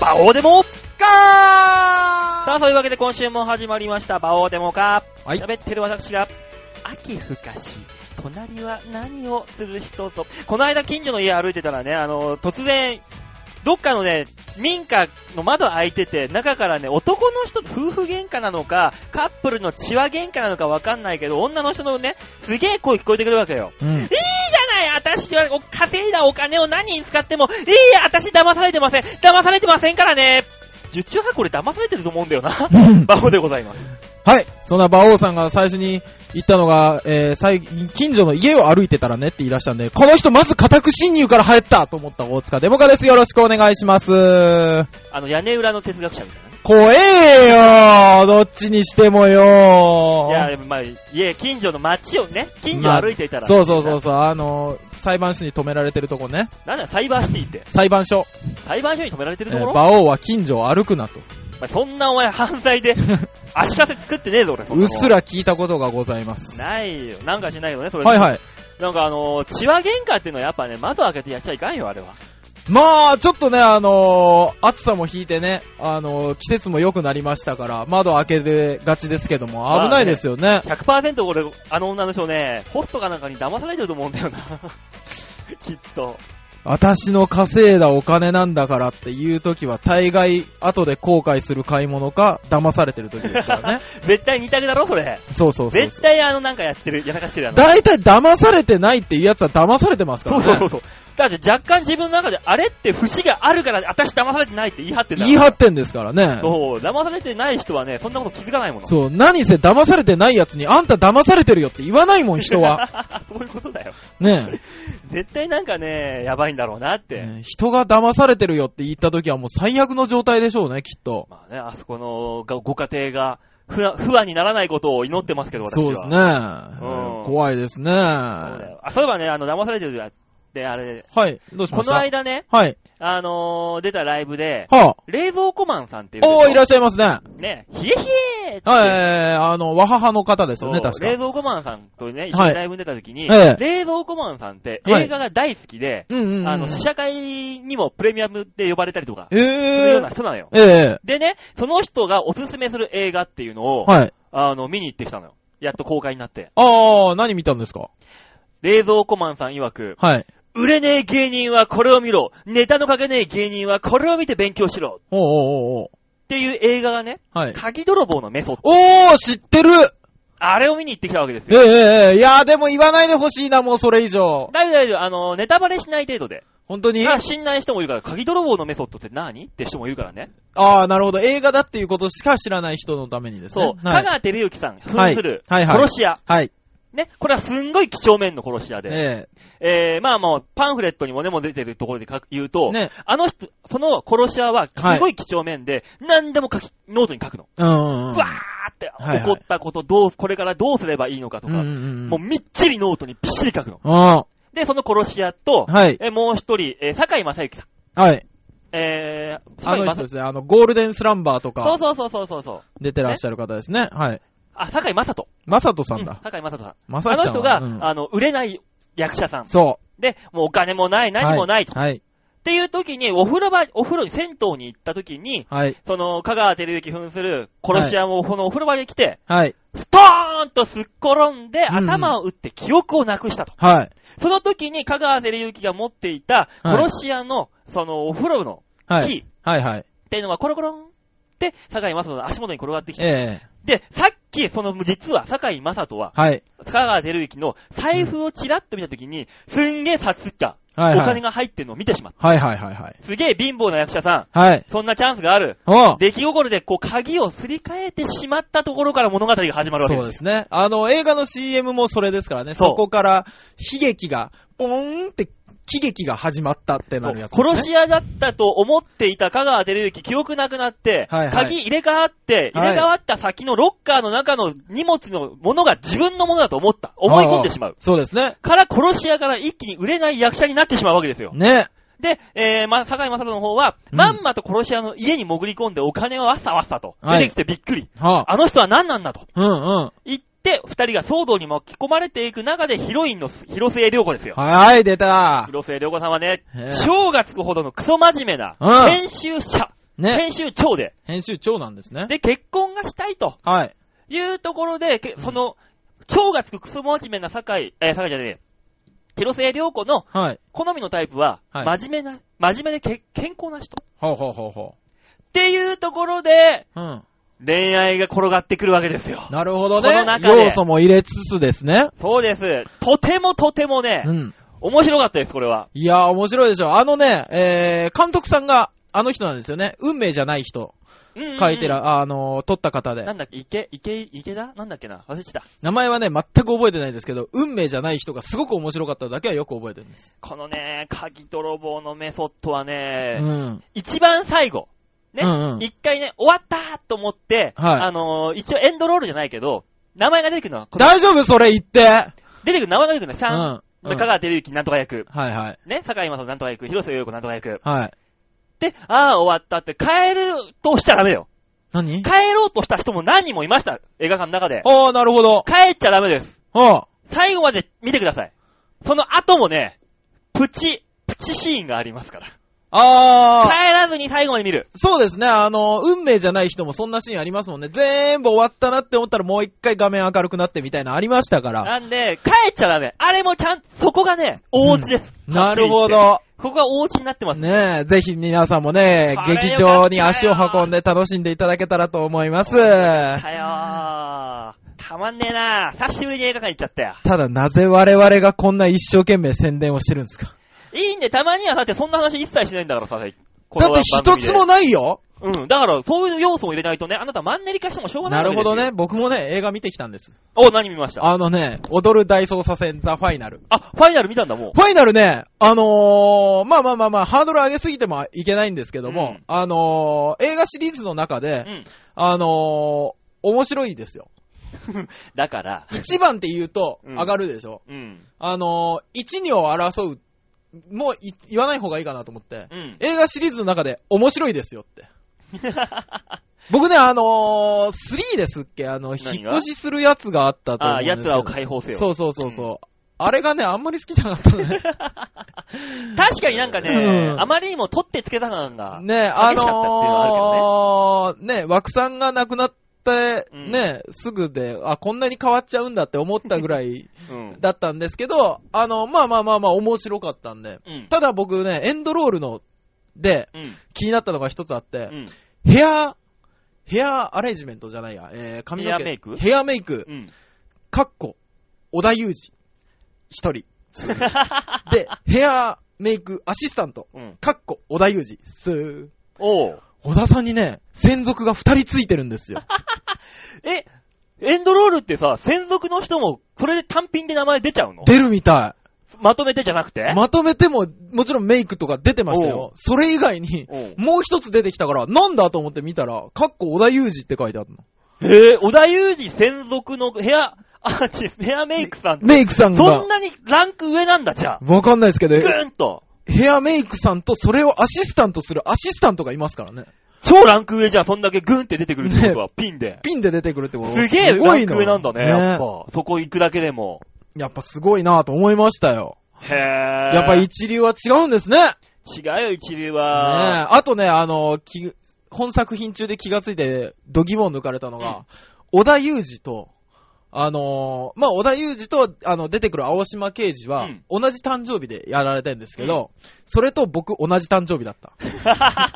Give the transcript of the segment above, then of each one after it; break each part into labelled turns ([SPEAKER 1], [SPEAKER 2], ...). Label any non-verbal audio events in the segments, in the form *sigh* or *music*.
[SPEAKER 1] バオーデモ
[SPEAKER 2] か
[SPEAKER 1] さあ、そういうわけで今週も始まりました、バオーデモか。
[SPEAKER 2] はい
[SPEAKER 1] 喋ってる私が、秋深し、隣は何をする人ぞ。この間近所の家歩いてたらね、あの、突然、どっかのね、民家の窓開いてて、中からね、男の人、夫婦喧嘩なのか、カップルの血は喧嘩なのかわかんないけど、女の人のね、すげえ声聞こえてくるわけよ。
[SPEAKER 2] ーうん
[SPEAKER 1] いいじゃない私はお稼いだお金を何に使っても、いい私騙されてません騙されてませんからね十中八これ騙されてると思うんだよな。バオでございます。
[SPEAKER 2] はい。そんな馬王さんが最初に言ったのが、えー、最近、近所の家を歩いてたらねって言い出したんで、この人まず家宅侵入から入ったと思った大塚デモカです。よろしくお願いします。
[SPEAKER 1] あの、屋根裏の哲学者みたいなね。
[SPEAKER 2] 怖えよどっちにしてもよ
[SPEAKER 1] いや、でもまあ、いえ、近所の街をね、近所
[SPEAKER 2] まあ
[SPEAKER 1] 歩いていたら、
[SPEAKER 2] そうそうそうそう、あのー、裁判所に止められてるとこね。
[SPEAKER 1] なんだ、サイバーシティって。
[SPEAKER 2] 裁判所。
[SPEAKER 1] 裁判所に止められて
[SPEAKER 2] え
[SPEAKER 1] るとこ
[SPEAKER 2] ー
[SPEAKER 1] ろ、
[SPEAKER 2] 馬王は近所を歩く
[SPEAKER 1] *laughs*
[SPEAKER 2] なと。
[SPEAKER 1] まあそんなお前犯罪で、足かせ作ってねえぞ、俺。そんな
[SPEAKER 2] う
[SPEAKER 1] も
[SPEAKER 2] っ
[SPEAKER 1] ん
[SPEAKER 2] す。ら聞いたことがございます。
[SPEAKER 1] ないよ。なんかしないけどね、それ。
[SPEAKER 2] はいはい。
[SPEAKER 1] なんかあのー、血は喧嘩っていうのはやっぱね、窓開けてやっちゃいかんよ、あれは。
[SPEAKER 2] まあ、ちょっとね、あのー、暑さも引いてね、あのー、季節も良くなりましたから、窓開けてがちですけども、
[SPEAKER 1] まあね
[SPEAKER 2] 危ないですよね。
[SPEAKER 1] 100%俺、あの女の人ね、ホストかなんかに騙されてると思うんだよな。 *laughs* きっと。
[SPEAKER 2] 私の稼いだお金なんだからっていう時は、大概、後で後悔する買い物か、騙されてる時ですからね。
[SPEAKER 1] 絶対二択だろ、それ。
[SPEAKER 2] そうそうそうそ
[SPEAKER 1] 絶
[SPEAKER 2] う。
[SPEAKER 1] 対あのなんかやってる、やらかしてるやろ。
[SPEAKER 2] 大体騙されてないっていうやつは騙されてますか
[SPEAKER 1] そ
[SPEAKER 2] ら
[SPEAKER 1] う
[SPEAKER 2] ね。
[SPEAKER 1] そうそうそう。だって若干自分の中で、あれって節があるから、私騙されてないって言い張ってた。
[SPEAKER 2] 言い張ってんですからね。
[SPEAKER 1] そう、騙されてない人はね、そんなこと気づかないもの。。
[SPEAKER 2] そう、何せ騙されてないやつに、あんた騙されてるよって言わないもん、人は。
[SPEAKER 1] *laughs* そういうことだよ。
[SPEAKER 2] ねえ。
[SPEAKER 1] 絶対なんかね、やばいんだろうなって。
[SPEAKER 2] ね人が騙されてるよって言った時はもう最悪の状態でしょうね、きっと。
[SPEAKER 1] まあね、あそこのがご家庭が不安、不安にならないことを祈ってますけど、私は。
[SPEAKER 2] そうですね。
[SPEAKER 1] うん
[SPEAKER 2] 怖いですね。
[SPEAKER 1] そうだ
[SPEAKER 2] は
[SPEAKER 1] よあ、そういえばね、あの、騙されてるやつって、あれ、
[SPEAKER 2] い。どうしま
[SPEAKER 1] こ
[SPEAKER 2] した
[SPEAKER 1] の間ね、
[SPEAKER 2] はい。
[SPEAKER 1] あのー、出たライブで、
[SPEAKER 2] はあ。
[SPEAKER 1] 冷蔵庫マンさんっていう。
[SPEAKER 2] おー、いらっしゃいますね。はい
[SPEAKER 1] ね、ひえひえって。
[SPEAKER 2] えー、あの、和母の方です
[SPEAKER 1] そ
[SPEAKER 2] よ
[SPEAKER 1] う
[SPEAKER 2] ね、確
[SPEAKER 1] 冷
[SPEAKER 2] か。
[SPEAKER 1] 蔵庫マンさんとね、一緒
[SPEAKER 2] は
[SPEAKER 1] に
[SPEAKER 2] い
[SPEAKER 1] ライブに出た時に、
[SPEAKER 2] ええ
[SPEAKER 1] 冷蔵庫マンさんって
[SPEAKER 2] はい
[SPEAKER 1] 映画が大好きで、
[SPEAKER 2] うんうんうん。
[SPEAKER 1] あの、試写会にもプレミアムで呼ばれたりとか、
[SPEAKER 2] え
[SPEAKER 1] するような
[SPEAKER 2] ー、
[SPEAKER 1] 人なのよ。
[SPEAKER 2] え
[SPEAKER 1] でね、その人がおすすめする映画っていうのを
[SPEAKER 2] ー、、はい。
[SPEAKER 1] あの、見に行ってきたのよ。やっと公開になって。
[SPEAKER 2] あー、何見たんですか
[SPEAKER 1] 冷蔵庫マンさん曰く、
[SPEAKER 2] はい。
[SPEAKER 1] 売れねえ芸人はこれを見ろネタの書けねえ芸人はこれを見て勉強しろ
[SPEAKER 2] おーおーおーお
[SPEAKER 1] っていう映画がね、
[SPEAKER 2] ーはい。
[SPEAKER 1] 鍵泥棒のメソッド。
[SPEAKER 2] おー、知ってる
[SPEAKER 1] あれを見に行ってきたわけです
[SPEAKER 2] えー、
[SPEAKER 1] よ。
[SPEAKER 2] えー、えー、いやー、でも言わないでほしいな、もうそれ以上。
[SPEAKER 1] 大丈夫大丈夫。あの、ネタバレしない程度で。
[SPEAKER 2] 本当に
[SPEAKER 1] まあ、知んない人もいるから、鍵泥棒のメソッドって何って人もいるからね。
[SPEAKER 2] あー、なるほど。映画だっていうことしか知らない人のためにですね。
[SPEAKER 1] そう。
[SPEAKER 2] はい
[SPEAKER 1] 香川照之さん、扮する、
[SPEAKER 2] はいはいはい
[SPEAKER 1] 殺し屋。
[SPEAKER 2] はい。
[SPEAKER 1] ね。これはすんごい几帳面の殺し屋で。
[SPEAKER 2] え
[SPEAKER 1] えー、まあもう、パンフレットにもね、もう出てるところで書く言う
[SPEAKER 2] え
[SPEAKER 1] と、
[SPEAKER 2] ね。
[SPEAKER 1] あの人、その殺し屋は、
[SPEAKER 2] はい
[SPEAKER 1] すごい几帳面で、何でも書き、ノートに書くの。
[SPEAKER 2] うんうんうん。
[SPEAKER 1] うわーって、起こったこと、どう、これからどうすればいいのかと
[SPEAKER 2] うんう
[SPEAKER 1] か、
[SPEAKER 2] んうん。
[SPEAKER 1] もうみっちりノートにびっしり書くの。
[SPEAKER 2] あ
[SPEAKER 1] で、その殺し屋と、
[SPEAKER 2] あ、はい。
[SPEAKER 1] えーもう一人、えー、坂井正幸さん。
[SPEAKER 2] はい。
[SPEAKER 1] えー、坂
[SPEAKER 2] あ
[SPEAKER 1] 井
[SPEAKER 2] の
[SPEAKER 1] 正
[SPEAKER 2] 人ですね、あの、ゴールデンスランバーと
[SPEAKER 1] そう
[SPEAKER 2] か
[SPEAKER 1] そうそうそうそうそう。
[SPEAKER 2] 出てらっしゃる方ですね。はい。
[SPEAKER 1] あ、坂井正人。
[SPEAKER 2] まさとさん
[SPEAKER 1] う
[SPEAKER 2] だ。
[SPEAKER 1] 坂井正人さん。
[SPEAKER 2] ま
[SPEAKER 1] あ
[SPEAKER 2] さき
[SPEAKER 1] の
[SPEAKER 2] さん
[SPEAKER 1] 人
[SPEAKER 2] は。
[SPEAKER 1] が、
[SPEAKER 2] うん
[SPEAKER 1] あの、売れない役者さん。
[SPEAKER 2] そ
[SPEAKER 1] で、もうお金もない、
[SPEAKER 2] う。
[SPEAKER 1] 何もないと。
[SPEAKER 2] はい。
[SPEAKER 1] っていう時に、お風呂場、お風呂に、銭湯に行った時に、
[SPEAKER 2] はい。
[SPEAKER 1] その、香川照之扮する殺し屋も、このお風呂場に来て、
[SPEAKER 2] はい。
[SPEAKER 1] ストーンとすっ転んで、
[SPEAKER 2] うんうん
[SPEAKER 1] 頭を打って記憶をなくしたと。
[SPEAKER 2] はい。
[SPEAKER 1] その時に、香川照之が持っていた、
[SPEAKER 2] はい
[SPEAKER 1] 殺し屋の、その、お風呂の
[SPEAKER 2] は
[SPEAKER 1] キ
[SPEAKER 2] い。
[SPEAKER 1] ーっ
[SPEAKER 2] はい。はい。
[SPEAKER 1] ていうのが、コロコロンって、坂井正人の足元に転がってきて、
[SPEAKER 2] ええ。
[SPEAKER 1] で、さっき、その、実は、坂井正人は、
[SPEAKER 2] はい。
[SPEAKER 1] 香川照之の財布をチラッと見たときに、すんげえ札ったお
[SPEAKER 2] はい。は
[SPEAKER 1] 金
[SPEAKER 2] い。
[SPEAKER 1] が入ってるのを見てしまっ
[SPEAKER 2] はい。はい。はい。はい。
[SPEAKER 1] た。すげえ貧乏な役者さん、
[SPEAKER 2] はい。
[SPEAKER 1] そんなチャンスがある。
[SPEAKER 2] おう
[SPEAKER 1] 出来心でこう鍵をすり替えてしまったところから物語が始まるわけ
[SPEAKER 2] そ
[SPEAKER 1] です
[SPEAKER 2] う
[SPEAKER 1] よ
[SPEAKER 2] で。すね。あの、映画の CM もそれですからね。
[SPEAKER 1] そう
[SPEAKER 2] そこから、悲劇が、ポーンって、喜劇が始まったってなるやつですね。
[SPEAKER 1] 殺し屋だったと思っていた香川照之、記憶なくなって、
[SPEAKER 2] はいはい
[SPEAKER 1] 鍵入れ替わって、
[SPEAKER 2] はい
[SPEAKER 1] 入れ替わった先のロッカーの中の荷物のものが自分のものだと思った。思い込んでしま
[SPEAKER 2] あ
[SPEAKER 1] う
[SPEAKER 2] あ。。そうですね。
[SPEAKER 1] から殺し屋から一気に売れない役者になってしまうわけですよ。
[SPEAKER 2] ね。
[SPEAKER 1] で、えー、ま、坂井正人の方は、
[SPEAKER 2] うん
[SPEAKER 1] まんまと殺し屋の家に潜り込んでお金をわっさわっさと、
[SPEAKER 2] は
[SPEAKER 1] 出
[SPEAKER 2] い
[SPEAKER 1] てきてびっくり。
[SPEAKER 2] はあ。
[SPEAKER 1] あの人は何なんだと。
[SPEAKER 2] うんうん。
[SPEAKER 1] 言って、二人が騒動に巻き込まれていく中でヒロインの広末涼子ですよ。
[SPEAKER 2] はい、出た。
[SPEAKER 1] 広末涼子さんはね
[SPEAKER 2] ええ、
[SPEAKER 1] 超がつくほどのクソ真面目な
[SPEAKER 2] うん
[SPEAKER 1] 編集者
[SPEAKER 2] ね。
[SPEAKER 1] 編集長で。
[SPEAKER 2] 編集長なんですね。
[SPEAKER 1] で、結婚がしたいと
[SPEAKER 2] はい。
[SPEAKER 1] いうところで、けその、長がつくクソ真面目な酒井、えー、酒井じゃねえ、広末涼子の
[SPEAKER 2] はい。
[SPEAKER 1] 好みのタイプは、
[SPEAKER 2] はい
[SPEAKER 1] 真面目な、真面目でけ健康な人。っ
[SPEAKER 2] ほうほうほうほ
[SPEAKER 1] ていうところで、
[SPEAKER 2] う。うん。
[SPEAKER 1] 恋愛が転がってくるわけですよ。
[SPEAKER 2] なるほど
[SPEAKER 1] この
[SPEAKER 2] ね。
[SPEAKER 1] 中で
[SPEAKER 2] 要素も入れつつですね。
[SPEAKER 1] そうです。とてもとてもね
[SPEAKER 2] う、ん。
[SPEAKER 1] 面白かったです、これは。
[SPEAKER 2] いやー、面白いでしょ。あのね、えー、監督さんが、あの人なんですよね。運命じゃない人。
[SPEAKER 1] うんうんうん
[SPEAKER 2] 書いてら、あのー、撮った方で
[SPEAKER 1] な。んだっけ、池、池、池田なんだっけな忘れてた。
[SPEAKER 2] 名前はね、全く覚えてないですけど、運命じゃない人がすごく面白かっただけはよく覚えてるんです。
[SPEAKER 1] このね、鍵泥棒のメソッドは
[SPEAKER 2] う
[SPEAKER 1] ね、
[SPEAKER 2] ん。
[SPEAKER 1] 一番最後、ね、一、
[SPEAKER 2] うんうん
[SPEAKER 1] 回ね、終わったと思って、
[SPEAKER 2] はい
[SPEAKER 1] あのー一応エンドロールじゃないけど、名前が出てくるのは、この
[SPEAKER 2] 大丈夫それ言って
[SPEAKER 1] 出てくる名前が出てくるの
[SPEAKER 2] う
[SPEAKER 1] は、
[SPEAKER 2] ん。
[SPEAKER 1] 3、中川照之なんとか役、
[SPEAKER 2] はいはい。
[SPEAKER 1] ね、坂井正人なんとか役、広瀬優子なんとか役。
[SPEAKER 2] はい。
[SPEAKER 1] で、ああ、終わったって、帰るとしちゃダメよ。
[SPEAKER 2] 何
[SPEAKER 1] 帰ろうとした人も何人もいました、映画館の中で。
[SPEAKER 2] ああ、なるほど。
[SPEAKER 1] 帰っちゃダメです。
[SPEAKER 2] あ
[SPEAKER 1] 最後まで見てください。その後もね、プチ、プチシーンがありますから。
[SPEAKER 2] あー。
[SPEAKER 1] 帰らずに最後まで見る。
[SPEAKER 2] そうですね。あの、運命じゃない人もそんなシーンありますもんね。全部終わったなって思ったらもう一回画面明るくなってみたいなのありましたから。
[SPEAKER 1] なんで、帰っちゃダメ。あれもちゃん、そこがね、お家です。
[SPEAKER 2] なるほ。ど。
[SPEAKER 1] ここがお家になってます。
[SPEAKER 2] ねえ、ぜひ皆さんもね
[SPEAKER 1] あ、れ
[SPEAKER 2] 劇場に足を運んで楽しんでいただけたらと思います。
[SPEAKER 1] はよー。たまんねえな久しぶりに映画館行っちゃったよ。
[SPEAKER 2] ただ、なぜ我々がこんな一生懸命宣伝をしてるんですか
[SPEAKER 1] いいんで、たまにはだってそんな話一切しないんだからさ、こ
[SPEAKER 2] だ
[SPEAKER 1] の
[SPEAKER 2] って
[SPEAKER 1] 番
[SPEAKER 2] 一
[SPEAKER 1] 組
[SPEAKER 2] つ
[SPEAKER 1] で
[SPEAKER 2] も。ないよ
[SPEAKER 1] うん、だからそういう要素を入れないとね、あなたマンネリ化してもしょうがない
[SPEAKER 2] なるほど
[SPEAKER 1] わ
[SPEAKER 2] ね。僕もね、映画見てきたんです。
[SPEAKER 1] けですよ。お、何見ましたあ
[SPEAKER 2] あのね、踊る大捜査線ザ・ファイナル。
[SPEAKER 1] ファイナル見たんだ、もう。
[SPEAKER 2] ファイナルね、あのー、まあまあまあまあ、ハードル上げすぎてもいけないんですけども、
[SPEAKER 1] うん
[SPEAKER 2] あのー、映画シリーズの中
[SPEAKER 1] う
[SPEAKER 2] で、
[SPEAKER 1] ん。
[SPEAKER 2] あのー、面白いですよ。
[SPEAKER 1] だから、
[SPEAKER 2] 1番って言うと
[SPEAKER 1] うん
[SPEAKER 2] 上がるでしょ。
[SPEAKER 1] うん。
[SPEAKER 2] あのー、1、2を争う、もうい言わない方がいいかなと思って、
[SPEAKER 1] うん。
[SPEAKER 2] 映画シリーズの中で面白いです
[SPEAKER 1] *laughs*
[SPEAKER 2] よって。僕ね、あのー、3ですっけあの、
[SPEAKER 1] 何
[SPEAKER 2] 引
[SPEAKER 1] が
[SPEAKER 2] っ越しするやつがあったと思うん
[SPEAKER 1] あ、
[SPEAKER 2] ですけ
[SPEAKER 1] 奴
[SPEAKER 2] ど。
[SPEAKER 1] らを解放せよ。
[SPEAKER 2] そうそうそうそう。あれがね、あんまり好きじゃなかったの
[SPEAKER 1] *laughs*
[SPEAKER 2] ね。
[SPEAKER 1] 確かになんかね
[SPEAKER 2] う、ん
[SPEAKER 1] あまりにも取ってつけたなんだ。
[SPEAKER 2] ね、あのー、ね、枠さんが亡くなって、
[SPEAKER 1] うん
[SPEAKER 2] ね、すぐで、あ、こんなに変わっちゃうんだって思ったぐらい
[SPEAKER 1] うん。
[SPEAKER 2] だったんです
[SPEAKER 1] *laughs*
[SPEAKER 2] けど、あの、まあまあまあまあ、面白かったんで。
[SPEAKER 1] うん。
[SPEAKER 2] ただ僕ね、エンドロールの、で、
[SPEAKER 1] うん。
[SPEAKER 2] 気になったのが一つあって、
[SPEAKER 1] うん。
[SPEAKER 2] ヘア、ヘアアレンジメントじゃないや、えー、髪の
[SPEAKER 1] ヘ
[SPEAKER 2] 毛。
[SPEAKER 1] アメイク
[SPEAKER 2] ヘアメイク、
[SPEAKER 1] うん。
[SPEAKER 2] かっこ、小田裕二、
[SPEAKER 1] *laughs*
[SPEAKER 2] 一人。で、ヘアメイクアシスタント、
[SPEAKER 1] うん。
[SPEAKER 2] かっこ、小田裕二、すー。
[SPEAKER 1] おう。
[SPEAKER 2] 小田さんにね、専属が二人ついてるんで
[SPEAKER 1] *laughs*
[SPEAKER 2] すよ。
[SPEAKER 1] え、エンドロールってさ、専属の人も、それで単品で名前出ちゃうの
[SPEAKER 2] 出るみた
[SPEAKER 1] まとめてじゃなくて
[SPEAKER 2] い。まとめても、もちろんメイクとか出てました
[SPEAKER 1] おう
[SPEAKER 2] よ。それ以外に、
[SPEAKER 1] おう
[SPEAKER 2] もう一つ出てきたから、なんだと思って見たら、かっこ小田裕二って書いてあるの。
[SPEAKER 1] えー、小田裕二専属のヘア、アーティス、ヘアメイクさんって
[SPEAKER 2] メイクさん
[SPEAKER 1] そ
[SPEAKER 2] が
[SPEAKER 1] ん、なにランク上なんだ、じゃあ。
[SPEAKER 2] わかんないですけど
[SPEAKER 1] ぐ、ーんと。
[SPEAKER 2] ヘアメイクさんとそれをアシスタントするアシスタントがいますからね。
[SPEAKER 1] 超ランク上じゃん、そんだけぐーんって出てくるってことは、ピンで。
[SPEAKER 2] ピンで出てくるってこと
[SPEAKER 1] すげえ、ラ
[SPEAKER 2] すごい
[SPEAKER 1] ンク上なんだね、やっ
[SPEAKER 2] ね
[SPEAKER 1] ぱ。そこ行くだけでも。
[SPEAKER 2] やっぱすごいなと思いましたよ。
[SPEAKER 1] へえ。
[SPEAKER 2] やっぱ一流は違うんですね。ね
[SPEAKER 1] 違うよ、一流
[SPEAKER 2] え
[SPEAKER 1] は。
[SPEAKER 2] あとね、あの、き本作品中で気がついて、度肝を抜かれたのが、小田裕二と、あのーまあ、小田裕二と、あの、出てくる青島刑事は、同じ誕生日でやられてるんですけど、それと僕同じ誕生日だった。
[SPEAKER 1] *laughs*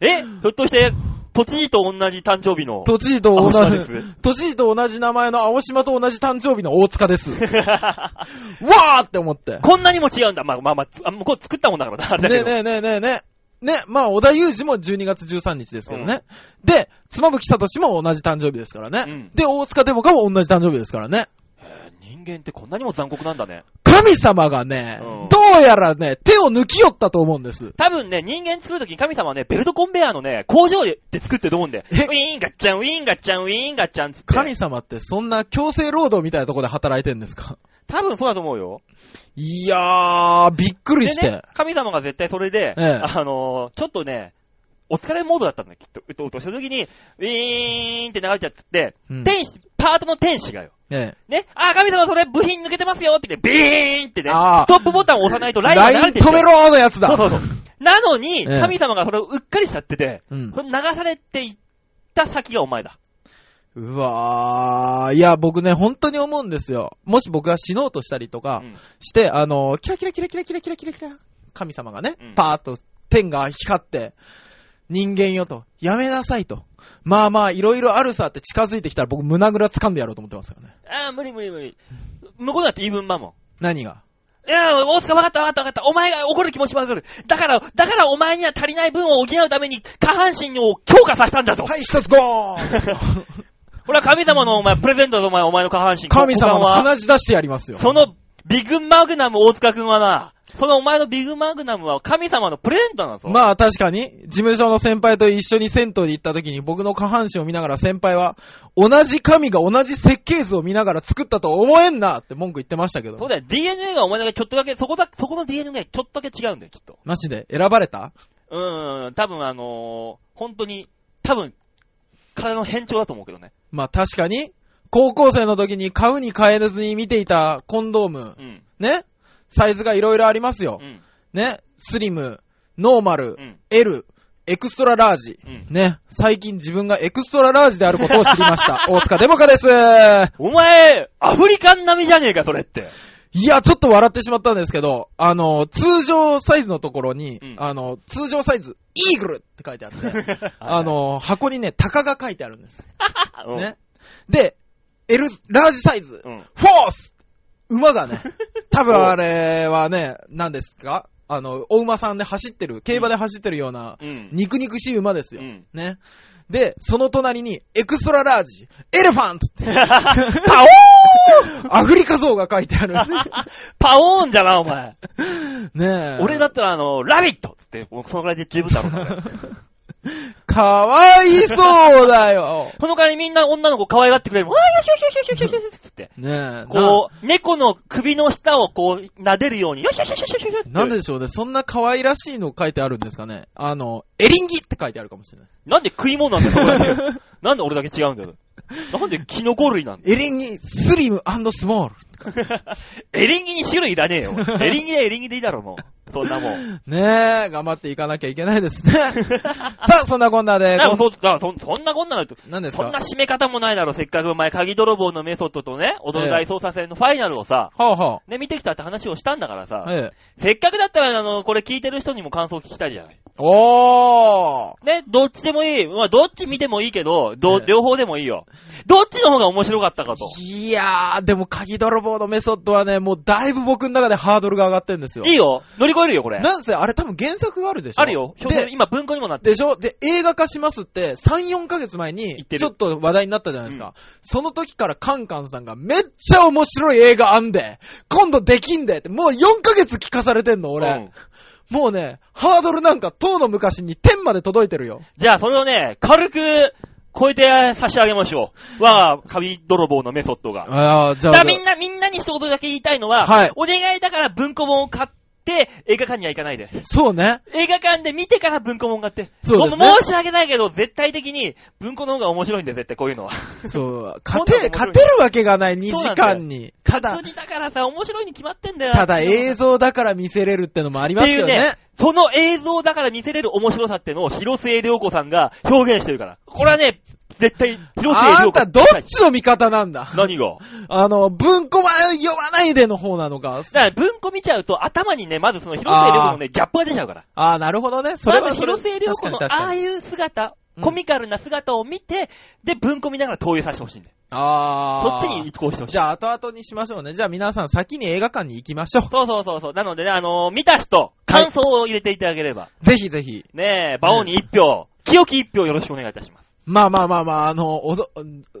[SPEAKER 1] え、ひょっとして、栃木と同じ誕生日の。
[SPEAKER 2] 都知事と同
[SPEAKER 1] 青島です
[SPEAKER 2] *laughs* じ、都知事と同じ名前の青島と同じ誕生日の大
[SPEAKER 1] *laughs*
[SPEAKER 2] 塚です。わーって思って。
[SPEAKER 1] こんなにも違うんだ。まあまあまあつあ、向こう作ったもんだからな、あれだけ
[SPEAKER 2] ねえ
[SPEAKER 1] ど。
[SPEAKER 2] ねえねえねえねえ。ね、まあ、小田裕二も12月13日ですけどね。で、妻夫木聡も同じ誕生日ですからね。
[SPEAKER 1] うん
[SPEAKER 2] で、大塚デモカも同じ誕生日ですからね。
[SPEAKER 1] へえ人間ってこんなにも残酷なんだね。
[SPEAKER 2] 神様がね、
[SPEAKER 1] うん
[SPEAKER 2] どうやらね、手を抜きよったと思うんです。
[SPEAKER 1] 多分ね、人間作るときに神様はね、ベルトコンベヤーのね、工場で作ってると思うんで。ウ
[SPEAKER 2] え
[SPEAKER 1] ィーンガッチャン、ウィーンガッチャン、ウィーンガッチャンっつって。
[SPEAKER 2] 神様ってそんな強制労働みたいなとこで働いてんですか
[SPEAKER 1] 多分そうだと思うよ。
[SPEAKER 2] いやー、びっく
[SPEAKER 1] で
[SPEAKER 2] りして。
[SPEAKER 1] ね、神様が絶対それで、
[SPEAKER 2] ええ
[SPEAKER 1] あのーちょっとね、お疲れモードだったんだよ、きっと。うとうとしたときに、ウィーンって流れちゃって、
[SPEAKER 2] うん
[SPEAKER 1] 天使、パートの天使がよ。
[SPEAKER 2] ね
[SPEAKER 1] ね、あー、神様それ部品抜けてますよって言って、ビーンってね、
[SPEAKER 2] あー
[SPEAKER 1] トップボタンを押さないとラインが
[SPEAKER 2] ラ
[SPEAKER 1] 流
[SPEAKER 2] イ
[SPEAKER 1] れ
[SPEAKER 2] ン
[SPEAKER 1] てっちゃ
[SPEAKER 2] 止
[SPEAKER 1] う
[SPEAKER 2] めろーのやつだ
[SPEAKER 1] そうそうそう。なのに、
[SPEAKER 2] ええ
[SPEAKER 1] 神様がそれをうっかりしちゃってて、
[SPEAKER 2] うん
[SPEAKER 1] こ。れ流されていった先がお前だ。
[SPEAKER 2] うわー、いや、僕ね、本当に思うんですよ。もし僕が死のうとしたりとか
[SPEAKER 1] うん
[SPEAKER 2] して、あの、キラキラキラキラキラキラキラキラ、神様がね
[SPEAKER 1] うん、
[SPEAKER 2] パーッと天が光って、人間よと、やめなさいと。まあまあ、いろいろあるさって近づいてきたら僕胸ぐら掴んでやろうと思ってますからね。
[SPEAKER 1] ああ、無理無理無理。向こうだって言い分だもん。
[SPEAKER 2] 何が
[SPEAKER 1] いや、大塚分かった分かった分かった。お前が怒る気持ちもわかる。だから、だからお前には足りない分を補うために下半身を強化させたんだぞ。
[SPEAKER 2] はい、一つゴーン
[SPEAKER 1] これは神様のお前、プレゼントだぞお前、お前の下半身。
[SPEAKER 2] 神
[SPEAKER 1] 股
[SPEAKER 2] 様
[SPEAKER 1] 間
[SPEAKER 2] の
[SPEAKER 1] は
[SPEAKER 2] 鼻血出してやりますよ。
[SPEAKER 1] そのビッグマグナム大塚くんはな、そのお前のビッグマグナムは神様のプレゼントなんだぞ。
[SPEAKER 2] まあ確かに、事務所の先輩と一緒に銭湯に行った時に僕の下半身を見ながら先輩は、同じ神が同じ設計図を見ながら作ったと思えんなって文句言ってましたけ
[SPEAKER 1] そう
[SPEAKER 2] ど。
[SPEAKER 1] だよ、DNA がお前だけちょっとだけ、そこだ、そこの DNA がちょっとだけ違うんだよ、きっと。
[SPEAKER 2] マジで選ばれた
[SPEAKER 1] うーん、多分あのー、本当に、多分、体の変調だと思うけどね。
[SPEAKER 2] まあ確かに、高校生の時に買うに買えずに見ていたコンドーム
[SPEAKER 1] う、ん、
[SPEAKER 2] ねサイズがいろいろありますよ
[SPEAKER 1] う。ん、
[SPEAKER 2] ねスリム、ノーマル
[SPEAKER 1] う、ん、
[SPEAKER 2] L、エクストララージ。
[SPEAKER 1] うん。
[SPEAKER 2] ね、最近自分がエクストララージであることを知りました。大塚デモカです
[SPEAKER 1] お前、アフリカン並みじゃねえか、それって。
[SPEAKER 2] いや、ちょっと笑ってしまったんですけど、あの、通常サイズのところに、
[SPEAKER 1] うん
[SPEAKER 2] あの、通常サイズ、イーグルって書いてあ
[SPEAKER 1] *laughs*
[SPEAKER 2] って、あ、の、箱にね、タカが書いてあるんです。
[SPEAKER 1] うん、
[SPEAKER 2] ね。で、L、ラージサイズ、
[SPEAKER 1] うん。
[SPEAKER 2] フォース馬が
[SPEAKER 1] *laughs*
[SPEAKER 2] ね、多分あれはね、何ですかあの、お馬さんで走ってる、競馬で走ってるような、
[SPEAKER 1] うん。
[SPEAKER 2] 肉肉しい馬です
[SPEAKER 1] う
[SPEAKER 2] よ。
[SPEAKER 1] ん。
[SPEAKER 2] ね。で、その隣に、エクストララージ、エレファントって、
[SPEAKER 1] *laughs* パ
[SPEAKER 2] アフリカ像が書いてあ
[SPEAKER 1] *laughs*
[SPEAKER 2] る。
[SPEAKER 1] オーンパオーンじゃな、お前。
[SPEAKER 2] ねえ。
[SPEAKER 1] 俺だったら、あの、ラビットっつって、もうそのくらいで十分だろうな。
[SPEAKER 2] かわいそう
[SPEAKER 1] *laughs*
[SPEAKER 2] だよ。
[SPEAKER 1] その代わりみんな女の子可愛がってくれるもん。わーよしよしよしよしよしよしよしっつって。
[SPEAKER 2] ねえ。な
[SPEAKER 1] こう、猫の首の下をこう、撫でるように、よしよしよしよしよしって
[SPEAKER 2] なんででしょうね。そんな可愛らしいの書いてあるんですかね。あの、エリンギって書いてあるかもしれない。
[SPEAKER 1] なんで食い物なんだよ、俺だけなんで俺だけ違うんだよ。なんでキノコ類なんだよ。
[SPEAKER 2] エリンギ、スリムスモール。
[SPEAKER 1] エリンギに種類いらねえよ。エリンギでエリンギでいいだろ、もう。そんなもん。
[SPEAKER 2] ねえ、頑張っていかなきゃいけないです
[SPEAKER 1] *laughs*
[SPEAKER 2] ね。さあ、そんなこんなで、
[SPEAKER 1] なんかそう、だからそんそんなこんなのと、
[SPEAKER 2] 何です
[SPEAKER 1] そん
[SPEAKER 2] か
[SPEAKER 1] な締め方もないだろ、せっかくお前、鍵泥棒のメソッドとね、踊る大捜査線のファイナルをさ、
[SPEAKER 2] はあは
[SPEAKER 1] ね、見てきたって話をしたんだから
[SPEAKER 2] あ。
[SPEAKER 1] さ、
[SPEAKER 2] ええ。
[SPEAKER 1] せっかくだったら、あの、これ聞いてる人にも感想聞きたいじゃない。
[SPEAKER 2] おー
[SPEAKER 1] ね、どっちでもいい。まあ、どっち見てもいいけど、ど、
[SPEAKER 2] ね
[SPEAKER 1] 両方でもいいよ。どっちの方が面白かったかと。
[SPEAKER 2] いやー、でも鍵泥棒のメソッドはね、もうだいぶ僕の中でハードルが上がってるんですよ。
[SPEAKER 1] いいよ。乗り越えるよ、これ。
[SPEAKER 2] なんせ、あれ多分原作があるでしょ
[SPEAKER 1] あるよ。ひょっとする
[SPEAKER 2] で、
[SPEAKER 1] 今、文庫にもなってる。
[SPEAKER 2] でしょで、映画化しますって、3、4ヶ月前
[SPEAKER 1] 言っ
[SPEAKER 2] に、
[SPEAKER 1] てる
[SPEAKER 2] ちょっと話題になったじゃないですか。その時からカンカンさんが、めっちゃ面白い映画あんで、今度できんでって、もう4ヶ月聞かされてんの、俺。
[SPEAKER 1] うん
[SPEAKER 2] もうね、ハードルなんか、当の昔に天まで届いてるよ。
[SPEAKER 1] じゃあ、それをね、軽く、超えて差し上げましょう。我が、紙泥棒のメソッドが。
[SPEAKER 2] ああ、じ
[SPEAKER 1] じゃあ、みんな、みんなに一言だけ言いたいのは、
[SPEAKER 2] はい
[SPEAKER 1] お願いだから文庫本を買って、映画館には行かないで。
[SPEAKER 2] そうね。
[SPEAKER 1] 映画館で見てから文庫本買って。
[SPEAKER 2] そうですね
[SPEAKER 1] も申し訳ないけど、絶対的に、文庫の方が面白いんだよ、絶対こういうのは。
[SPEAKER 2] そう、
[SPEAKER 1] 今
[SPEAKER 2] 勝
[SPEAKER 1] 度は面白い
[SPEAKER 2] て、勝てるわけがない、2
[SPEAKER 1] そうなん
[SPEAKER 2] 時
[SPEAKER 1] だよ
[SPEAKER 2] 間に。ただ
[SPEAKER 1] 確、実だからさ、面白いに決まってんだよ。
[SPEAKER 2] ただ映像だから見せれるってのもあり
[SPEAKER 1] っ
[SPEAKER 2] ま
[SPEAKER 1] て
[SPEAKER 2] す
[SPEAKER 1] いう
[SPEAKER 2] よ
[SPEAKER 1] ね
[SPEAKER 2] ね。、
[SPEAKER 1] その映像だから見せれる面白さってのを広末涼子さんが表現してるから。これはね、絶対、広末
[SPEAKER 2] あ
[SPEAKER 1] 涼子
[SPEAKER 2] んた、どっちの味方なんだ
[SPEAKER 1] 何が
[SPEAKER 2] あの、文庫は読まないでの方なのか。
[SPEAKER 1] だから文庫見ちゃうと頭にね、まずその広末涼子のね、ギャップが出ちゃうから。
[SPEAKER 2] ああ、なるほどね。それ
[SPEAKER 1] ま
[SPEAKER 2] は
[SPEAKER 1] ず
[SPEAKER 2] それ
[SPEAKER 1] 広末涼子の
[SPEAKER 2] 確かに確
[SPEAKER 1] あ
[SPEAKER 2] か
[SPEAKER 1] あ
[SPEAKER 2] に
[SPEAKER 1] いう姿、
[SPEAKER 2] うん
[SPEAKER 1] コミカルな姿を見て、で、文庫見ながら投影させてほしいんだよ。
[SPEAKER 2] あ
[SPEAKER 1] そ
[SPEAKER 2] あ。
[SPEAKER 1] っちに移行してほしい。
[SPEAKER 2] じゃあ、後々にしましょうね。じゃあ、皆さん先に映画館に行きましょ
[SPEAKER 1] そうそうそうそう。なのでね、あのー見た人、感想を入れていただければ。
[SPEAKER 2] う。ぜひぜひ。
[SPEAKER 1] ねえ、馬王に一票、清き一票よろしくお願いいたします。
[SPEAKER 2] まあまあまあまあ、あの、おど、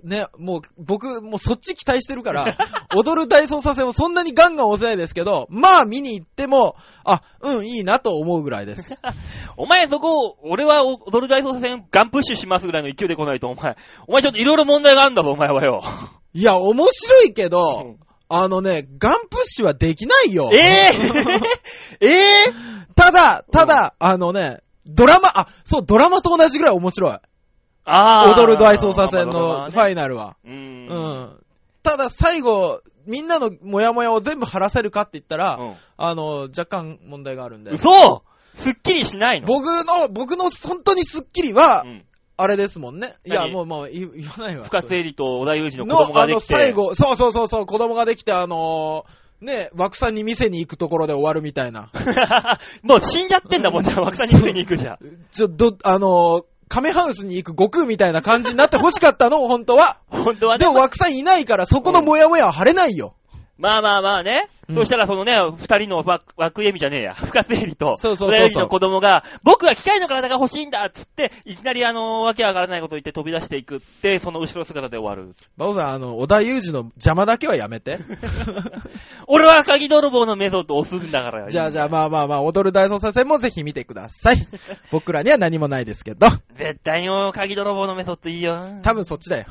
[SPEAKER 2] ね、もう、僕、もうそっち期待してるから、
[SPEAKER 1] *laughs*
[SPEAKER 2] 踊る大捜査線をそんなにガンガン抑えですけど、まあ見に行っても、あ、うん、いいなと思うぐらいです。
[SPEAKER 1] *laughs* お前そこ、俺は踊る大捜査線ガンプッシュしますぐらいの勢いで来ないと、お前、お前ちょっといろいろ問題があるんだぞ、お前はよ。
[SPEAKER 2] いや、面白いけ
[SPEAKER 1] う
[SPEAKER 2] ど
[SPEAKER 1] ん、
[SPEAKER 2] あのね、ガンプッシュはできないよ。
[SPEAKER 1] ええ
[SPEAKER 2] *laughs*
[SPEAKER 1] ええ
[SPEAKER 2] ただ、ただ、あのね、ドラマ、あ、そう、ドラマと同じぐらい面白い。
[SPEAKER 1] あー
[SPEAKER 2] 踊る大捜査線
[SPEAKER 1] ま
[SPEAKER 2] の
[SPEAKER 1] あ
[SPEAKER 2] ファイナルは。
[SPEAKER 1] まあまあね
[SPEAKER 2] うん。ただ、最後、みんなのモヤモヤを全部晴らせるかって言ったら、
[SPEAKER 1] うん。 *laughs*
[SPEAKER 2] あの、若干問題があるんで。
[SPEAKER 1] 嘘すっきりしないの。
[SPEAKER 2] 僕の、僕の本当にスッキリは
[SPEAKER 1] う、ん、
[SPEAKER 2] あれですもんね。いや、
[SPEAKER 1] 何
[SPEAKER 2] もう、もう、言言わないわ。
[SPEAKER 1] 深瀬絵里と小田裕二の子供
[SPEAKER 2] の、
[SPEAKER 1] が
[SPEAKER 2] あ
[SPEAKER 1] で
[SPEAKER 2] の、
[SPEAKER 1] きて。
[SPEAKER 2] 最後、そうそうそうそう、子供ができて、あのー、ね、枠さんに店に行くところで終わるみたいな。
[SPEAKER 1] *laughs* もう死んじゃってんだもんじゃあ、若さんに店に行くじゃん。
[SPEAKER 2] ちょ、ど、あのー、亀ハウスに行く悟空みたいな感じになって欲しかった
[SPEAKER 1] *laughs*
[SPEAKER 2] の、本当は。
[SPEAKER 1] 本当はね
[SPEAKER 2] で。も枠さんいないから、そこのモヤモヤは晴れないよ。
[SPEAKER 1] まあまあまあね。
[SPEAKER 2] うん
[SPEAKER 1] そしたらそのね、二人のわ枠エビじゃねえや。 *laughs* 深瀬エビと、
[SPEAKER 2] そうそ
[SPEAKER 1] 小
[SPEAKER 2] うそうそう
[SPEAKER 1] 田裕二の子供が、僕は機械の体が欲しいんだっつって、いきなりあの、わけわからないこと言って飛び出していくって、その後ろ姿で終わる。
[SPEAKER 2] バオさん、あの、小田裕二の邪魔だけはやめて。
[SPEAKER 1] 俺は鍵泥棒のメソッドを押すんだから。
[SPEAKER 2] じゃあじゃあ、まあまあまあ、踊る大捜査線もぜひ見てくだ
[SPEAKER 1] *laughs*
[SPEAKER 2] さい。僕らには何もないですけど。
[SPEAKER 1] 絶対にもう鍵泥棒のメソッドいいよ。
[SPEAKER 2] 多分そっちだよ。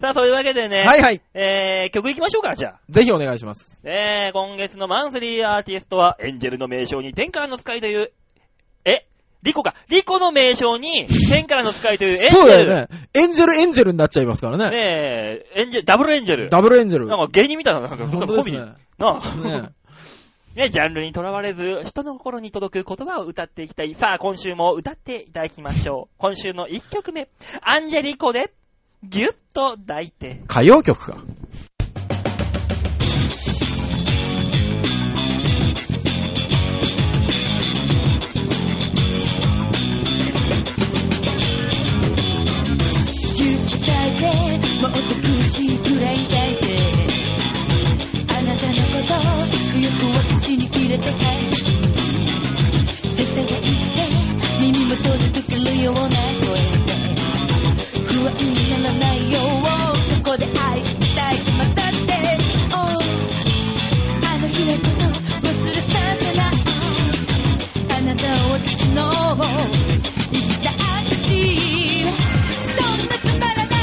[SPEAKER 1] さあ、そういうわけでね、
[SPEAKER 2] はいはい。
[SPEAKER 1] えー、曲行きましょうか、じゃあ。
[SPEAKER 2] ぜひお願いします。
[SPEAKER 1] えー、今月のマンスリーアーティストは、エンジェルの名称に天からの使いという、え、リコか。リコの名称に天からの使いというエンジェル。
[SPEAKER 2] そうだよね。エンジェルエンジェルになっちゃいますからね。
[SPEAKER 1] ねえ、エンジェル、ダブルエンジェル。
[SPEAKER 2] ダブルエンジェル。
[SPEAKER 1] なんか芸人みたいな、なんか、
[SPEAKER 2] 本当ですね。
[SPEAKER 1] なあ、
[SPEAKER 2] ね
[SPEAKER 1] ね、ジャンルにとらわれず、人の心に届く言葉を歌っていきたい。さあ、今週も歌っていただきましょう。今週の1曲目、アンジェリコで、ぎゅっと抱いて。
[SPEAKER 2] 歌謡曲か。
[SPEAKER 3] ぎゅっと抱いてもっと口くらい抱いてあなたのこと強く私に切れてはい絶対って耳も閉じてくるような声で不安にならないようここで愛したいまたっておうあの日のこと忘れさせないあなたは私の生きた証そんなつまらない女になるはずないのにいつも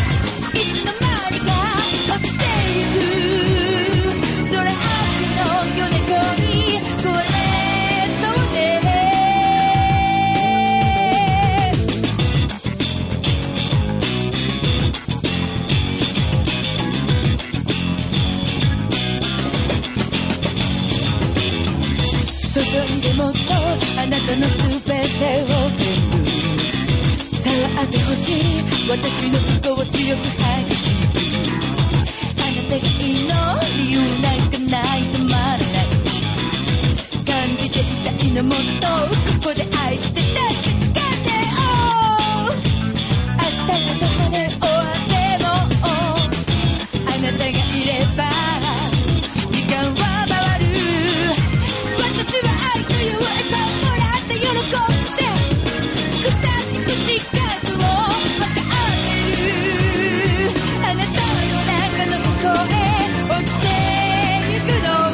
[SPEAKER 3] 間にか落ちてゆくそれはきのよねこにこれとね注いでもっとあなたのすべてを全部触ってほしい私の不幸を強く吐きしあなたが祈り由なんかない止まらない感じていたいのもっとここで愛して確かめよう明日がどこで終わってもあなたがいれば時間は回る私は愛という餌をもらって喜んで腐って口数をまたあげるあなたの夜中のここへ落ちてゆくのを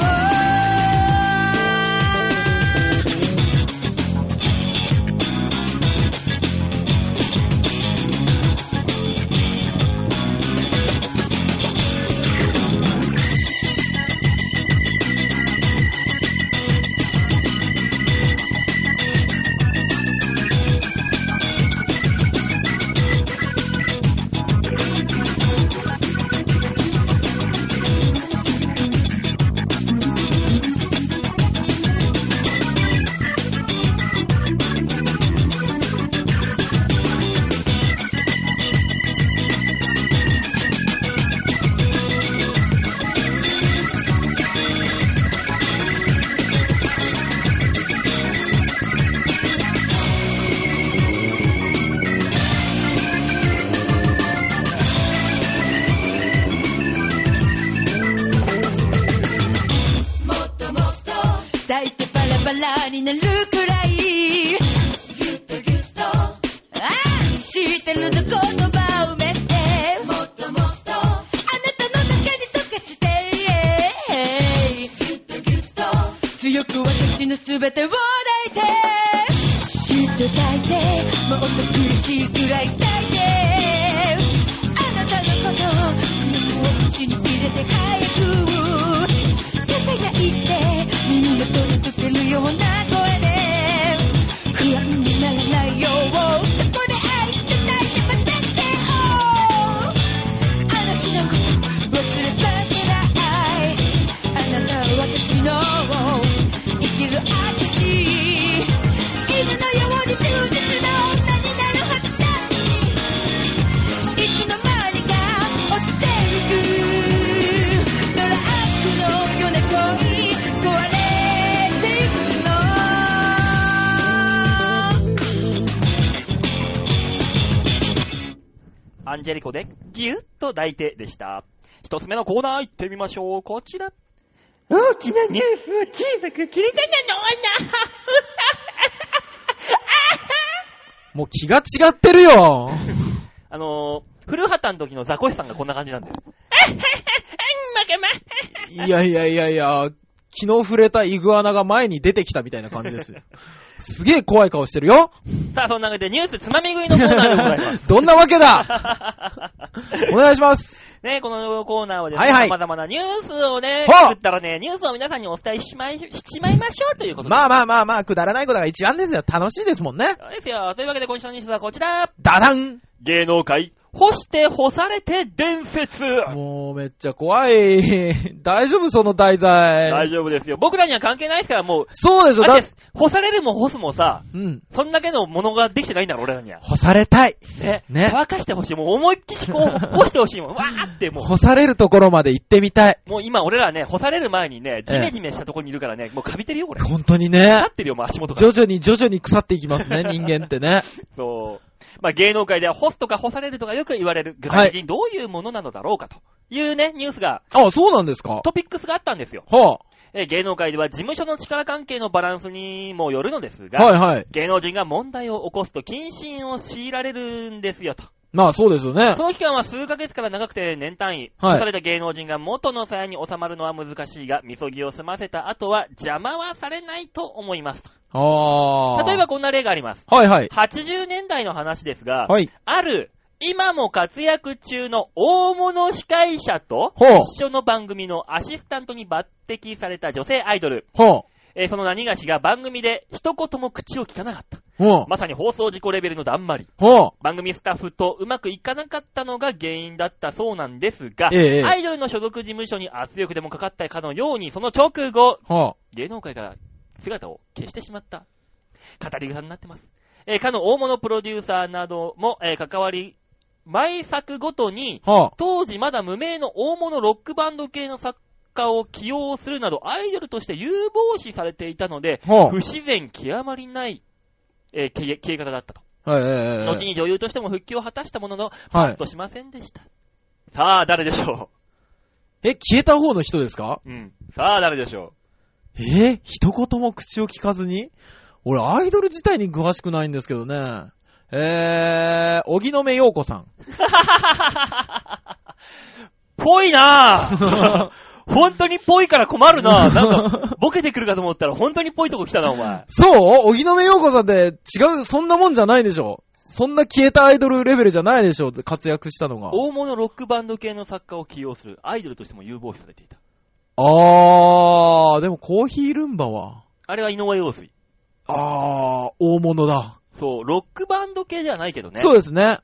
[SPEAKER 3] 抱いてバラバラになるくらいぎゅっとぎゅっと愛してるの言葉を埋めてもっともっとあなたの中に溶かしてぎゅっとぎゅっと強く私の全てを抱いてきっと抱いてもっと苦しいくらい抱いてあなたのこと強く私に入れて早く囁いて耳が届くてるような声で不安にならないようここで愛して抱いてまたってあの日のこと忘れさせないあなたは私の
[SPEAKER 1] アンジェリコでギュッと抱いてでした。一つ目のコーナー行ってみましょう。こちら。大きなニュースを小さく切りたなの
[SPEAKER 2] もう気が違って
[SPEAKER 1] *laughs*
[SPEAKER 2] るよ
[SPEAKER 1] あのー、古畑の時のザコシさんがこんな感じなんだよ。
[SPEAKER 2] いやいやいやいや、昨日触れたイグアナが前に出てきたみたいな感じですよ。すげえ怖い顔してるよ
[SPEAKER 1] さあ、そんなわけでニュースつまみ食いのコーナーでございます。
[SPEAKER 2] *laughs* どんなわけだ
[SPEAKER 1] *laughs*
[SPEAKER 2] お願いします
[SPEAKER 1] ね、このコーナーはですね、
[SPEAKER 2] はいはい
[SPEAKER 1] 様々なニュースをね、
[SPEAKER 2] ほう
[SPEAKER 1] 作ったらね、ニュースを皆さんにお伝えしまい、しちまいましょうということで。
[SPEAKER 2] まあまあまあまあ、くだらないことが一番ですよ。楽しいですもんね。
[SPEAKER 1] そうですよ。というわけで今週のニュースはこちら。
[SPEAKER 2] ダダン
[SPEAKER 1] 芸能界、干して干されて伝説。
[SPEAKER 2] もうめっちゃ怖い。 *laughs* 大丈夫その題
[SPEAKER 1] 大
[SPEAKER 2] 材。
[SPEAKER 1] 丈夫ですよ。僕らには関係ないですから、もう、
[SPEAKER 2] そうですよ、
[SPEAKER 1] あ
[SPEAKER 2] だ
[SPEAKER 1] れで、す。干されるも干すもさ、
[SPEAKER 2] うん。
[SPEAKER 1] そんだけのものができてないんだろ、俺らには。
[SPEAKER 2] 干されたい。
[SPEAKER 1] ね。
[SPEAKER 2] ね
[SPEAKER 1] 乾かしてほしい。もう思いっきしこう、干してほ
[SPEAKER 2] *laughs*
[SPEAKER 1] しいもん。わーってもう。
[SPEAKER 2] 干されるところまで行ってみたい。
[SPEAKER 1] もう今俺らね、干される前にね、ジメジメしたとこにいるからね、もうカビてるよ、これ。立
[SPEAKER 2] 本当にね。
[SPEAKER 1] ってるよ、もう足元が。
[SPEAKER 2] 徐々に徐々に腐っていき *laughs* ますね、人間ってね。
[SPEAKER 1] そう。まあ芸能界では干すとか干されるとかよく言われる。具体的にどういうものなのだろうかというね、ニュースが、
[SPEAKER 2] あ、そうなんですか
[SPEAKER 1] トピックスがあったんですよ。
[SPEAKER 2] は
[SPEAKER 1] えー芸能界では事務所の力関係のバランスにもよるのです
[SPEAKER 2] あ、
[SPEAKER 1] が、
[SPEAKER 2] はいはい。
[SPEAKER 1] 芸能人が問題を起こすと謹慎を強いられるんですよと。
[SPEAKER 2] まあそうですよね。
[SPEAKER 1] この期間は数ヶ月から長くて年単位。
[SPEAKER 2] は
[SPEAKER 1] 干
[SPEAKER 2] い
[SPEAKER 1] された芸能人が元の鞘に収まるのは難しいが、みそぎを済ませた後は邪魔はされないと思います。
[SPEAKER 2] ああ。
[SPEAKER 1] 例えば、こんな例があります。
[SPEAKER 2] はいはい。
[SPEAKER 1] 80年代の話ですが、
[SPEAKER 2] はい。
[SPEAKER 1] ある今も活躍中の大物司会者と
[SPEAKER 2] ほう。
[SPEAKER 1] 一緒の番組のアシスタントに抜擢された女性アイドル。
[SPEAKER 2] ほ
[SPEAKER 1] えーその何がしが番組で一言も口を聞かなかった。
[SPEAKER 2] う。ほう。
[SPEAKER 1] まさに放送事故レベルのだんまり。
[SPEAKER 2] ほ
[SPEAKER 1] 番組スタッフとうまくいかなかったのが原因だったそうなんですが、
[SPEAKER 2] ええ
[SPEAKER 1] アイドルの所属事務所に圧力でもかかったかのように、その直後、
[SPEAKER 2] う。ほ
[SPEAKER 1] 芸能界から姿を消してしまった。語り草になってます。えーかの大物プロデューサーなども、えー関わり、毎作ごとに、
[SPEAKER 2] う。ほ
[SPEAKER 1] 当時まだ無名の大物ロックバンド系の作家を起用するなど、アイドルとして有望視されていたので、
[SPEAKER 2] う。ほ
[SPEAKER 1] 不自然極まりない、えー消え消え方だったと。
[SPEAKER 2] う。はいはいはいは
[SPEAKER 1] 後
[SPEAKER 2] い。
[SPEAKER 1] に女優としても復帰を果たしたものの、パ
[SPEAKER 2] は
[SPEAKER 1] ッ
[SPEAKER 2] い。
[SPEAKER 1] としませんでした。さあ、誰でしょ
[SPEAKER 2] え、消えた方の人ですか
[SPEAKER 1] ううん。 *laughs* さあ、誰でしょ
[SPEAKER 2] えー一言も口を聞かずに俺、アイドル自体に詳しくないんですけどね。えー、荻野目洋子さん。
[SPEAKER 1] うぽい
[SPEAKER 2] *laughs*
[SPEAKER 1] なぁ本当にぽいから困るなぁなんか、ボケてくるかと思ったら本当にぽいとこ来たな、お
[SPEAKER 2] *laughs*
[SPEAKER 1] 前。
[SPEAKER 2] そう荻野目洋子さんって違う、そんなもんじゃないでしょ。そんな消えたアイドルレベルじゃないでしょ、活躍したのが。
[SPEAKER 1] 大物ロックバンド系の作家を起用する、アイドルとしても有望視されていた。
[SPEAKER 2] あー、でもコーヒールンバは、
[SPEAKER 1] あれは井上陽水。
[SPEAKER 2] あー、大物だ。
[SPEAKER 1] そう、ロックバンド系ではないけどね。
[SPEAKER 2] そう
[SPEAKER 1] う。
[SPEAKER 2] ですね。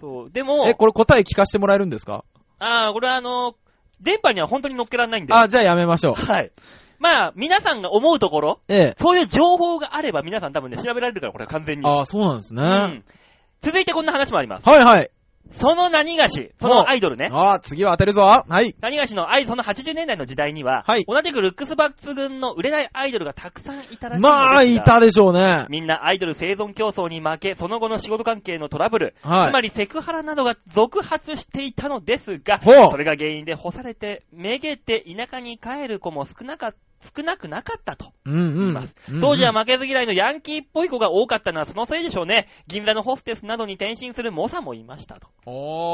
[SPEAKER 1] そう。でも、
[SPEAKER 2] え、これ答え聞かせてもらえるんですか
[SPEAKER 1] ああ、これはあの、電波には本当に乗っけられないんで。
[SPEAKER 2] あ、じゃあやめましょう。
[SPEAKER 1] はい。まあ、皆さんが思うところ、
[SPEAKER 2] ええ。
[SPEAKER 1] そういう情報があれば皆さん多分ね、調べられるから、これは完全に。
[SPEAKER 2] あー、そうなんですね。
[SPEAKER 1] う
[SPEAKER 2] はい
[SPEAKER 1] ん。続いてこんな話もあります。
[SPEAKER 2] はい。
[SPEAKER 1] その何がし、そのアイドルね。
[SPEAKER 2] あー、次は当てるぞ。はい。
[SPEAKER 1] 何がしのアイドル、その80年代の時代には、
[SPEAKER 2] はい
[SPEAKER 1] 同じくルックス抜群の売れないアイドルがたくさんいたらしいんですが
[SPEAKER 2] まあ、いたでしょうね。
[SPEAKER 1] みんなアイドル生存競争に負け、その後の仕事関係のトラブル、
[SPEAKER 2] はい
[SPEAKER 1] つまりセクハラなどが続発していたのですが、
[SPEAKER 2] ほう
[SPEAKER 1] それが原因で干されて、めげて田舎に帰る子も少なか少なくなかったと。
[SPEAKER 2] うんうん
[SPEAKER 1] まあ
[SPEAKER 2] うんうん。
[SPEAKER 1] 当時は負けず嫌いのヤンキーっぽい子が多かったのはそのせいでしょうね。銀座のホステスなどに転身する猛者もいましたと。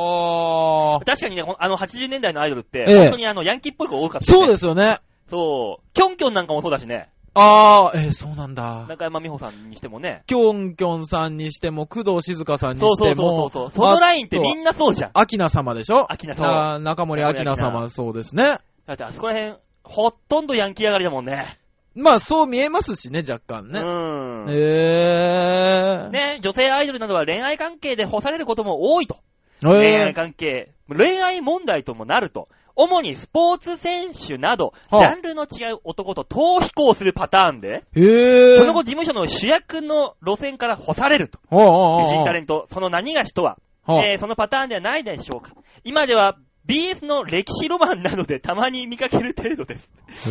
[SPEAKER 2] おー。
[SPEAKER 1] 確かにね、このあの80年代のアイドルって、
[SPEAKER 2] ええ
[SPEAKER 1] 本当にあのヤンキーっぽい子が多かった、ね。。
[SPEAKER 2] そうですすよね。
[SPEAKER 1] そう。キョンキョンなんかもそうだしね。
[SPEAKER 2] あー、えー、そうなんだ。
[SPEAKER 1] 中山美穂さんにしてもね。
[SPEAKER 2] きょんきょんさんにしても、工藤静香さんに
[SPEAKER 1] そう
[SPEAKER 2] し
[SPEAKER 1] そう
[SPEAKER 2] て
[SPEAKER 1] そうそ
[SPEAKER 2] も、
[SPEAKER 1] うそう。そのラインってみんなそうじゃん。
[SPEAKER 2] あきな様でしょ
[SPEAKER 1] アキナそう
[SPEAKER 2] あー中森明菜様、そうですね。
[SPEAKER 1] だってあそこら辺、ほとんどヤンキー上がりだもんね。
[SPEAKER 2] まあ、そう見えますしね、若干
[SPEAKER 1] う
[SPEAKER 2] ね。
[SPEAKER 1] ん。ね
[SPEAKER 2] えー。。
[SPEAKER 1] 女性アイドルなどは恋愛関係で干されることも多いと。
[SPEAKER 2] え
[SPEAKER 1] 恋愛
[SPEAKER 2] ー、
[SPEAKER 1] 関係、恋愛問題ともなると。主にスポーツ選手など、ジ
[SPEAKER 2] はあ
[SPEAKER 1] ャンルの違う男と逃避行するパターンで、
[SPEAKER 2] えー。
[SPEAKER 1] その後事務所の主役の路線から干されると。
[SPEAKER 2] おうおうおう
[SPEAKER 1] 美人タレント、その何がしとは、
[SPEAKER 2] はあ
[SPEAKER 1] えーそのパターンではないでしょうか。今では BS の歴史ロマンなどでたまに見かける程度です。
[SPEAKER 2] へ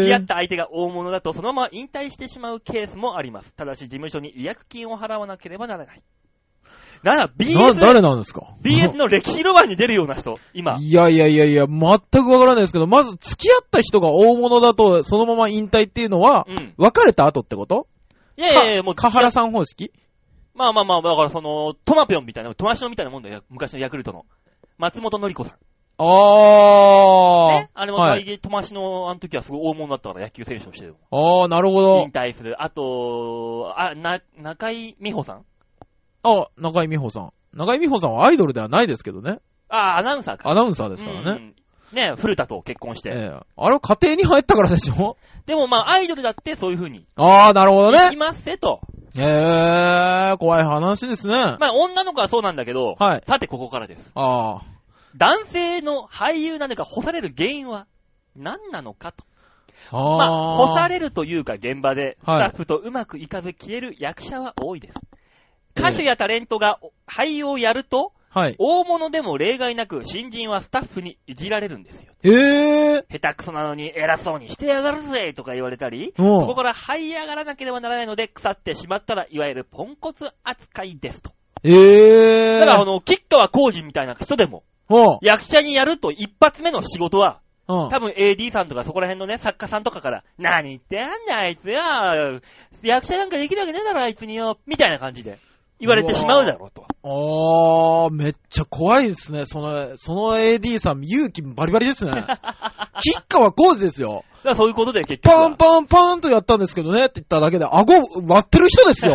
[SPEAKER 1] 付き合っ
[SPEAKER 2] ー。
[SPEAKER 1] た相手が大物だとそのまま引退してしまうケースもあります。ただし事務所に違約金を払わなければならない。なんだ、
[SPEAKER 2] な、誰
[SPEAKER 1] BS、
[SPEAKER 2] なんですか
[SPEAKER 1] BS の歴史広場に出るような人、今。
[SPEAKER 2] いやいやいやいや、全くわからないですけど、まず付き合った人が大物だと、そのまま引退っていうのは、
[SPEAKER 1] うん。
[SPEAKER 2] 別れた後ってこと
[SPEAKER 1] いやいやいや、もう、
[SPEAKER 2] か原さん方式
[SPEAKER 1] まあまあまあ、だからその、トマピョンみたいな、トマシノみたいなもんだよ、昔のヤクルトの。松本のり子さん。
[SPEAKER 2] あー。
[SPEAKER 1] ね、あれも
[SPEAKER 2] は
[SPEAKER 1] 大
[SPEAKER 2] い。
[SPEAKER 1] げ、トマシノあの時はすごい大物だったから野球選手をしてる。
[SPEAKER 2] あー、なるほど
[SPEAKER 1] 引。退する。あと、あ、な、中井美穂さん
[SPEAKER 2] あ、中井美穂さん。中井美穂さんはアイドルではないですけどね。
[SPEAKER 1] あ、アナウンサーか。
[SPEAKER 2] アナウンサーで
[SPEAKER 1] です
[SPEAKER 2] からね。。
[SPEAKER 1] ね古田と結婚して。
[SPEAKER 2] ええあれは家庭に入ったからでしょ
[SPEAKER 1] でもまあ、アイドルだってそういう風に。
[SPEAKER 2] あー、なるほど
[SPEAKER 1] 行き
[SPEAKER 2] ね。
[SPEAKER 1] ますせと。
[SPEAKER 2] えー、怖い話ですね。
[SPEAKER 1] まあ、女の子はそうなんだけど、
[SPEAKER 2] はい
[SPEAKER 1] さてここからです。
[SPEAKER 2] あー。
[SPEAKER 1] 男性の俳優なのか干される原因は何なのかと。
[SPEAKER 2] あー。
[SPEAKER 1] まあ、干されるというか現場で、ス
[SPEAKER 2] はい
[SPEAKER 1] タッフとうまくいかず消える役者は多いです。歌手やタレントが俳優をやると、
[SPEAKER 2] はい。
[SPEAKER 1] 大物でも例外なく新人はスタッフにいじられるんですよ。
[SPEAKER 2] えー。
[SPEAKER 1] 下手くそなのに偉そうにしてやがるぜとか言われたり、
[SPEAKER 2] も
[SPEAKER 1] ここから這い上がらなければならないので腐ってしまったらいわゆるポンコツ扱いですと。
[SPEAKER 2] ええー。
[SPEAKER 1] だからあの、吉川浩司みたいな人でも、
[SPEAKER 2] うん、
[SPEAKER 1] 役者にやると一発目の仕事は、
[SPEAKER 2] うん。
[SPEAKER 1] *laughs* 多分 AD さんとかそこら辺のね、作家さんとかから、何言ってやんだあいつよ役者なんかできるわけねえだろあいつによみたいな感じで言われてしまうだろうと。
[SPEAKER 2] あー、めっちゃ怖いですね。その、その AD さん、勇気バリバ
[SPEAKER 1] *laughs*
[SPEAKER 2] リですね。キッカは工事ですよ。
[SPEAKER 1] だからそういうことで結局
[SPEAKER 2] パ
[SPEAKER 1] は
[SPEAKER 2] ン。パンパンとやったんですけどねって言っただけで、顎割ってる人で
[SPEAKER 1] *laughs*
[SPEAKER 2] すよ。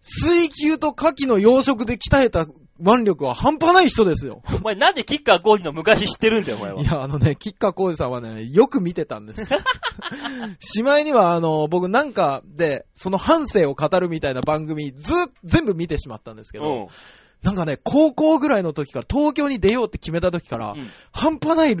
[SPEAKER 2] 水球と牡蠣の養殖で鍛えた腕力は半端ない人ですよ。。
[SPEAKER 1] お前なんで吉川浩司の昔知ってるんだよ、お前はい
[SPEAKER 2] や、あのね、吉川浩司さんはね、よく見てたんですよ。しまいには、あの、僕なんかで、その半生を語るみたいな番組、ずっ、全部見てしまったんですけど、
[SPEAKER 1] うん。
[SPEAKER 2] なんかね、高校ぐらいの時から、東京に出ようって決めた時から、
[SPEAKER 1] うん
[SPEAKER 2] 半端ない、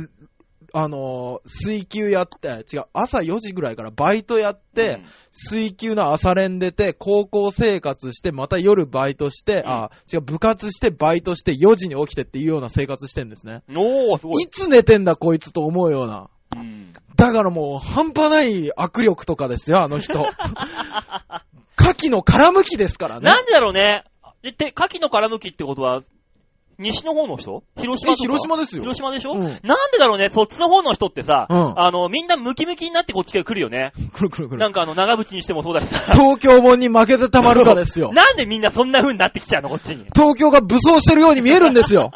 [SPEAKER 2] あのー水球やって、違う、朝4時ぐらいからバイトやって、
[SPEAKER 1] うん
[SPEAKER 2] 水球の朝練出て、高校生活して、また夜バイトして、
[SPEAKER 1] うん
[SPEAKER 2] あ、違う、部活して、バイトして、4時に起きてっていうような生活してんですね。
[SPEAKER 1] おー、すごい
[SPEAKER 2] い。つ寝てんだこいつと思うような。
[SPEAKER 1] うん
[SPEAKER 2] だからもう、半端ない握力とかですよ、あの
[SPEAKER 1] *laughs*
[SPEAKER 2] 人。牡蠣の殻むきですからね。
[SPEAKER 1] なんでだろうね。で、て、牡蠣の殻むきってことは、西の方の人広島
[SPEAKER 2] え
[SPEAKER 1] とか
[SPEAKER 2] 広島ですよ。
[SPEAKER 1] 広島でしょ、
[SPEAKER 2] うん
[SPEAKER 1] なんでだろうね、そっちの方の人ってさ、
[SPEAKER 2] うん
[SPEAKER 1] あの、みんなムキムキになってこっちから来るよね。
[SPEAKER 2] くるくるくる。
[SPEAKER 1] なんかあの、長渕にしてもそうだしさ。
[SPEAKER 2] 東京本に負けてたまるかですよ。
[SPEAKER 1] なんでみんなそんな風になってきちゃうの、こっちに。
[SPEAKER 2] 東京が武装してるように見えるんですよ。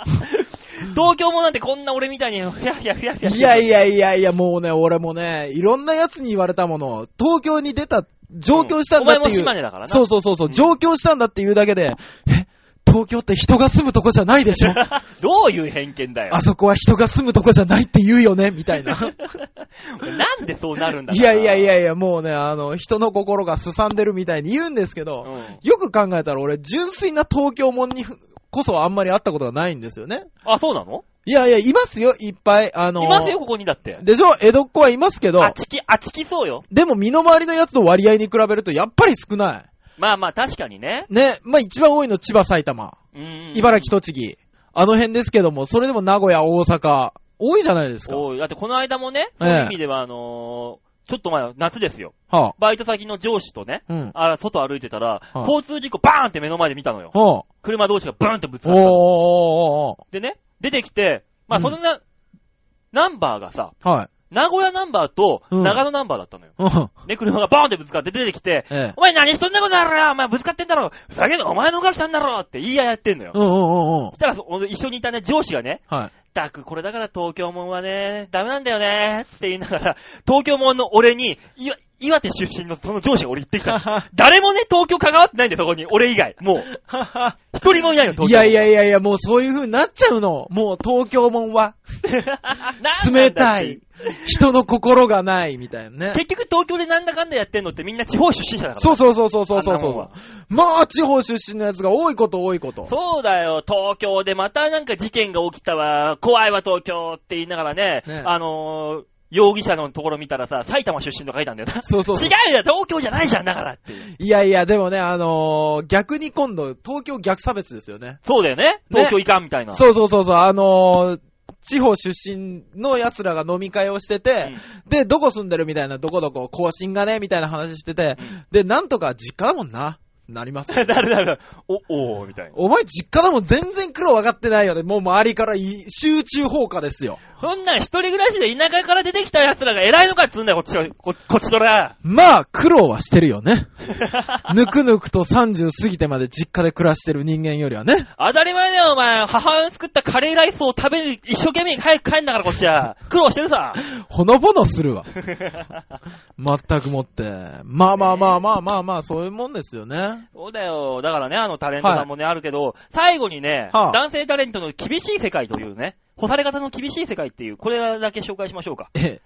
[SPEAKER 1] 東京もなんてこんな俺みたいに、ふやふやふやふや。
[SPEAKER 2] いやい
[SPEAKER 1] や。
[SPEAKER 2] やいやいや、もうね、俺もね、いろんな奴に言われたもの、東京に出た、上京したんだってい
[SPEAKER 1] う
[SPEAKER 2] う。
[SPEAKER 1] んお前も島根だからな
[SPEAKER 2] そうそうそうそう、
[SPEAKER 1] うん
[SPEAKER 2] 上京したんだっていうだけで、え、東京って人が住むとこじゃないでしょ
[SPEAKER 1] *laughs* どういう偏見だよ
[SPEAKER 2] あ。そこは人が住むとこじゃないって言うよねみた
[SPEAKER 1] *laughs*
[SPEAKER 2] いな。
[SPEAKER 1] なんでそうなるんだ
[SPEAKER 2] いやいやい
[SPEAKER 1] や。
[SPEAKER 2] やいや、もうね、あの、人の心がすさんでるみたいに言うんですけど、
[SPEAKER 1] うん。
[SPEAKER 2] よく考えたら俺、純粋な東京もんにこそあんまり会ったことがないんですよね。
[SPEAKER 1] あ、そうなの
[SPEAKER 2] いやいや、いますよ、いっぱい。あのー
[SPEAKER 1] いますよ、ここにだって。
[SPEAKER 2] でしょ江戸っ子はいますけど、
[SPEAKER 1] あちき、あちきそうよ。
[SPEAKER 2] でも身の回りのやつと割合に比べるとやっぱり少な
[SPEAKER 1] まあまあ、確かにね。
[SPEAKER 2] い。ね、まあ一番多いの千葉、埼玉、
[SPEAKER 1] うん。
[SPEAKER 2] 茨城、栃木、あの辺ですけども、それでも名古屋、大阪、多いじゃないですか。は
[SPEAKER 1] おいだってこの間もね、
[SPEAKER 2] え
[SPEAKER 1] そ
[SPEAKER 2] え
[SPEAKER 1] ういう意味では、あのーちょっと前、夏ですよ。
[SPEAKER 2] あ、
[SPEAKER 1] バイト先の上司とね、
[SPEAKER 2] うん。
[SPEAKER 1] あ外歩いてたら、
[SPEAKER 2] い
[SPEAKER 1] 交通事故バーンって目の前で見たのよ。
[SPEAKER 2] はあ、
[SPEAKER 1] 車同士がバーンってぶつ
[SPEAKER 2] おーお
[SPEAKER 1] かった。
[SPEAKER 2] ーおーおー
[SPEAKER 1] でね、出てきて、まあ、
[SPEAKER 2] うん
[SPEAKER 1] そんな、ナンバーがさ、
[SPEAKER 2] おーはい。
[SPEAKER 1] 名古屋ナンバーと
[SPEAKER 2] うん
[SPEAKER 1] 長野ナンバーだったのよ。
[SPEAKER 2] うん。
[SPEAKER 1] で、車がバーンってぶつかって出てきて、
[SPEAKER 2] ええ。
[SPEAKER 1] お前何しとんなことあるよお前ぶつかってんだろふざけんなお前の方が来たんだろって言い合いやってんのよ。
[SPEAKER 2] うんうんうんうん
[SPEAKER 1] そ。したら、その一緒にいたね、上司がね、
[SPEAKER 2] はい。
[SPEAKER 1] ったく、これだから東京もんはね、ダメなんだよね、って言いながら、東京もんの俺に、いわ岩手出身のその上司が俺言ってきたの。誰もね、東京関わってないんだよ、そこに。俺以外。もう、一人もいないの、東京。*laughs*
[SPEAKER 2] いやいやいやいや、もうそういう風になっちゃうの。もう東京もんは、
[SPEAKER 1] なんなんだってう
[SPEAKER 2] 冷たい。。人の心がない、みたい *laughs* なね。
[SPEAKER 1] 結局東京でなんだかんだやってんのってみんな地方出身者だから。
[SPEAKER 2] そうそうそうそうそうそう
[SPEAKER 1] あんなもん
[SPEAKER 2] そ
[SPEAKER 1] は
[SPEAKER 2] う。まあ、地方出身のやつが多いこと多いこと。
[SPEAKER 1] そうだよ、東京でまたなんか事件が起きたわ、怖いわ東京って言いながらね、
[SPEAKER 2] ね
[SPEAKER 1] あのー、容疑者のところ見たらさ、埼玉出身とか書いたんだよな。
[SPEAKER 2] そうそうそ
[SPEAKER 1] 違
[SPEAKER 2] う
[SPEAKER 1] うよ、東京じゃないじゃん、だからっていう。
[SPEAKER 2] いやいや、でもね、あのー逆に今度、東京逆差別ですよね。
[SPEAKER 1] そうだよね、東京いかんみたいな。
[SPEAKER 2] そうそうそうそう、あのー地方出身の奴らが飲み会をしてて、で、どこ住んでるみたいな、どこどこ、更新がね、みたいな話してて、で、なんとか実家だもんな。なります
[SPEAKER 1] な *laughs* るなるなる。お、おーみたいな。
[SPEAKER 2] お前実家でも全然苦労分かってないよね。もう周りからい集中放火ですよ。
[SPEAKER 1] そんなん一人暮らしで田舎から出てきた奴らが偉いのかっつうんだよ、こっちは、ここっちとら。
[SPEAKER 2] まあ、苦労はしてるよね。ぬくぬくと30過ぎてまで実家で暮らしてる人間よりはね。
[SPEAKER 1] 当たり前だよ、お前。母親の作ったカレーライスを食べる、一生懸命早く帰んだから、こっちは。苦労してるさ。
[SPEAKER 2] ほのぼのす *laughs* るわ。全くもって。まあまあまあまあまあまあ、そういうもんですよね。
[SPEAKER 1] そうだよ。だからね、あのタレントさんもね、あるけど、最後にね、
[SPEAKER 2] はあ
[SPEAKER 1] 男性タレントの厳しい世界というね、干され方の厳しい世界っていう、これだけ紹介しましょうか。
[SPEAKER 2] え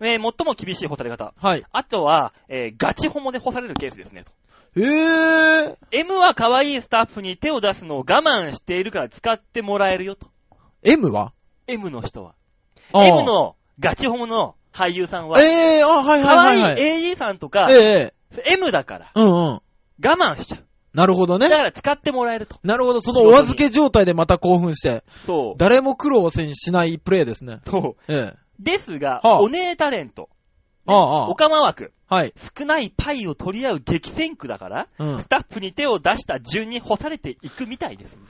[SPEAKER 2] え、
[SPEAKER 1] えー、最も厳しい干され方。
[SPEAKER 2] はい。
[SPEAKER 1] あとは、えーガチホモで干されるケースですね、と。
[SPEAKER 2] ええ
[SPEAKER 1] M は可愛いスタッフに手を出すのを我慢しているから使ってもらえるよ、と。
[SPEAKER 2] M は
[SPEAKER 1] M の人は。
[SPEAKER 2] ああ
[SPEAKER 1] M のガチホモの俳優さんは、
[SPEAKER 2] ええあ、はい
[SPEAKER 1] 可
[SPEAKER 2] は
[SPEAKER 1] 愛
[SPEAKER 2] い
[SPEAKER 1] い
[SPEAKER 2] はいはい。
[SPEAKER 1] AE さんとか、
[SPEAKER 2] ええ
[SPEAKER 1] M だから、
[SPEAKER 2] うんうん。
[SPEAKER 1] 我慢しちゃう。
[SPEAKER 2] なるほど
[SPEAKER 1] だ
[SPEAKER 2] ね
[SPEAKER 1] か。ら使ってもらえると。
[SPEAKER 2] なるほど、そのお預け状態でまた興奮して、
[SPEAKER 1] そ
[SPEAKER 2] 誰も苦労せんしないプレイですね。
[SPEAKER 1] う。そう。
[SPEAKER 2] ええ。
[SPEAKER 1] ですが、
[SPEAKER 2] はあ
[SPEAKER 1] お姉タレント、
[SPEAKER 2] ああ、あ
[SPEAKER 1] オカマ枠、
[SPEAKER 2] あ。はい。
[SPEAKER 1] 少ないパイを取り合う激戦区だから、
[SPEAKER 2] うん。
[SPEAKER 1] スタッフに手を出した順に干されていくみたいですね。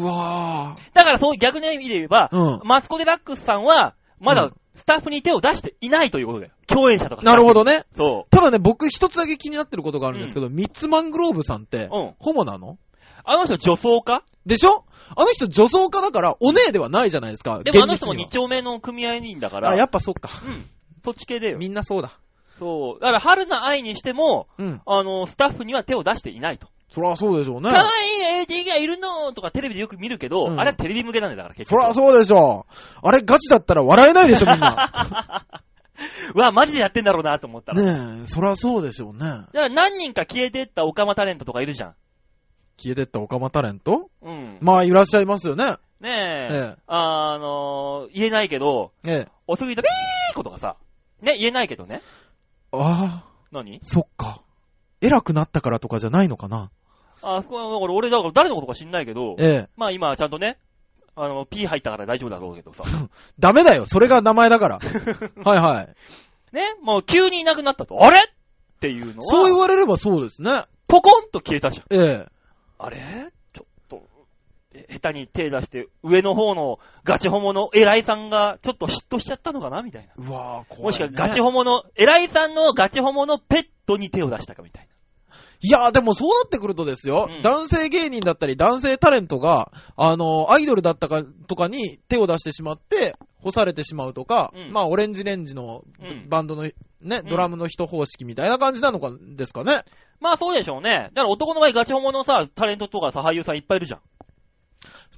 [SPEAKER 2] うわ
[SPEAKER 1] だからそう逆の意味で言えば、
[SPEAKER 2] うん
[SPEAKER 1] マツコ・デラックスさんは、ま
[SPEAKER 2] う
[SPEAKER 1] だ
[SPEAKER 2] ん
[SPEAKER 1] スタッフに手を出していないということだよ。共演者とか。
[SPEAKER 2] なるほど。ね。
[SPEAKER 1] そう。
[SPEAKER 2] ただね、僕一つだけ気になってることがあるんですけど、ミッツマングローブさんって、
[SPEAKER 1] うん
[SPEAKER 2] ホモなの
[SPEAKER 1] あの人女装家
[SPEAKER 2] でしょあの人女装家だから、お姉ではないじゃないですか。
[SPEAKER 1] でもあの人も
[SPEAKER 2] 厳密
[SPEAKER 1] 二
[SPEAKER 2] に
[SPEAKER 1] 丁目の組合人だか
[SPEAKER 2] はあ、や
[SPEAKER 1] ら、
[SPEAKER 2] っぱそっか。
[SPEAKER 1] そっち系だよ。
[SPEAKER 2] みんなそうだ。
[SPEAKER 1] そう。だから春菜愛にしても、
[SPEAKER 2] うん。
[SPEAKER 1] あの、スタッフには手を出していないと。
[SPEAKER 2] そらそうでしょうね
[SPEAKER 1] 可。愛い AD がいるのとかテレビでよく見るけど、
[SPEAKER 2] うん
[SPEAKER 1] あれはテレビ向けなんだよだから結
[SPEAKER 2] そ
[SPEAKER 1] 局。
[SPEAKER 2] らそうでしょう。あれガチだったら笑えないでしょ、み
[SPEAKER 1] *laughs*
[SPEAKER 2] んな。
[SPEAKER 1] うわ、マジでやってんだろうなと思ったら。
[SPEAKER 2] ねえ、そらそうでしょうね。
[SPEAKER 1] だから何人か消えてったオカマタレントとかいるじゃん。
[SPEAKER 2] 消えてったオカマタレント
[SPEAKER 1] うん。
[SPEAKER 2] まあ、いらっしゃいますよね。
[SPEAKER 1] ねえ、
[SPEAKER 2] ええ
[SPEAKER 1] あの言えないけど、
[SPEAKER 2] ええ。
[SPEAKER 1] おすぎとビーコとかさ、ね、言えないけどね。
[SPEAKER 2] ああ、
[SPEAKER 1] 何
[SPEAKER 2] そっか。偉くなったからとかじゃないのかな。
[SPEAKER 1] あ、そこは、だから俺、だから誰のことか知んないけど、
[SPEAKER 2] ええ。
[SPEAKER 1] まあ今はちゃんとね、あの、P 入ったから大丈夫だろうけどさ。
[SPEAKER 2] ダメだよ。それが名前
[SPEAKER 1] *laughs*
[SPEAKER 2] だから。はいはい。
[SPEAKER 1] ね、もう急にいなくなったと、あれっていうのは、
[SPEAKER 2] そう言われればそうですね。
[SPEAKER 1] ポコンと消えたじゃん。
[SPEAKER 2] ええ。
[SPEAKER 1] あれちょっと、え下手に手出して、上の方のガチホモの偉いさんが、ちょっと嫉妬しちゃったのかなみたいな。
[SPEAKER 2] うわぁ、怖い、ね。
[SPEAKER 1] もしくはガチホモの、偉いさんのガチホモのペットに手を出したかみたい
[SPEAKER 2] いやーでもそうなってくるとですよ、
[SPEAKER 1] うん
[SPEAKER 2] 男性芸人だったり男性タレントが、あのーアイドルだったかとかに手を出してしまって、干されてしまうとか、
[SPEAKER 1] うん
[SPEAKER 2] まあオレンジレンジの、
[SPEAKER 1] うん
[SPEAKER 2] バンドのね、
[SPEAKER 1] ん
[SPEAKER 2] ドラムの人方式みたいな感じなのかですかね。
[SPEAKER 1] な。まあそうでしょうね。だから男の場合ガチホモのさ、タレントとかさ、俳優さんいっぱいいるじゃん。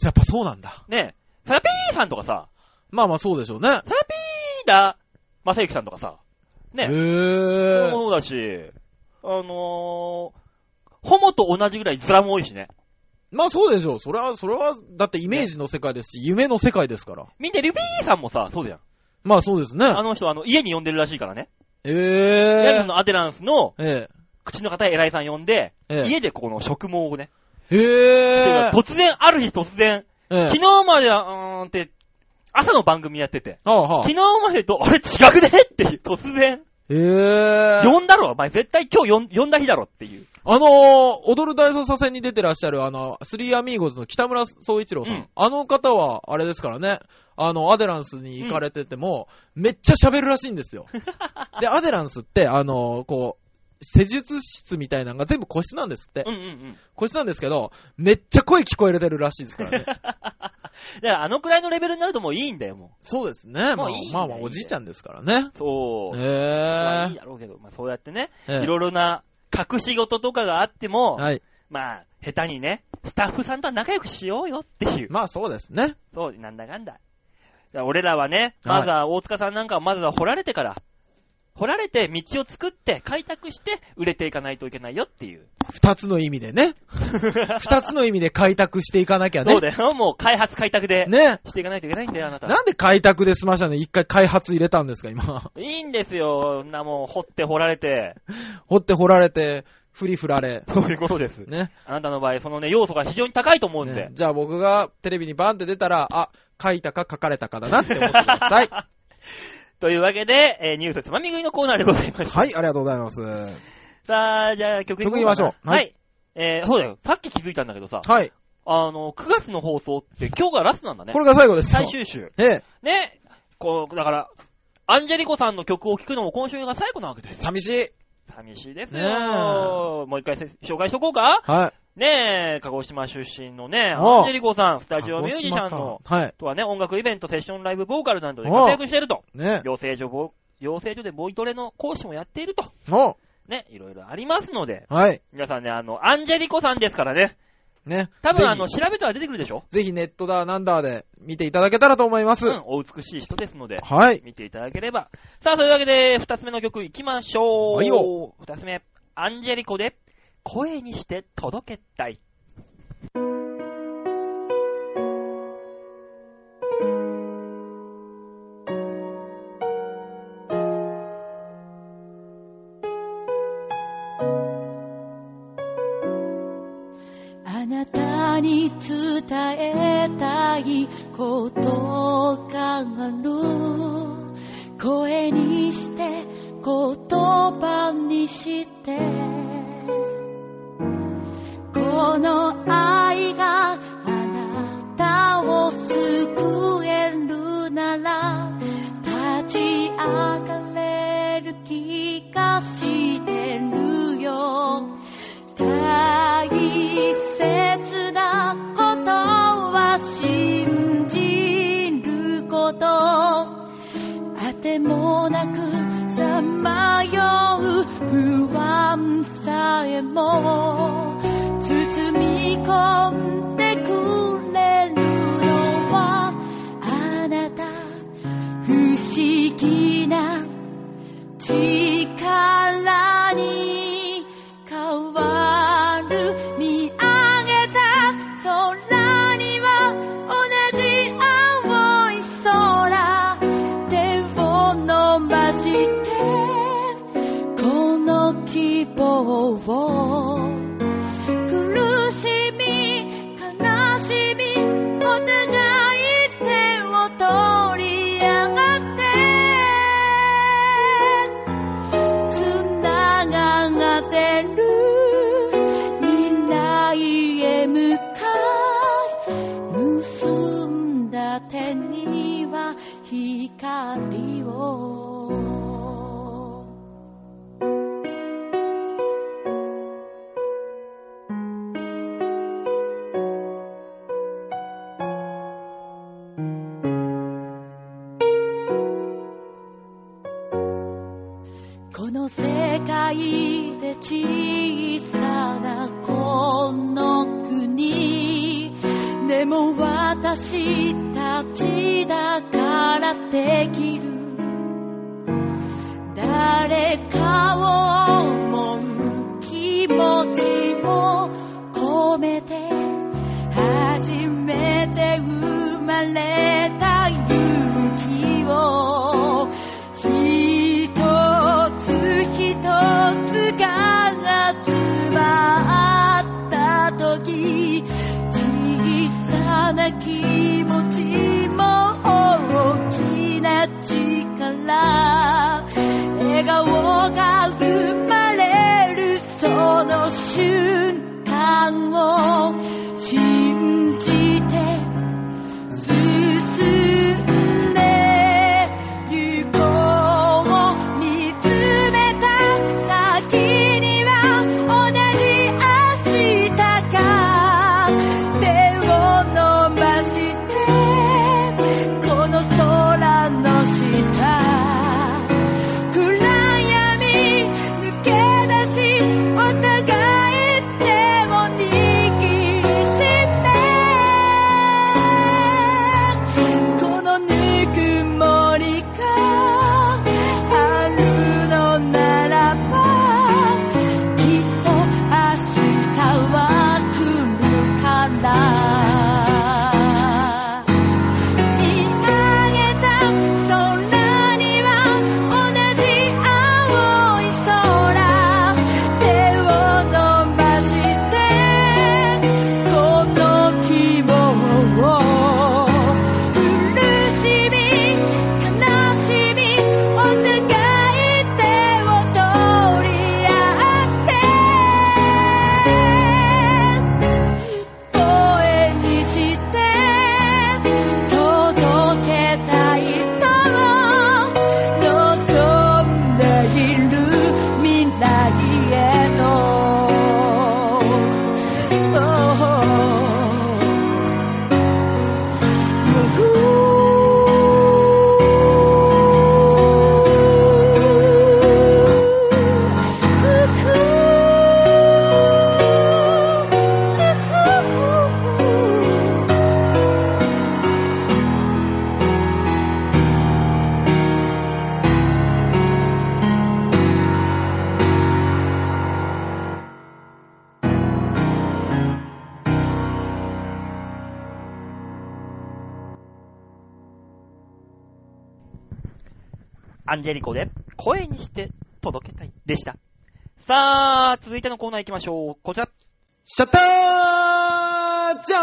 [SPEAKER 2] やっぱそうなんだ。
[SPEAKER 1] ねえ。サラピーさんとかさ、
[SPEAKER 2] まあまあそうでしょうね。
[SPEAKER 1] サラピーだ、マセイキさんとかさ、
[SPEAKER 2] へ
[SPEAKER 1] ねえ。
[SPEAKER 2] ー。
[SPEAKER 1] そうだし、あのー、ホモと同じぐらいズラも多いしね。
[SPEAKER 2] まあそうでしょう。それは、それは、だってイメージの世界ですし、夢の世界ですから。
[SPEAKER 1] 見て、リュピーさんもさ、そうじゃん。
[SPEAKER 2] まあそうですね。
[SPEAKER 1] あの人、あの、家に呼んでるらしいからね。ヤ
[SPEAKER 2] え
[SPEAKER 1] ルのアデランスの
[SPEAKER 2] え。え
[SPEAKER 1] 口の方偉いさん呼んで、
[SPEAKER 2] え。え
[SPEAKER 1] 家でこの食毛をね。
[SPEAKER 2] え。ええ。
[SPEAKER 1] 突然、ある日突然、
[SPEAKER 2] ええ
[SPEAKER 1] 昨。日までは、うーんって、朝の番組やってて、
[SPEAKER 2] ああはあ
[SPEAKER 1] 昨日までと、あれ違くねっていう、突然、
[SPEAKER 2] ええ。
[SPEAKER 1] 呼んだろ、お前絶対今日呼ん呼んだ日だろっていう。
[SPEAKER 2] あのー、踊る大捜査線に出てらっしゃる、あの、スリーアミーゴーズの北村総一郎さん。
[SPEAKER 1] うん
[SPEAKER 2] あの方は、あれですからね、あの、アデランスに行かれてても、めっちゃ喋るらしいんですよ。で、アデランスって、あのーこう、施術室みたいなのが全部個室なんですって。
[SPEAKER 1] うんうんうん。
[SPEAKER 2] 個室なんですけど、めっちゃ声聞こえてるらしいですから
[SPEAKER 1] *laughs*
[SPEAKER 2] ね。
[SPEAKER 1] だからあのくらいのレベルになるともういいんだよ、も
[SPEAKER 2] そうですね。ま
[SPEAKER 1] も
[SPEAKER 2] あ
[SPEAKER 1] ういいんだ
[SPEAKER 2] まあま
[SPEAKER 1] い
[SPEAKER 2] あ、
[SPEAKER 1] いんだ
[SPEAKER 2] おじいちゃんですからね。
[SPEAKER 1] う。そう。まあ
[SPEAKER 2] え
[SPEAKER 1] いいだろうけど、まあそうやってね、
[SPEAKER 2] えええ
[SPEAKER 1] いろいろな隠し事とかがあっても、
[SPEAKER 2] はい。
[SPEAKER 1] まあ、下手にね、スタッフさんとは仲良くしようよっていう。
[SPEAKER 2] まあそうですね。
[SPEAKER 1] そう、なんだかんだ。だから俺らはね、まずは大塚さんなんかはまずは掘られてから、掘られて道を作って開拓して売れていかないといけないよっていう。
[SPEAKER 2] 二つの意味
[SPEAKER 1] *laughs*
[SPEAKER 2] でね。二つの意味で開拓していかなきゃね
[SPEAKER 1] そう。だよ、もう開発開拓で。
[SPEAKER 2] ね。
[SPEAKER 1] していかないといけないんだよ、あなた。
[SPEAKER 2] なんで開拓で済ましたのに一回開発入れたんですか、今。 *laughs*
[SPEAKER 1] いいんですよ、そんなもう掘って掘られて。
[SPEAKER 2] 掘って掘られて、振り振られ。
[SPEAKER 1] そういうことです。
[SPEAKER 2] ね。
[SPEAKER 1] あなたの場合、そのね、要素が非常に高いと思うんで
[SPEAKER 2] ね。じゃあ僕がテレビにバンって出たら、あ、書いたか書かれたかだなって思ってくだ
[SPEAKER 1] *laughs*
[SPEAKER 2] さい。は
[SPEAKER 1] というわけで、えーニュースつまみ食いのコーナーでございました。
[SPEAKER 2] い、ありがとうございます。
[SPEAKER 1] さあ、じゃあ曲いこうかな
[SPEAKER 2] 曲いきましょう
[SPEAKER 1] は。
[SPEAKER 2] はいい
[SPEAKER 1] えー、そうだよ。さっき気づいたんだけどさ、
[SPEAKER 2] はい。
[SPEAKER 1] あの、9月の放送って今日がラストなんだね
[SPEAKER 2] こ。れが最後ですよ。
[SPEAKER 1] 最終週。
[SPEAKER 2] ええ。
[SPEAKER 1] ね。こう、だから、アンジェリコさんの曲を聴くのも今週が最後なわけです。
[SPEAKER 2] 寂しい。
[SPEAKER 1] 寂しいです
[SPEAKER 2] ね
[SPEAKER 1] よ。もう一回せ紹介しとこうか
[SPEAKER 2] はい。
[SPEAKER 1] ねえ、鹿児島出身のね、
[SPEAKER 2] おう
[SPEAKER 1] アンジェリコさん、スタジオミュージシャンの、
[SPEAKER 2] 鹿児島か。はい。
[SPEAKER 1] とはね、音楽イベント、セッションライブボーカルなどで活躍していると。
[SPEAKER 2] ね
[SPEAKER 1] 養成所ボ、養成所でボイトレの講師もやっていると。
[SPEAKER 2] お
[SPEAKER 1] ね、いろいろありますので、
[SPEAKER 2] はい。
[SPEAKER 1] 皆さんね、あの、アンジェリコさんですからね。
[SPEAKER 2] ね。
[SPEAKER 1] 多
[SPEAKER 2] ぜ
[SPEAKER 1] 分
[SPEAKER 2] ひ
[SPEAKER 1] あの、調べたら出てくるでしょ
[SPEAKER 2] ぜひネットだ、なんだで見ていただけたらと思います。
[SPEAKER 1] うん、お美しい人ですので、
[SPEAKER 2] はい。
[SPEAKER 1] 見ていただければ。さあ、というわけで、二つ目の曲いきましょう。
[SPEAKER 2] はいよ
[SPEAKER 1] 二つ目、アンジェリコで、声にして届けたい。
[SPEAKER 3] あなたに伝えたいことがある声にして言葉にしてこの愛があなたを救えるなら立ち上がれる気がしてるよ大切なことは信じることあてもなくさまよう不安さえも包み込んでくれるのはあなた不思議な力に変わる見上げた空には同じ青い空手を伸ばしてこの希望を苦しみ悲しみお互い手を取り合ってつながってる未来へ向かい結んだ手には光をこの世界で小さなこの国でも私たちだからできる誰かを思う気持ちも込めて初めて生まれた勇気を一つ一つが集まった時小さな気持ちも大きな力笑顔が生まれるその瞬間を信じて進
[SPEAKER 1] アンジェリコで声にして届けたいでした。さあ、続いてのコーナー行きましょう。こ
[SPEAKER 2] *laughs*
[SPEAKER 1] ちら。
[SPEAKER 2] シャッターチャー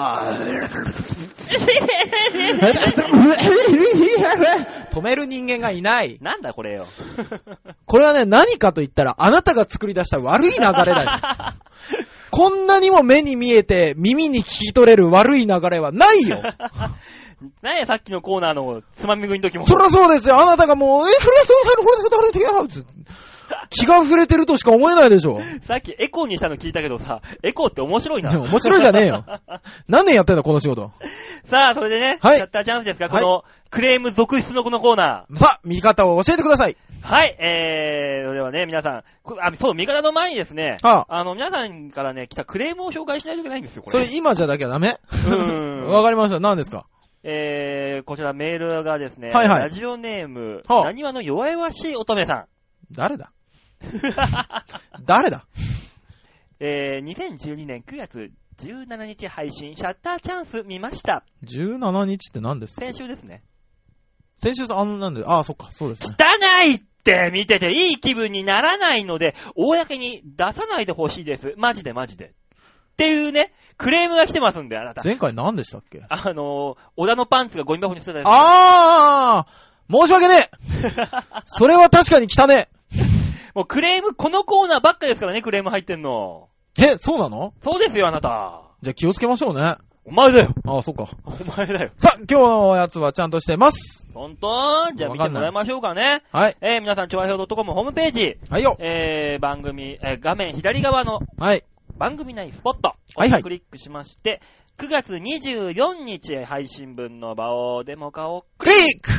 [SPEAKER 2] ン止める人間がいない。
[SPEAKER 1] なんだこれよ。 *laughs*
[SPEAKER 2] これはね、何かと言ったら、あなたが作り出した悪い流れだよ。こんなにも目に見えて、耳に聞き取れる悪い流れはないよ。
[SPEAKER 1] なんやさっきのコーナーのつまみ食いの時も。
[SPEAKER 2] そりゃそうですよ。あなたがもう、え、フレフレフレフレフレ気が触れてるとしか思えないでしょ。
[SPEAKER 1] さっきエコーにしたの聞いたけどさ、エコーって面白いな。
[SPEAKER 2] でも面白いじゃねえよ。何年やってんだ、この仕事。
[SPEAKER 1] *laughs* さあ、それでね、
[SPEAKER 2] はい
[SPEAKER 1] シャッターチャンスですが、
[SPEAKER 2] はい
[SPEAKER 1] このクレーム続出のこのコーナー。
[SPEAKER 2] さあ、見方を教えてください。
[SPEAKER 1] はい、えー、それではね、皆さん、こあそう、味方の前にですね、
[SPEAKER 2] あ
[SPEAKER 1] あの、皆さんからね、来たクレームを紹介しないといけないんですよ、これ。
[SPEAKER 2] それ今じゃなきゃダメ
[SPEAKER 1] うん
[SPEAKER 2] *laughs* わかりました。何ですか
[SPEAKER 1] えー、こちらメールがですね、
[SPEAKER 2] はいはい
[SPEAKER 1] ラジオネーム、
[SPEAKER 2] はあ
[SPEAKER 1] なにわの弱々しい乙女さん。
[SPEAKER 2] 誰だ誰だ
[SPEAKER 1] えー、2012年9月17日配信、シャッターチャンス見ました。
[SPEAKER 2] ?17 日って何ですか
[SPEAKER 1] 先週ですね。
[SPEAKER 2] 先週さん、あの、なんで、ああ、そっか、そうですね。
[SPEAKER 1] 汚いって見てていい気分にならないので、公に出さないでほしいです。マジでマジで。っていうね、クレームが来てますんで、あなた。
[SPEAKER 2] 前回何でしたっけ
[SPEAKER 1] あのー、小田のパンツがゴミ箱に捨てたやつ
[SPEAKER 2] ああ申し訳ねえそれは確かに汚ね
[SPEAKER 1] もうクレーム、このコーナーばっかですからね、クレーム入ってんの。
[SPEAKER 2] え。え、そうなの
[SPEAKER 1] そうですよ、あなた。
[SPEAKER 2] じゃあ気をつけましょうね。あ
[SPEAKER 1] お前だよ。
[SPEAKER 2] あ、そっか。
[SPEAKER 1] お前だよ。
[SPEAKER 2] さあ、今日のやつはちゃんとしてます。
[SPEAKER 1] 本当じゃあ見てもらいましょうかね。
[SPEAKER 2] はい。
[SPEAKER 1] えー、皆さん、調和表 .com ホームページ、
[SPEAKER 2] はいよ。
[SPEAKER 1] えー、番組、えー、画面左側の
[SPEAKER 2] はい。
[SPEAKER 1] 番組内スポット、
[SPEAKER 2] はいはい
[SPEAKER 1] クリックしまして、9月24日配信分の場をデモ化を、
[SPEAKER 2] クリック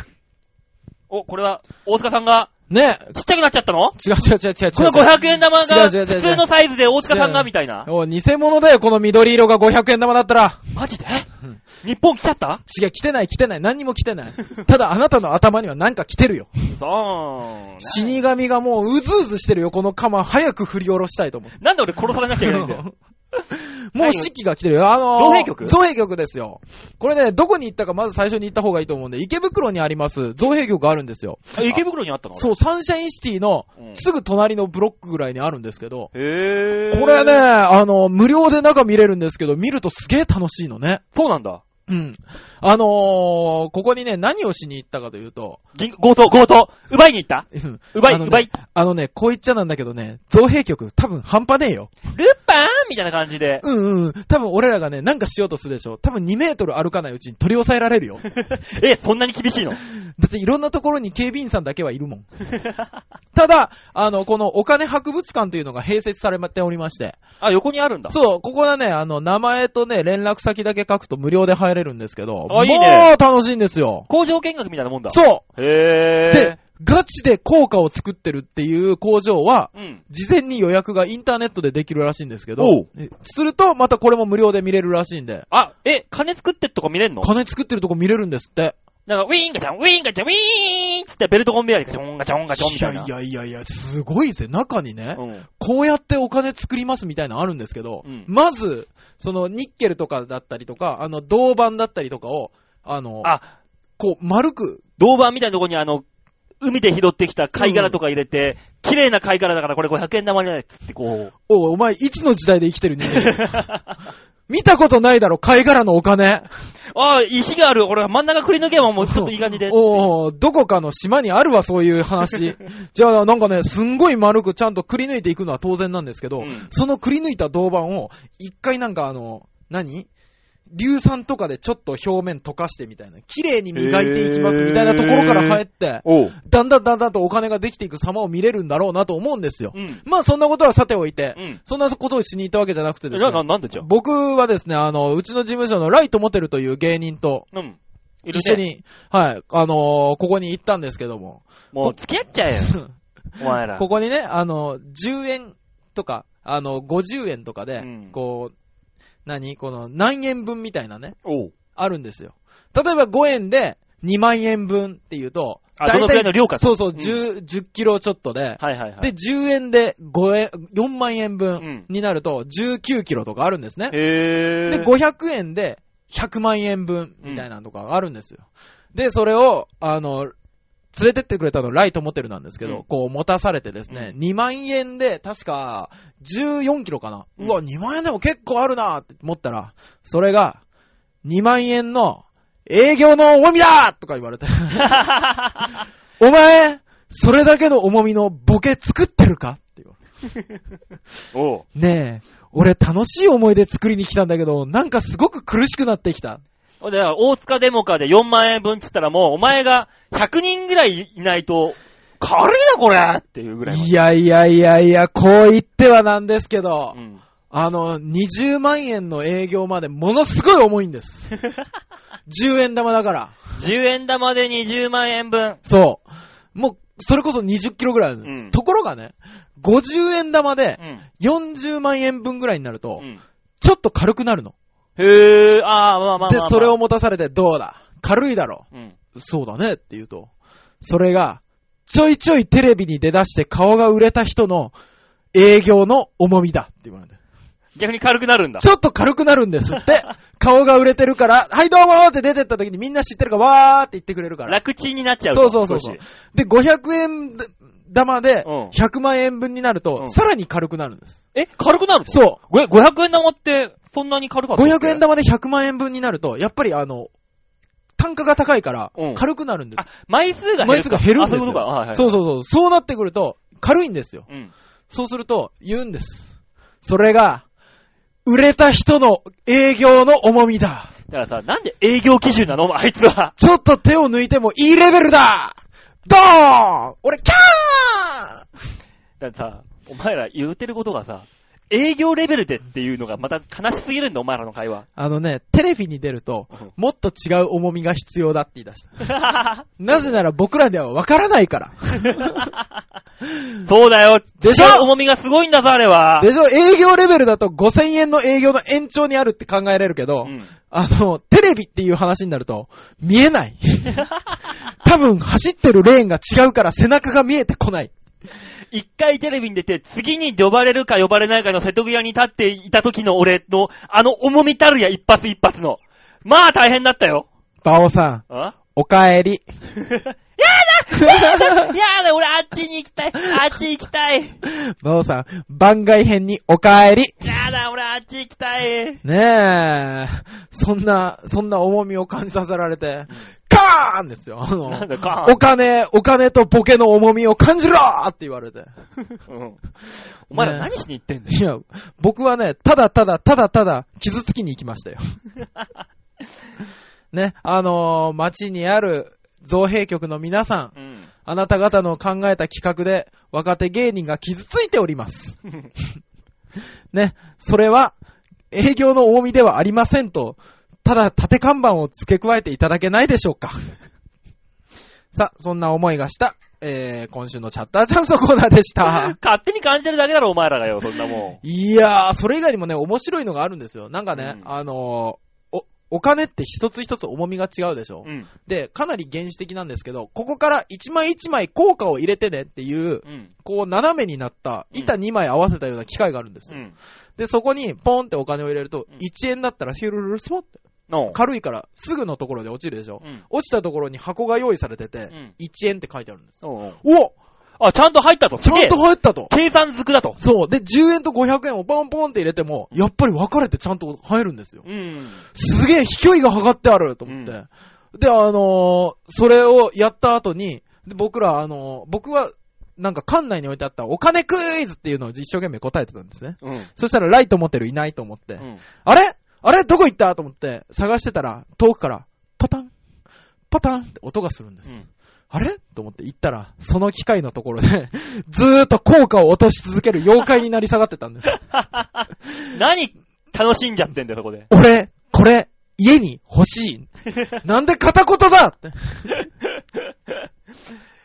[SPEAKER 1] お、これは、大塚さんが、
[SPEAKER 2] ねえ。
[SPEAKER 1] ちっちゃくなっちゃったの
[SPEAKER 2] 違う違う違う違う違う。
[SPEAKER 1] この500円玉
[SPEAKER 2] 違
[SPEAKER 1] が、
[SPEAKER 2] う違う違う違う
[SPEAKER 1] 普通のサイズで大塚さんがみたいな。
[SPEAKER 2] おい偽物だよ、この緑色が500円玉だったら。
[SPEAKER 1] マジで
[SPEAKER 2] うん
[SPEAKER 1] 日本来ちゃった
[SPEAKER 2] 違う、来てない来てない。何にも来てない。ただ、あなたの頭には何か来てるよ。
[SPEAKER 1] そう。
[SPEAKER 2] 死神がもううずうずしてるよ、この鎌。早く振り下ろしたいと思う。
[SPEAKER 1] なんで俺殺されなきゃいけないんだよ。
[SPEAKER 2] もう四季が来てるよ。あのー、
[SPEAKER 1] 造幣局
[SPEAKER 2] 造幣局ですよ。これね、どこに行ったかまず最初に行った方がいいと思うんで、池袋にあります、造幣局があるんですよ。
[SPEAKER 1] あ池袋にあったの
[SPEAKER 2] *laughs* そう、サンシャインシティの
[SPEAKER 1] うん
[SPEAKER 2] すぐ隣のブロックぐらいにあるんですけど、
[SPEAKER 1] へー。
[SPEAKER 2] これね、。あの、無料で中見れるんですけど、見るとすげえ楽しいのね。
[SPEAKER 1] そうなんだ。
[SPEAKER 2] うん。あのー、ここにね、何をしに行ったかというと、
[SPEAKER 1] 銀強盗、強盗。奪いに行った
[SPEAKER 2] うん
[SPEAKER 1] 奪い、
[SPEAKER 2] あのね
[SPEAKER 1] 奪い。
[SPEAKER 2] あのね、こう言っちゃなんだけどね、造幣局多分半端ねえよ。
[SPEAKER 1] ルパンみたいな感じで。
[SPEAKER 2] うんうん。多分俺らがね、なんかしようとするでしょ。多分2メートル歩かないうちに取り押さえられ
[SPEAKER 1] *laughs*
[SPEAKER 2] るよ。
[SPEAKER 1] え、そんなに厳しいの
[SPEAKER 2] だっていろんなところに警備員さんだけはいる
[SPEAKER 1] *laughs*
[SPEAKER 2] もん。ただ、あの、このお金博物館というのが併設されておりまして。
[SPEAKER 1] あ、横にあるんだ。
[SPEAKER 2] そう、ここはね、あの、名前とね、連絡先だけ書くと無料で入れるんですけど、
[SPEAKER 1] あいいね
[SPEAKER 2] もう楽しいんですよ。
[SPEAKER 1] 工場見学みたいなもんだ。
[SPEAKER 2] そ
[SPEAKER 1] へ
[SPEAKER 2] う。
[SPEAKER 1] ー。
[SPEAKER 2] で、ガチで効果を作ってるっていう工場は、
[SPEAKER 1] うん。
[SPEAKER 2] 事前に予約がインターネットでできるらしいんですけ
[SPEAKER 1] お
[SPEAKER 2] ど
[SPEAKER 1] う、
[SPEAKER 2] えすると、またこれも無料で見れるらしいんで、
[SPEAKER 1] あ、え、金作ってっとこ見れんの
[SPEAKER 2] 金作ってるとこ見れるんですって。
[SPEAKER 1] なんか、ウィーンガチャン、ウィーンガチャン、ウィーンっつってベルトコンベヤーでガチョンガチョンガチョンみたいな。
[SPEAKER 2] いやいやいやいや、すごいぜ。中にね、
[SPEAKER 1] うん。
[SPEAKER 2] こうやってお金作りますみたいなのあるんですけど、
[SPEAKER 1] うん
[SPEAKER 2] まず、そのニッケルとかだったりとか、あの銅板だったりとかを、あの、
[SPEAKER 1] あ、
[SPEAKER 2] こう丸く、
[SPEAKER 1] 銅板みたいなとこにあの、海で拾ってきた貝殻とか入れて、綺麗な貝殻だからこれ500円玉じゃないっつってこう。
[SPEAKER 2] おいお前いつの時代で生きてる人間
[SPEAKER 1] *laughs*
[SPEAKER 2] 見たことないだろ、貝殻のお金。
[SPEAKER 1] ああ、石がある。俺真ん中くり抜けばもうちょっといい感じで。
[SPEAKER 2] おーどこかの島にあるわ、そういう話。じゃあ、なんかね、すんごい丸くちゃんとくり抜いていくのは当然なんですけど、
[SPEAKER 1] うん
[SPEAKER 2] そのくり抜いた銅板を、一回なんかあの、何硫酸とかでちょっと表面溶かしてみたいな、綺麗に磨いていきますみたいなところから入って、
[SPEAKER 1] おう。
[SPEAKER 2] だんだんだんだんとお金ができていく様を見れるんだろうなと思うんですよ。
[SPEAKER 1] うん。
[SPEAKER 2] まあそんなことはさておいて、
[SPEAKER 1] うん
[SPEAKER 2] そんなことをしに行ったわけじゃなくてです
[SPEAKER 1] じゃあな、
[SPEAKER 2] ね、
[SPEAKER 1] なんでじゃあ
[SPEAKER 2] 僕はですね、あの、うちの事務所のライトモテルという芸人と、
[SPEAKER 1] うん。いるね
[SPEAKER 2] 一緒。に、はい、あのーここに行ったんですけども、
[SPEAKER 1] もう付き合っちゃえよ。 *laughs* お前ら。
[SPEAKER 2] ここにね、あのー10円とか、あのー50円とかで、
[SPEAKER 1] うん
[SPEAKER 2] こう、何この、何円分みたいなね、
[SPEAKER 1] おう。
[SPEAKER 2] あるんですよ。例えば5円で2万円分っていうと、
[SPEAKER 1] あどのくらいの量かと
[SPEAKER 2] そうそう、
[SPEAKER 1] うん
[SPEAKER 2] 10、10キロちょっとで、
[SPEAKER 1] はいはいはい。
[SPEAKER 2] で、10円で5円、4万円
[SPEAKER 1] うん
[SPEAKER 2] 分になると、19キロとかあるんですね。
[SPEAKER 1] へー。
[SPEAKER 2] で、500円で100万円分みたいなのとかあるんですよ。で、それを、あの、連れてってくれたのライトモテルなんですけど、
[SPEAKER 1] うん
[SPEAKER 2] こう持たされてですね、2万円で確か14キロかな。
[SPEAKER 1] うん
[SPEAKER 2] うわ、2万円でも結構あるなって思ったら、それが、2万円の営業の重みだとか言われ
[SPEAKER 1] *laughs*
[SPEAKER 2] て、お前、それだけの重みのボケ作ってるかって言われて
[SPEAKER 1] おう。
[SPEAKER 2] ねえ、俺楽しい思い出作りに来たんだけど、なんかすごく苦しくなってきた。
[SPEAKER 1] だから、大塚デモカで4万円分っつったらもう、お前が100人ぐらいいないと、軽いな、これっていうぐらいまで。
[SPEAKER 2] いやいやいやいや、こう言ってはなんですけど、
[SPEAKER 1] うん。
[SPEAKER 2] あの、20万円の営業までものすごい重い
[SPEAKER 1] *laughs*
[SPEAKER 2] んです。10円玉だから。
[SPEAKER 1] 10円玉で20万円分。
[SPEAKER 2] そう。もう、それこそ20キロぐらいあるんです。
[SPEAKER 1] うん
[SPEAKER 2] ところがね、50円玉で
[SPEAKER 1] うん。
[SPEAKER 2] 40万円分ぐらいになると、
[SPEAKER 1] うん。
[SPEAKER 2] ちょっと軽くなるの。
[SPEAKER 1] へぇー、あー、まあまあまあまあ、
[SPEAKER 2] で、それを、持たされて、どうだ軽いだろ
[SPEAKER 1] うん。
[SPEAKER 2] うそうだねって言うと、それが、ちょいちょいテレビに出だして顔が売れた人の営業の重みだって言われて。
[SPEAKER 1] 逆に軽くなるんだ。
[SPEAKER 2] ちょっと軽くなるんで
[SPEAKER 1] *laughs*
[SPEAKER 2] すって。顔が売れてるから、はいどうもーって出てった時にみんな知ってるから、わーって言ってくれるから。
[SPEAKER 1] 楽ちんになっちゃう
[SPEAKER 2] そ
[SPEAKER 1] と。
[SPEAKER 2] うそうそうそう
[SPEAKER 1] 少し
[SPEAKER 2] で、500円玉で
[SPEAKER 1] うん
[SPEAKER 2] 100万円分になると、
[SPEAKER 1] うん
[SPEAKER 2] さらに軽くなるんです。
[SPEAKER 1] え、軽くなるの
[SPEAKER 2] そ
[SPEAKER 1] ご500円玉って、そんなに軽かっ
[SPEAKER 2] う。
[SPEAKER 1] たっけ
[SPEAKER 2] 500円玉で100万円分になると、やっぱりあの、単価が高いから
[SPEAKER 1] うん、
[SPEAKER 2] 軽くなるんで
[SPEAKER 1] あ、枚数が減るか。
[SPEAKER 2] 枚数が減るんで
[SPEAKER 1] あ
[SPEAKER 2] すよ
[SPEAKER 1] そういうことか。はいは
[SPEAKER 2] す。
[SPEAKER 1] い。
[SPEAKER 2] そうそうそう。そうなってくると、軽いんですよ。
[SPEAKER 1] う。うん。
[SPEAKER 2] そうすると、言うんです。それが、売れた人の営業の重みだ。
[SPEAKER 1] だからさ、なんで営業基準なのあいつは。
[SPEAKER 2] ちょっと手を抜いてもいいレベルだドーン俺、キャー
[SPEAKER 1] だってさ、お前ら言うてることがさ、営業レベルでっていうのがまた悲しすぎるんだ、お前らの会
[SPEAKER 2] *laughs*
[SPEAKER 1] 話。
[SPEAKER 2] あのね、テレビに出ると
[SPEAKER 1] うん、
[SPEAKER 2] もっと違う重みが必要だって言い出した。なぜなら僕らではわからないから。
[SPEAKER 1] そうだよ。
[SPEAKER 2] でしょ
[SPEAKER 1] 違う重みがすごいんだぞ、あれは。
[SPEAKER 2] でしょ営業レベルだと5000円の営業の延長にあるって考えれるけど、
[SPEAKER 1] うん
[SPEAKER 2] あの、テレビっていう話になると、見え
[SPEAKER 1] *laughs*
[SPEAKER 2] ない。多分、走ってるレーンが違うから背中が見えてこない。
[SPEAKER 1] 一回テレビに出て、次に呼ばれるか呼ばれないかの瀬戸際に立っていた時の俺の、あの重みたるや一発一発の。まあ大変だったよ。
[SPEAKER 2] バオさん、 *laughs*
[SPEAKER 1] あ
[SPEAKER 2] お帰り。
[SPEAKER 1] いやだ、俺あっちに行きたい。あっち行きたい。
[SPEAKER 2] バオさん、番外編にお帰り。
[SPEAKER 1] やだ、俺あっち行きたい。
[SPEAKER 2] ねえ、そんな、そんな重みを感じさせられて、カーンですよ。あの
[SPEAKER 1] なんだカーン
[SPEAKER 2] お金、お金とボケの重みを感じろーって言われて。
[SPEAKER 1] うんお前ら
[SPEAKER 2] ね
[SPEAKER 1] 何しに行ってんだよ。
[SPEAKER 2] いや、僕はね、ただただ、ただただ、傷つきに行きま
[SPEAKER 1] *laughs*
[SPEAKER 2] したよ。ね、あのー街にある造幣局の皆さん、
[SPEAKER 1] うん。
[SPEAKER 2] あなた方の考えた企画で、若手芸人が傷ついております。 *laughs* ね、それは、営業の重みではありませんと、ただ縦看板を付け加えていただけないでしょうか。 *laughs* さあ、そんな思いがした、えー、今週のチャッターチャンスのコーナー
[SPEAKER 1] *laughs*
[SPEAKER 2] でした。
[SPEAKER 1] 勝手に感じてるだけだろ、お前らがよ、そんなもん。
[SPEAKER 2] いやー、それ以外にもね、面白いのがあるんですよ。なんかね、
[SPEAKER 1] うん
[SPEAKER 2] あのーお、お金って一つ一つ重みが違うでしょ、
[SPEAKER 1] うん。
[SPEAKER 2] で、かなり原始的なんですけど、ここから一枚一枚効果を入れてねっていう、
[SPEAKER 1] うん。
[SPEAKER 2] こう斜めになった板2枚合わせたような機械があるんです
[SPEAKER 1] う
[SPEAKER 2] よ。
[SPEAKER 1] ん。
[SPEAKER 2] で、そこにポンってお金を入れると
[SPEAKER 1] うん、
[SPEAKER 2] 1円だったらヒュルルルスポって、
[SPEAKER 1] の。
[SPEAKER 2] 軽いからすぐのところで落ちるでしょ
[SPEAKER 1] う。ん。
[SPEAKER 2] 落ちたところに箱が用意されてて
[SPEAKER 1] うん、
[SPEAKER 2] 1円って書いてあるんです。
[SPEAKER 1] おうおう
[SPEAKER 2] お
[SPEAKER 1] あ、ちゃんと入ったと。
[SPEAKER 2] ちゃんと入ったと
[SPEAKER 1] す。げえ計算づくだと。
[SPEAKER 2] そう。で、10円と500円をポンポンって入れても、やっぱり分かれてちゃんと入るんですよ。
[SPEAKER 1] うん。
[SPEAKER 2] すげえ飛距離が測ってあると思って。
[SPEAKER 1] う
[SPEAKER 2] で、あのーそれをやった後に、で僕ら、あのー僕は、なんか館内に置いてあったお金クイズっていうのを一生懸命答えてたんですね。
[SPEAKER 1] うん。
[SPEAKER 2] そしたらライト持ってるいないと思って、
[SPEAKER 1] うん。
[SPEAKER 2] あれあれどこ行ったと思って探してたら、遠くから、パタン、パタンって音がするんです。
[SPEAKER 1] うん
[SPEAKER 2] あれと思って行ったら、その機械のところで、 *laughs* ずーっと効果を落とし続ける妖怪になり下がってたん
[SPEAKER 1] *laughs*
[SPEAKER 2] です。
[SPEAKER 1] 何、楽しんじゃってんだよ、そこで。
[SPEAKER 2] 俺、これ、家に
[SPEAKER 1] *laughs*
[SPEAKER 2] 欲しい。なんで片言だって。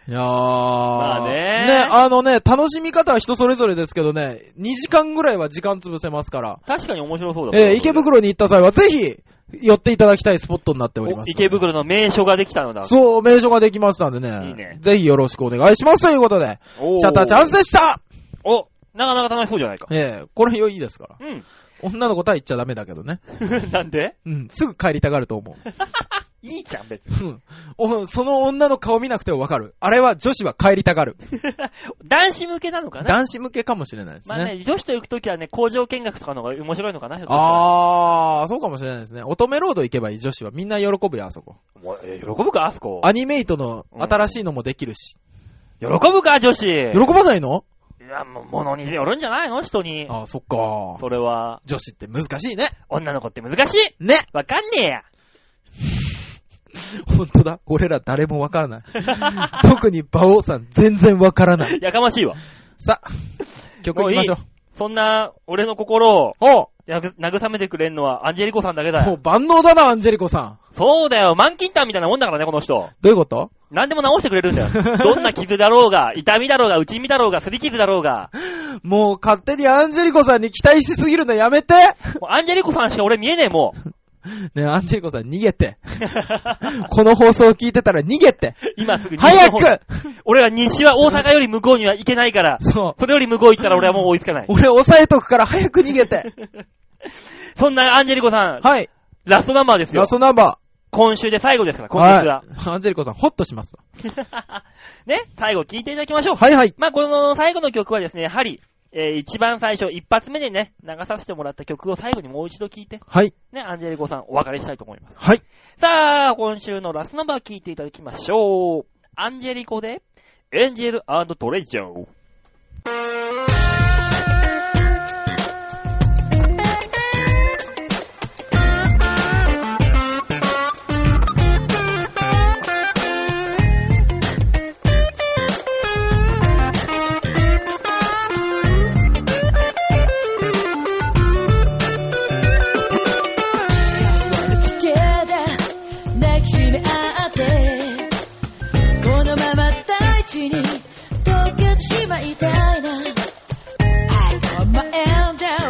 [SPEAKER 2] いやー。ま
[SPEAKER 1] あね
[SPEAKER 2] ね、あのね、楽しみ方は人それぞれですけどね、2時間ぐらいは時間潰せますから、
[SPEAKER 1] 確かに面白そうだ。
[SPEAKER 2] えー池袋に行った際はぜひ、寄っていただきたいスポットになっておりま
[SPEAKER 1] お
[SPEAKER 2] す。
[SPEAKER 1] 池袋の名所ができたのだ。
[SPEAKER 2] そう、名所ができましたんでね。
[SPEAKER 1] いいね
[SPEAKER 2] ぜひよろしくお願いしますということで、
[SPEAKER 1] お
[SPEAKER 2] シャッターチャンス
[SPEAKER 1] で
[SPEAKER 2] でした
[SPEAKER 1] お、なかなか楽しそうじゃないか。
[SPEAKER 2] ええこれ良いですから。
[SPEAKER 1] うん。 *laughs*
[SPEAKER 2] 女の子とは言っちゃダメだけどね。
[SPEAKER 1] なんで
[SPEAKER 2] うん、すぐ帰りたがると思う。
[SPEAKER 1] いいじゃん、別に。
[SPEAKER 2] うんおその女の顔見なくてもわかる。あれは女子は帰りたがる。
[SPEAKER 1] 男子向けなのかな
[SPEAKER 2] 男子向けかもしれないです
[SPEAKER 1] ま
[SPEAKER 2] ね。
[SPEAKER 1] あね、女子と行くときはね、工場見学とかの方が面白いのかなひょっとしたら
[SPEAKER 2] あー、そうかもしれないですね。乙女ロード行けばいい女子はみんな喜ぶよ、あそこ。
[SPEAKER 1] もうえー喜ぶか、あそこ。
[SPEAKER 2] アニメイトの新しいのもできるし。
[SPEAKER 1] 喜ぶか、女子。い
[SPEAKER 2] 喜ばないの
[SPEAKER 1] や、もう、物によるんじゃないの人に。
[SPEAKER 2] あー、そっか。
[SPEAKER 1] それは、
[SPEAKER 2] 女子って難しいね。
[SPEAKER 1] 女の子って難しい
[SPEAKER 2] ね
[SPEAKER 1] わかんねえや。
[SPEAKER 2] ほんとだ。俺ら誰もわからない。 *laughs* 特に馬王さん全然わからない。
[SPEAKER 1] やかましいわ。
[SPEAKER 2] さあ、曲行きましょう。
[SPEAKER 1] そんな、俺の心を、
[SPEAKER 2] おう
[SPEAKER 1] やぐ慰めてくれんのはアンジェリコさんだけだ
[SPEAKER 2] もう
[SPEAKER 1] よ。
[SPEAKER 2] 万能だな、アンジェリコさん。
[SPEAKER 1] そうだよ、満金炭みたいなもんだからね、この人。
[SPEAKER 2] どういうこと
[SPEAKER 1] 何でも治してくれるんだ
[SPEAKER 2] *laughs*
[SPEAKER 1] よ。どんな傷だろうが、痛みだろうが、内身だろうが、すり傷だろうが。
[SPEAKER 2] もう勝手にアンジェリコさんに期待しすぎるのやめて
[SPEAKER 1] もうアンジェリコさんしか俺見えねえ、もう。
[SPEAKER 2] ねえアンジェリコさん逃げて。 *laughs* この放送を聞いてたら逃げ *laughs* て
[SPEAKER 1] 今すぐ西の
[SPEAKER 2] 早
[SPEAKER 1] 方
[SPEAKER 2] く
[SPEAKER 1] 俺は西は大阪より向こうには行けないから、
[SPEAKER 2] そう。
[SPEAKER 1] それより向こう行ったら俺はもう追いつかない。
[SPEAKER 2] 俺押さえとくから早く逃げて
[SPEAKER 1] そんなアンジェリコさん、
[SPEAKER 2] *laughs* はい。
[SPEAKER 1] ラストナンバーですよ
[SPEAKER 2] ラス。トナンバ
[SPEAKER 1] 今週で最後ですから、
[SPEAKER 2] ー。
[SPEAKER 1] 今月は。
[SPEAKER 2] い。アンジェリコさん、ホッとしますわ。
[SPEAKER 1] *laughs* ね、最後聞いていただきましょう。
[SPEAKER 2] はいはい。
[SPEAKER 1] まあ、この最後の曲はですね、やはり、えー一番最初、一発目でね、流させてもらった曲を最後にもう一度聴いて、
[SPEAKER 2] はい。
[SPEAKER 1] ね、アンジェリコさんお別れしたいと思います。
[SPEAKER 2] はい。
[SPEAKER 1] さあ、今週のラストナンバー聴いていただきましょう。アンジェリコで、エンジェルトレジャー。
[SPEAKER 3] 抱きしめ合ってこのまま大地に溶けてしまいたいな I got my angel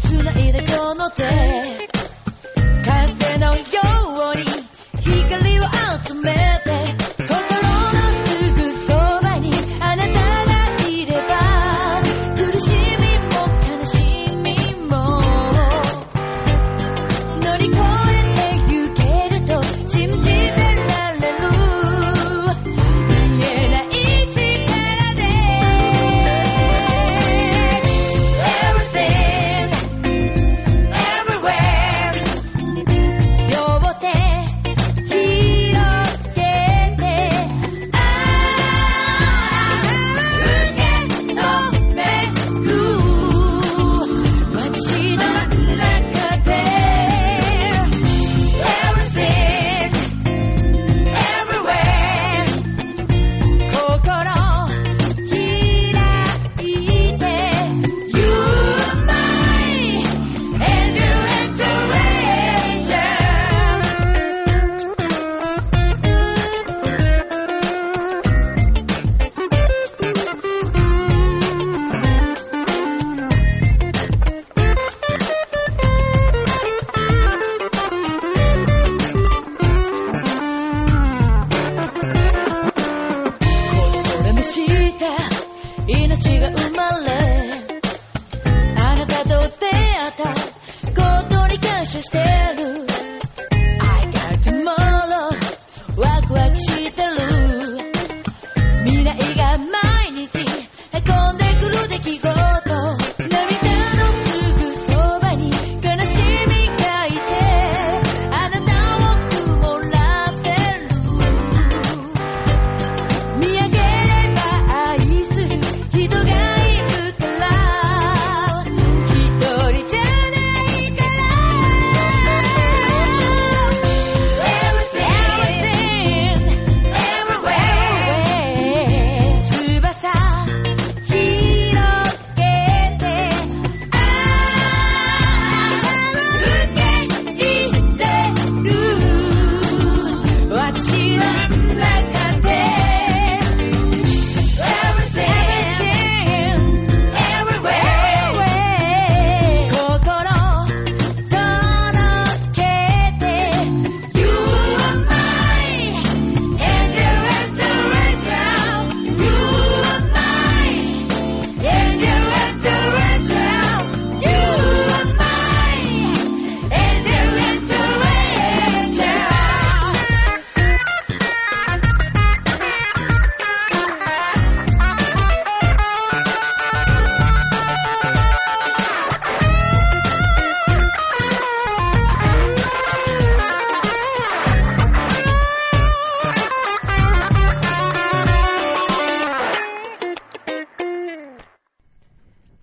[SPEAKER 3] 繋いでこの手風のように光を集めて心のすぐそばにあなたがいれば苦しみも悲しみも乗り越えてゆけると信じて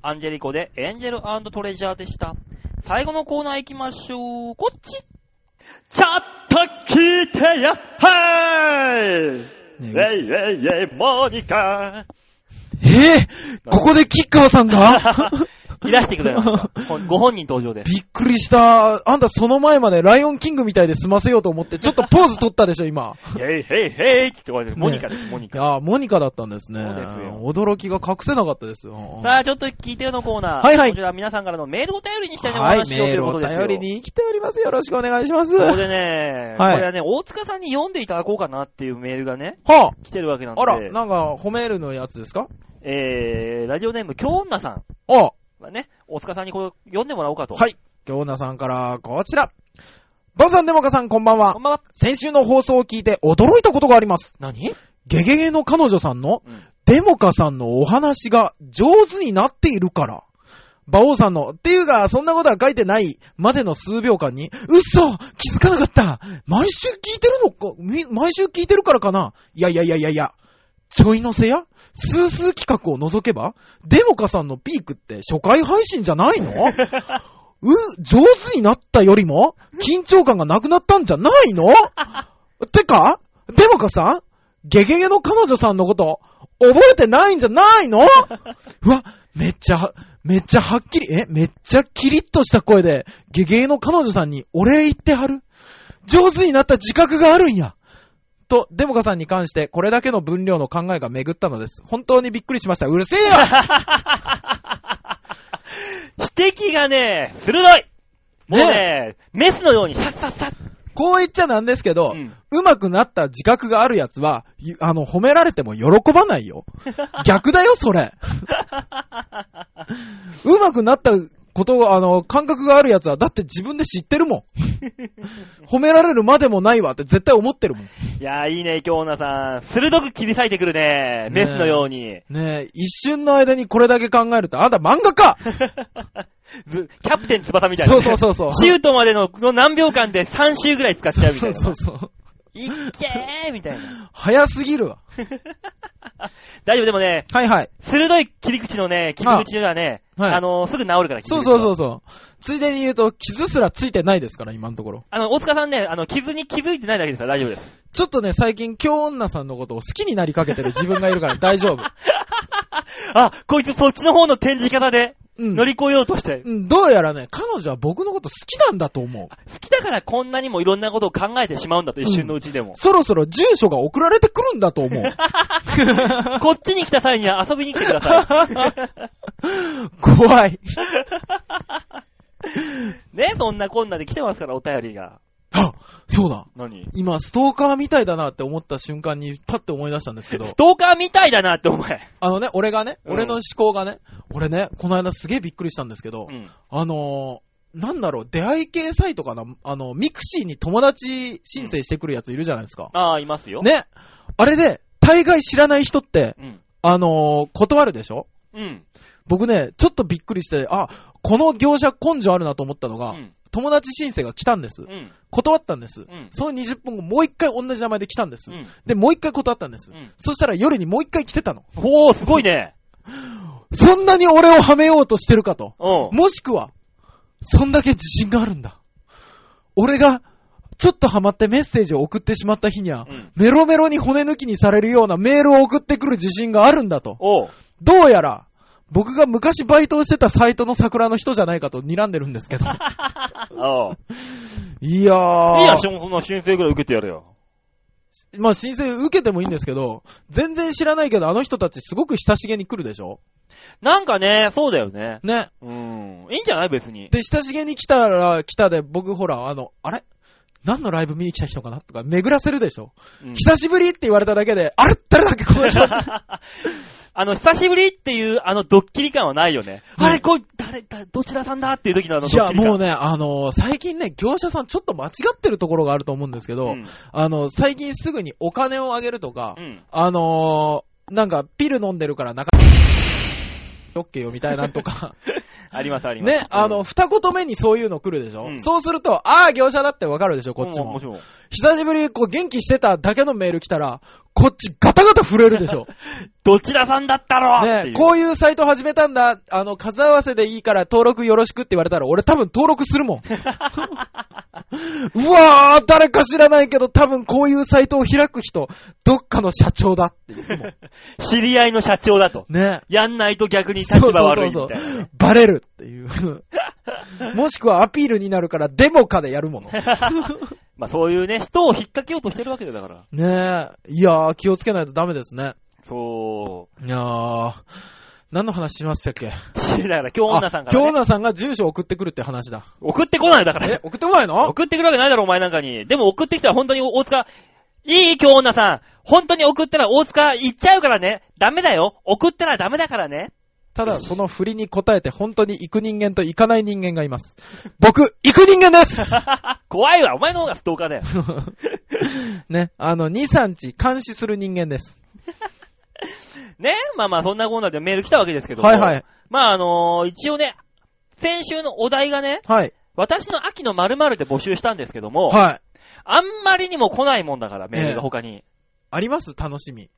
[SPEAKER 1] アンジェリコでエンジェルトレジャーでした。最後のコーナー行きましょう。こっちちょっと聞いてやはいウェイ
[SPEAKER 2] ね
[SPEAKER 1] ウェイウェイ、モニカ
[SPEAKER 2] えーここで吉川さんが *laughs*
[SPEAKER 1] いらしてくださいました。 *laughs* ほんご本人登場です。
[SPEAKER 2] びっくりした。あんたその前までライオンキングみたいで済ませようと思って、ちょっとポーズ取ったでしょ、今。
[SPEAKER 1] ヘイヘイヘイって言われて、モニカです、モニカ。
[SPEAKER 2] ああ、モニカだったんですね。
[SPEAKER 1] そうですよ
[SPEAKER 2] 驚きが隠せなかったですよ。
[SPEAKER 1] さあ、ちょっと聞いてよのコーナー。
[SPEAKER 2] はいはい
[SPEAKER 1] こちら皆さんからのメールを頼りにしてね、お
[SPEAKER 2] はい、
[SPEAKER 1] 話しようと
[SPEAKER 2] メー
[SPEAKER 1] いう
[SPEAKER 2] ル
[SPEAKER 1] こ
[SPEAKER 2] を
[SPEAKER 1] とですよ。
[SPEAKER 2] 頼りに来ております。よろしくお願いします。
[SPEAKER 1] ここ
[SPEAKER 2] は
[SPEAKER 1] でね、
[SPEAKER 2] *laughs* はい
[SPEAKER 1] これはね、大塚さんに読んでいただこうかなっていうメールがね、
[SPEAKER 2] あ、
[SPEAKER 1] 来てるわけなんで、
[SPEAKER 2] あら、なんか褒めるのやつですか
[SPEAKER 1] えー、ラジオネーム、京女さん
[SPEAKER 2] あ、
[SPEAKER 1] はね、大塚さんにこれ読んでもらおうかと。
[SPEAKER 2] はい。京奈さんからこちら。バンさん、デモカさん、こんばんは
[SPEAKER 1] こん。ばんは。
[SPEAKER 2] 先週の放送を聞いて驚いたことがあります。
[SPEAKER 1] 何 *laughs*
[SPEAKER 2] ゲゲゲの彼女さんの
[SPEAKER 1] うん
[SPEAKER 2] デモカさんのお話が上手になっているから。馬王さんの、っていうか、そんなことは書いてないまでの数秒間に、嘘気づかなかった毎週聞いてるのかみ毎週聞いてるからかないやいやいやいやいや。ちょいのせやスースー企画を除けばデモカさんのピークって初回配信じゃないのう、上手になったよりも、緊張感がなくなったんじゃないのてか、デモカさんゲゲゲの彼女さんのこと、覚えてないんじゃな
[SPEAKER 1] *laughs*
[SPEAKER 2] いのうわ、めっちゃ、めっちゃはっきり、え、めっちゃキリッとした声で、ゲゲゲの彼女さんにお礼言ってはる上手になった自覚があるんや。と、デモカさんに関して、これだけの分量の考えが巡ったのです。本当にびっくりしました。うるせえよ
[SPEAKER 1] *laughs* 指摘がね、鋭いもうね、メスのようにさっさっさっ。
[SPEAKER 2] こう言っちゃなんですけど、
[SPEAKER 1] うん
[SPEAKER 2] うま、くなった自覚があるやつは、いあの、褒められても喜ばな
[SPEAKER 1] *laughs*
[SPEAKER 2] いよ。逆だよ、それ。うまくなったことを、あの、感覚があるやつは、だって自分で知ってるも
[SPEAKER 1] *laughs*
[SPEAKER 2] ん。褒められるまでもないわって絶対思ってるもん。
[SPEAKER 1] いやー、いいね、京女さん。鋭く切り裂いてくるね、
[SPEAKER 2] ね
[SPEAKER 1] メスのように。 *laughs*
[SPEAKER 2] ねえ、一瞬の間にこれだけ考えると、あんた漫画か
[SPEAKER 1] ぶキャプテン翼みたいな
[SPEAKER 2] そ
[SPEAKER 1] ね、
[SPEAKER 2] うそうそうそう。
[SPEAKER 1] シュートまでのの何秒間で3周ぐらい使っちゃうみたい
[SPEAKER 2] そう
[SPEAKER 1] な。
[SPEAKER 2] そうそう。
[SPEAKER 1] いっけーみたいな。
[SPEAKER 2] 早すぎるわ。
[SPEAKER 1] 大丈夫、でもね、
[SPEAKER 2] はいはい。
[SPEAKER 1] 鋭い切り口のね、切り口はね、あ,、
[SPEAKER 2] はい
[SPEAKER 1] のーすぐ治るから、。
[SPEAKER 2] そうそうそううそう。ついでに言うと、傷すらついてないですから、今のところ。
[SPEAKER 1] あの、大塚さんね、あの、傷に気づいてないだけですから大丈夫です。
[SPEAKER 2] ちょっとね、最近、京女さんのことを好きになりかけてる自分がい
[SPEAKER 1] *laughs*
[SPEAKER 2] るから大丈夫。
[SPEAKER 1] あ、こいつそっちの方の展示方で
[SPEAKER 2] うん
[SPEAKER 1] 乗。り越えようとして。
[SPEAKER 2] うんどうやらね、彼女は僕のこと好きなんだと思う。
[SPEAKER 1] 好きだからこんなにもいろんなことを考えてしまうんだと、一瞬のうちでも。
[SPEAKER 2] そろそろ住所が送られてくるんだと
[SPEAKER 1] *laughs*
[SPEAKER 2] 思う。
[SPEAKER 1] こっちに来た際には遊びに来てくださ
[SPEAKER 2] 怖い。
[SPEAKER 1] い。 *laughs* ね、そんなこんなで来てますから、お便りが。
[SPEAKER 2] あ、そうだ。
[SPEAKER 1] 何
[SPEAKER 2] 今、ストーカーみたいだなって思った瞬間に、パッて思い出したんですけど
[SPEAKER 1] ス、トーカーみたいだなって、お前。
[SPEAKER 2] あのね、俺がね、
[SPEAKER 1] うん
[SPEAKER 2] 俺の思考がね、俺ね、この間すげえびっくりしたんですけど
[SPEAKER 1] う、ん。
[SPEAKER 2] あのー、なんだろう、出会い系サイトかなあの、ミクシーに友達申請してくるやついるじゃないですか。
[SPEAKER 1] ああ、いますよ。。
[SPEAKER 2] ね。あれで、大概知らない人って、
[SPEAKER 1] うん。
[SPEAKER 2] あのー断るでしょ
[SPEAKER 1] うん。
[SPEAKER 2] 僕ね、ちょっとびっくりして、あ、この業者根性あるなと思ったの
[SPEAKER 1] う
[SPEAKER 2] が、
[SPEAKER 1] ん。
[SPEAKER 2] 友達申請が来たんです。
[SPEAKER 1] うん。
[SPEAKER 2] 断ったんです。
[SPEAKER 1] ん
[SPEAKER 2] その20分後、もう一回同じ名前で来たんです。
[SPEAKER 1] うん。
[SPEAKER 2] で、もう一回断ったんです。
[SPEAKER 1] うん
[SPEAKER 2] そしたら夜にもう一回来てたの。
[SPEAKER 1] おー、すごいね。
[SPEAKER 2] そんなに俺をはめようとしてるかと。
[SPEAKER 1] うん。
[SPEAKER 2] もしくは、そんだけ自信があるんだ。俺が、ちょっとハマってメッセージを送ってしまった日には、
[SPEAKER 1] うん
[SPEAKER 2] メロメロに骨抜きにされるようなメールを送ってくる自信があるんだと。
[SPEAKER 1] おう。
[SPEAKER 2] どうやら、僕が昔バイトをしてたサイトの桜の人じゃないかと睨んでるんです
[SPEAKER 1] *laughs*
[SPEAKER 2] けど。
[SPEAKER 1] あ
[SPEAKER 2] いや
[SPEAKER 1] あ。
[SPEAKER 2] ー。
[SPEAKER 1] いいや、しょその申請ぐらい受けてやるよ。
[SPEAKER 2] まあ申請受けてもいいんですけど、全然知らないけど、あの人たちすごく親しげに来るでしょ
[SPEAKER 1] なんかね、そうだよね。
[SPEAKER 2] ね。
[SPEAKER 1] うん。いいんじゃない別に。
[SPEAKER 2] で、親しげに来たら、来たで、僕ほら、あの、あれ何のライブ見に来た人かなとか、巡らせるでしょ、
[SPEAKER 1] うん
[SPEAKER 2] 久しぶりって言われただけで、あれ誰だっけこ
[SPEAKER 1] *laughs*
[SPEAKER 2] の人
[SPEAKER 1] あの、久しぶりっていう、あの、ドッキリ感はないよね。
[SPEAKER 2] うん
[SPEAKER 1] あれ、こい、誰、だどちらさんだっていう時のあの、
[SPEAKER 2] い
[SPEAKER 1] ドッ
[SPEAKER 2] や、
[SPEAKER 1] キリ感。
[SPEAKER 2] もうね、あの最近ね、業者さんちょっと間違ってるところがあると思うんですけど、
[SPEAKER 1] うん
[SPEAKER 2] あの最近すぐにお金をあげるとか、
[SPEAKER 1] うん。
[SPEAKER 2] あのー、なんか、ピル飲んでるから中、オッケーよみたいなんとか。
[SPEAKER 1] あります、 *laughs* あります。
[SPEAKER 2] ね、あの、
[SPEAKER 1] うん、
[SPEAKER 2] 二言目にそういうの来るでしょ、
[SPEAKER 1] うん
[SPEAKER 2] そうすると、ああ、業者だってわかるでしょ、こっち
[SPEAKER 1] うん
[SPEAKER 2] も。
[SPEAKER 1] もちろん。
[SPEAKER 2] 久しぶり、こう、元気してただけのメール来たら、こっちガタガタ震えるでしょ。
[SPEAKER 1] どちらさんだったろうってい
[SPEAKER 2] ね
[SPEAKER 1] う。
[SPEAKER 2] こういうサイト始めたんだ、あの、数合わせでいいから登録よろしくって言われたら、俺多分登録する
[SPEAKER 1] *laughs*
[SPEAKER 2] もん。うわー、誰か知らないけど、多分こういうサイトを開く人、どっかの社長だっていうも
[SPEAKER 1] 知り合いの社長だと。
[SPEAKER 2] ん。ね。
[SPEAKER 1] やんないと逆に立場悪いみたいな。
[SPEAKER 2] そうそうそうそうバレるっ
[SPEAKER 1] *laughs*
[SPEAKER 2] ていう。もしくはアピールになるから、デモかでやるもの。ね
[SPEAKER 1] *laughs* まあそういうね、人を引っ掛けようとしてるわけだから。
[SPEAKER 2] え。いやー、気をつけないとダメですね。
[SPEAKER 1] そう。
[SPEAKER 2] いやー。何の話しましたっけ
[SPEAKER 1] *laughs* だから、京女さんから、
[SPEAKER 2] あ京
[SPEAKER 1] ね。
[SPEAKER 2] 女さんが住所送ってくるって話だ。
[SPEAKER 1] 送ってこないよだから
[SPEAKER 2] え。、送ってこないの
[SPEAKER 1] 送ってくるわけないだろ、お前なんかに。でも送ってきたら本当に大塚、いい京女さん。本当に送ったら大塚行っちゃうからね。ダメだよ。送ったらダメだからね。
[SPEAKER 2] ただ、その振りに答えて本当に行く人間と行かない人間がいます。 *laughs* 僕、行く人間です
[SPEAKER 1] *laughs* 怖いわ。お前の方がストーカーだ
[SPEAKER 2] *laughs*
[SPEAKER 1] よ。
[SPEAKER 2] ね、あの、2、3日監視する人間です。
[SPEAKER 1] ねまあまあ、そんなコーナーでメール来たわけですけども。
[SPEAKER 2] はいはい。
[SPEAKER 1] まあ、あのー一応ね、先週のお題がね、
[SPEAKER 2] はい。
[SPEAKER 1] 私の秋の〇〇で募集したんですけども、
[SPEAKER 2] はい。
[SPEAKER 1] あんまりにも来ないもんだから、メールが他に。
[SPEAKER 2] あります楽しみ。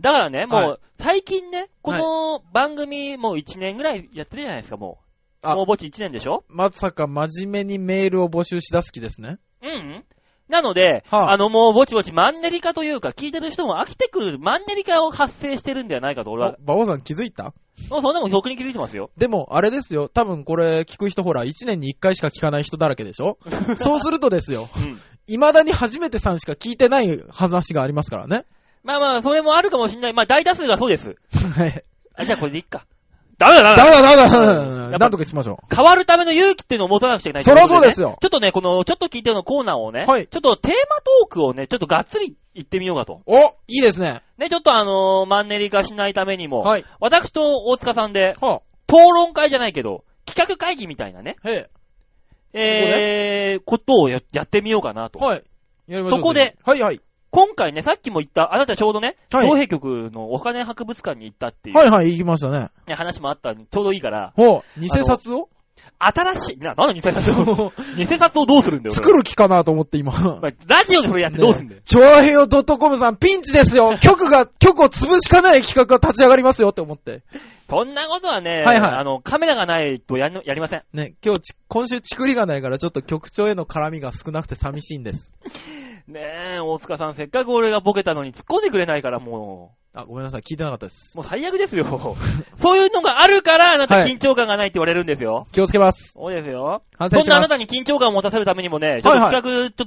[SPEAKER 1] だからね、
[SPEAKER 2] は
[SPEAKER 1] もう、最近ね、この番組、もう1年ぐらいやってるじゃないですか、もう。
[SPEAKER 2] あ
[SPEAKER 1] もうぼち1年でしょ
[SPEAKER 2] まさか真面目にメールを募集しだす気ですね。
[SPEAKER 1] うん、うん。なので、
[SPEAKER 2] はあ
[SPEAKER 1] あの、もうぼちぼちマンネリ化というか、聞いてる人も飽きてくるマンネリ化を発生してるんではないかと、俺は。
[SPEAKER 2] 馬王さん気づいた
[SPEAKER 1] もうそんなもん、特に気づいてますよ。
[SPEAKER 2] でも、あれですよ。多分これ聞く人ほら、1年に1回しか聞かない人だらけでし
[SPEAKER 1] *laughs*
[SPEAKER 2] ょそうするとですよ。
[SPEAKER 1] うん。
[SPEAKER 2] 未だに初めてさんしか聞いてない話がありますか
[SPEAKER 1] *laughs*
[SPEAKER 2] らね。
[SPEAKER 1] まあまあ、それもあるかもしんない。まあ、大多数がそうです。
[SPEAKER 2] はい。
[SPEAKER 1] あ、じゃあこれでいっか。 *laughs* ダメだ、ダメ
[SPEAKER 2] ダ
[SPEAKER 1] だ。
[SPEAKER 2] メだ、ダメだ、ダメだ
[SPEAKER 1] やっ
[SPEAKER 2] ダメ
[SPEAKER 1] ぱ
[SPEAKER 2] だ。なんとかしましょ
[SPEAKER 1] 変わるための勇気っていうのを持たなくちゃいけない、
[SPEAKER 2] そりゃそうですよ
[SPEAKER 1] ちょっとね、この、ちょっと聞いてるのコーナーをね、
[SPEAKER 2] はい
[SPEAKER 1] ちょっとテーマトークをね、ちょっとがっつり言ってみようかと。
[SPEAKER 2] う。おいいですね。
[SPEAKER 1] ね、ちょっとあのーマンネリ化しないためにも、
[SPEAKER 2] はい。
[SPEAKER 1] 私と大塚さんで、
[SPEAKER 2] は
[SPEAKER 1] 討論会じゃないけど、企画会議みたいなね、
[SPEAKER 2] あ、へ
[SPEAKER 1] えー、ことをややってみようかなと。
[SPEAKER 2] え。はい。やりましょう
[SPEAKER 1] そこで。
[SPEAKER 2] ぜひはいはい。
[SPEAKER 1] 今回ね、さっきも言った、あなたちょうどね、
[SPEAKER 2] はい
[SPEAKER 1] 造幣局のお金博物館に行ったっていう、
[SPEAKER 2] はいはい、行きましたね。
[SPEAKER 1] ね話もあったんでちょうどいいから、
[SPEAKER 2] ほう、偽札を
[SPEAKER 1] 新しい、な、なんだ偽札
[SPEAKER 2] *laughs*
[SPEAKER 1] を、偽札をどうするんだよ。
[SPEAKER 2] 作る気かなと思って *laughs* 今。
[SPEAKER 1] 俺ラジオでそれやってどうすんだよ。
[SPEAKER 2] 超平洋 .com さんピンチですよ局が、局を潰しかねない企画が立ち上がりますよって思って。
[SPEAKER 1] そんなことはね、
[SPEAKER 2] はいはい
[SPEAKER 1] あの、カメラがないとやんやりません。
[SPEAKER 2] ね、今日ち、今週ちくりがないからちょっと局長への絡みが少なくて寂しいんです。
[SPEAKER 1] ねえ、大塚さん、せっかく俺がボケたのに突っ込んでくれないから、も
[SPEAKER 2] あ、ごめんなさい、聞いてなかったです
[SPEAKER 1] う、。もう最悪です
[SPEAKER 2] *laughs*
[SPEAKER 1] よ。そういうのがあるから、あなた
[SPEAKER 2] はい
[SPEAKER 1] 緊張感がないって言われるんですよ。
[SPEAKER 2] 気をつけます。
[SPEAKER 1] そうですよ。
[SPEAKER 2] 反省
[SPEAKER 1] そん
[SPEAKER 2] し
[SPEAKER 1] なあ
[SPEAKER 2] ま
[SPEAKER 1] な
[SPEAKER 2] す。
[SPEAKER 1] たに緊張感を持たせるためにもね、ちょっと
[SPEAKER 2] はいはい
[SPEAKER 1] 企画、ちょっ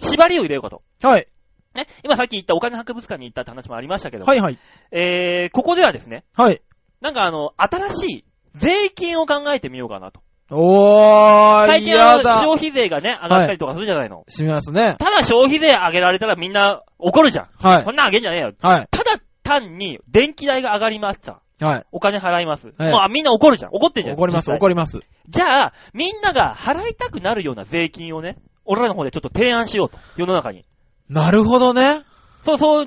[SPEAKER 1] と、縛りを入れようかと。
[SPEAKER 2] はい。
[SPEAKER 1] ね、今さっき言ったお金博物館に行ったって話もありましたけど、
[SPEAKER 2] はいはい。
[SPEAKER 1] えー、ここではですね、
[SPEAKER 2] はい。
[SPEAKER 1] なんかあの、新しい税金を考えてみようかなと。
[SPEAKER 2] おー、
[SPEAKER 1] 最近あ
[SPEAKER 2] 嫌
[SPEAKER 1] の、
[SPEAKER 2] だ。
[SPEAKER 1] 消費税がね、上がったりとかするじゃないの。
[SPEAKER 2] しますね。
[SPEAKER 1] ただ消費税上げられたらみんな怒るじゃん。
[SPEAKER 2] はい
[SPEAKER 1] そ。んなん上げんじゃねえよ。
[SPEAKER 2] はい。
[SPEAKER 1] ただ単に電気代が上がりました。
[SPEAKER 2] はい。
[SPEAKER 1] お金払います。
[SPEAKER 2] はい
[SPEAKER 1] もうあみんな怒るじゃん。怒ってんじゃん。
[SPEAKER 2] 怒ります、
[SPEAKER 1] 実際
[SPEAKER 2] 怒ります。
[SPEAKER 1] じゃあ、みんなが払いたくなるような税金をね、俺らの方でちょっと提案しようと。世の中に。
[SPEAKER 2] なるほどね。
[SPEAKER 1] そうそう、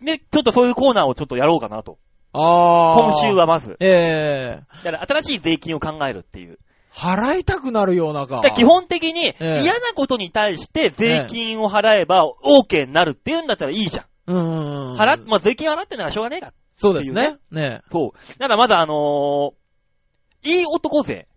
[SPEAKER 1] ね、ちょっとそういうコーナーをちょっとやろうかなと。
[SPEAKER 2] あー。
[SPEAKER 1] 今週。はまず。
[SPEAKER 2] ええ
[SPEAKER 1] だから新しい税金を考えるっていう。
[SPEAKER 2] 払いたくなるようなか
[SPEAKER 1] だ。から基本的に
[SPEAKER 2] ええ
[SPEAKER 1] 嫌なことに対して税金を払えば OK になるっていうんだったらいいじゃん。
[SPEAKER 2] うんうんうん。
[SPEAKER 1] 払っ、まあ税金払ってんならしょうがねえか。
[SPEAKER 2] そうですね。ね
[SPEAKER 1] そう。だからまだあのー、いい男税。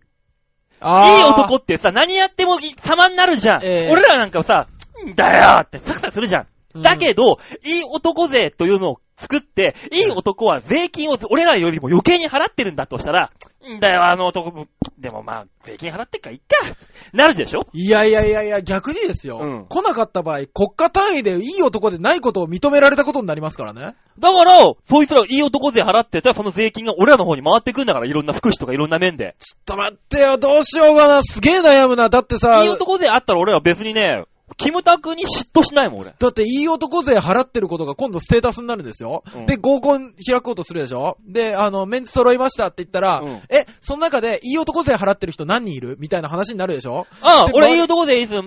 [SPEAKER 2] あー
[SPEAKER 1] いい男ってさ、何やっても様になるじゃん。
[SPEAKER 2] ええ
[SPEAKER 1] 俺らなんかさ、んだよってサクサクするじゃん。
[SPEAKER 2] うん
[SPEAKER 1] だけど、いい男税というのを作って、いい男は税金を俺らよりも余計に払ってるんだとしたら、んだよ、あの男も、でもまあ、税金払ってっからいっか。なるでしょ
[SPEAKER 2] いやいやいやいや、逆にですよ、
[SPEAKER 1] うん
[SPEAKER 2] 来なかった場合、国家単位でいい男でないことを認められたことになりますからね。
[SPEAKER 1] だから、そいつらいい男税払ってたら、その税金が俺らの方に回ってくんだから、いろんな福祉とかいろんな面で。
[SPEAKER 2] ちょっと待ってよ、どうしようかな。すげえ悩むな。だってさ
[SPEAKER 1] いい、男税あったら俺ら別にね、キムタクに嫉妬しないもん、俺。
[SPEAKER 2] だっていい男税払ってることが今度ステータスになるんですよ。
[SPEAKER 1] うん
[SPEAKER 2] で、合コン開こうとするでしょで、あの、メンツ揃いましたって言ったら、
[SPEAKER 1] うん
[SPEAKER 2] え、その中でいい男税払ってる人何人いるみたいな話になるでしょ
[SPEAKER 1] ああ
[SPEAKER 2] で、
[SPEAKER 1] 俺
[SPEAKER 2] ま
[SPEAKER 1] いい男でいいです。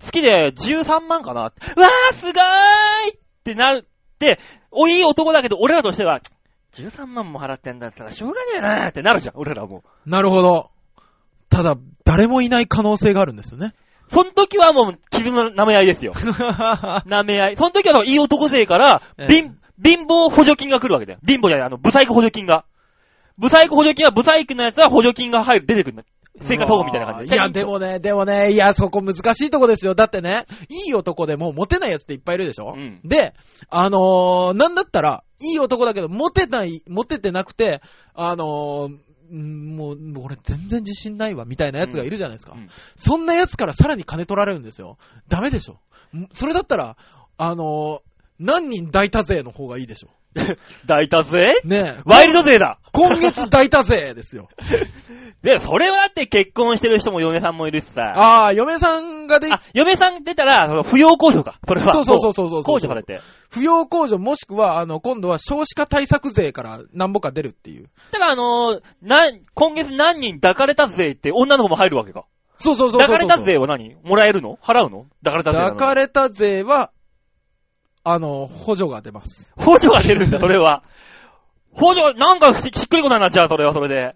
[SPEAKER 1] 月で13万かな。わー、すごーいってなるって、お、いい男だけど、俺らとしては、13万も払ってんだったらしょうがねえなーってなるじゃん、俺らも。 *laughs*
[SPEAKER 2] なるほど。ただ、誰もいない可能性があるんですよね。
[SPEAKER 1] その時はもう、傷の舐め合い
[SPEAKER 2] *laughs*
[SPEAKER 1] ですよ。舐め合い。その時は、いい男勢から、
[SPEAKER 2] ええ
[SPEAKER 1] 貧、貧乏補助金が来るわけだよ。貧乏じゃない、あの、ブサイク補助金が。ブサイク補助金は、ブサイクのやつは補助金が入る、出てくるんだ。生活保護みたいな感じ
[SPEAKER 2] いや、で。もね、でもね、いや、そこ難しいとこですよ。だってね、いい男でもモテないやつっていっぱいいるでしょ、
[SPEAKER 1] うん
[SPEAKER 2] で、あのー、なんだったら、いい男だけど、モテない、モテてなくて、あのー、んもう、もう俺全然自信ないわ、みたいなやつがいるじゃないですか。
[SPEAKER 1] うん
[SPEAKER 2] そんなやつからさらに金取られるんですよ。ダメでしょ。んそれだったら、あのー、何人抱いたぜの方がいいでしょ。
[SPEAKER 1] 抱いたぜ
[SPEAKER 2] ねえ。
[SPEAKER 1] ワイルド勢だ
[SPEAKER 2] 今月抱いたぜで
[SPEAKER 1] *laughs*
[SPEAKER 2] すよ。
[SPEAKER 1] で、それはだって結婚してる人も嫁さんもいるしさ。あ、
[SPEAKER 2] ああ、嫁さんができ
[SPEAKER 1] 嫁さん出たら、その扶養控除か。それは。
[SPEAKER 2] そうそうそうそうそうそう
[SPEAKER 1] 控除されて。
[SPEAKER 2] 扶養控除もしくは、あの、今度は少子化対策税からなんぼか出るっていう。
[SPEAKER 1] たら、あのー、な、今月何人抱かれたぜって女の子も入るわけか。
[SPEAKER 2] そうそうそうそうそう。
[SPEAKER 1] 抱かれたぜは何もらえるの払うの抱かれたぜなの
[SPEAKER 2] 抱かれた税は、あの、補助が出ます。
[SPEAKER 1] 補助が出るんだ、それは。補助、なんかししっくりこないな、じゃあ、それはそれで。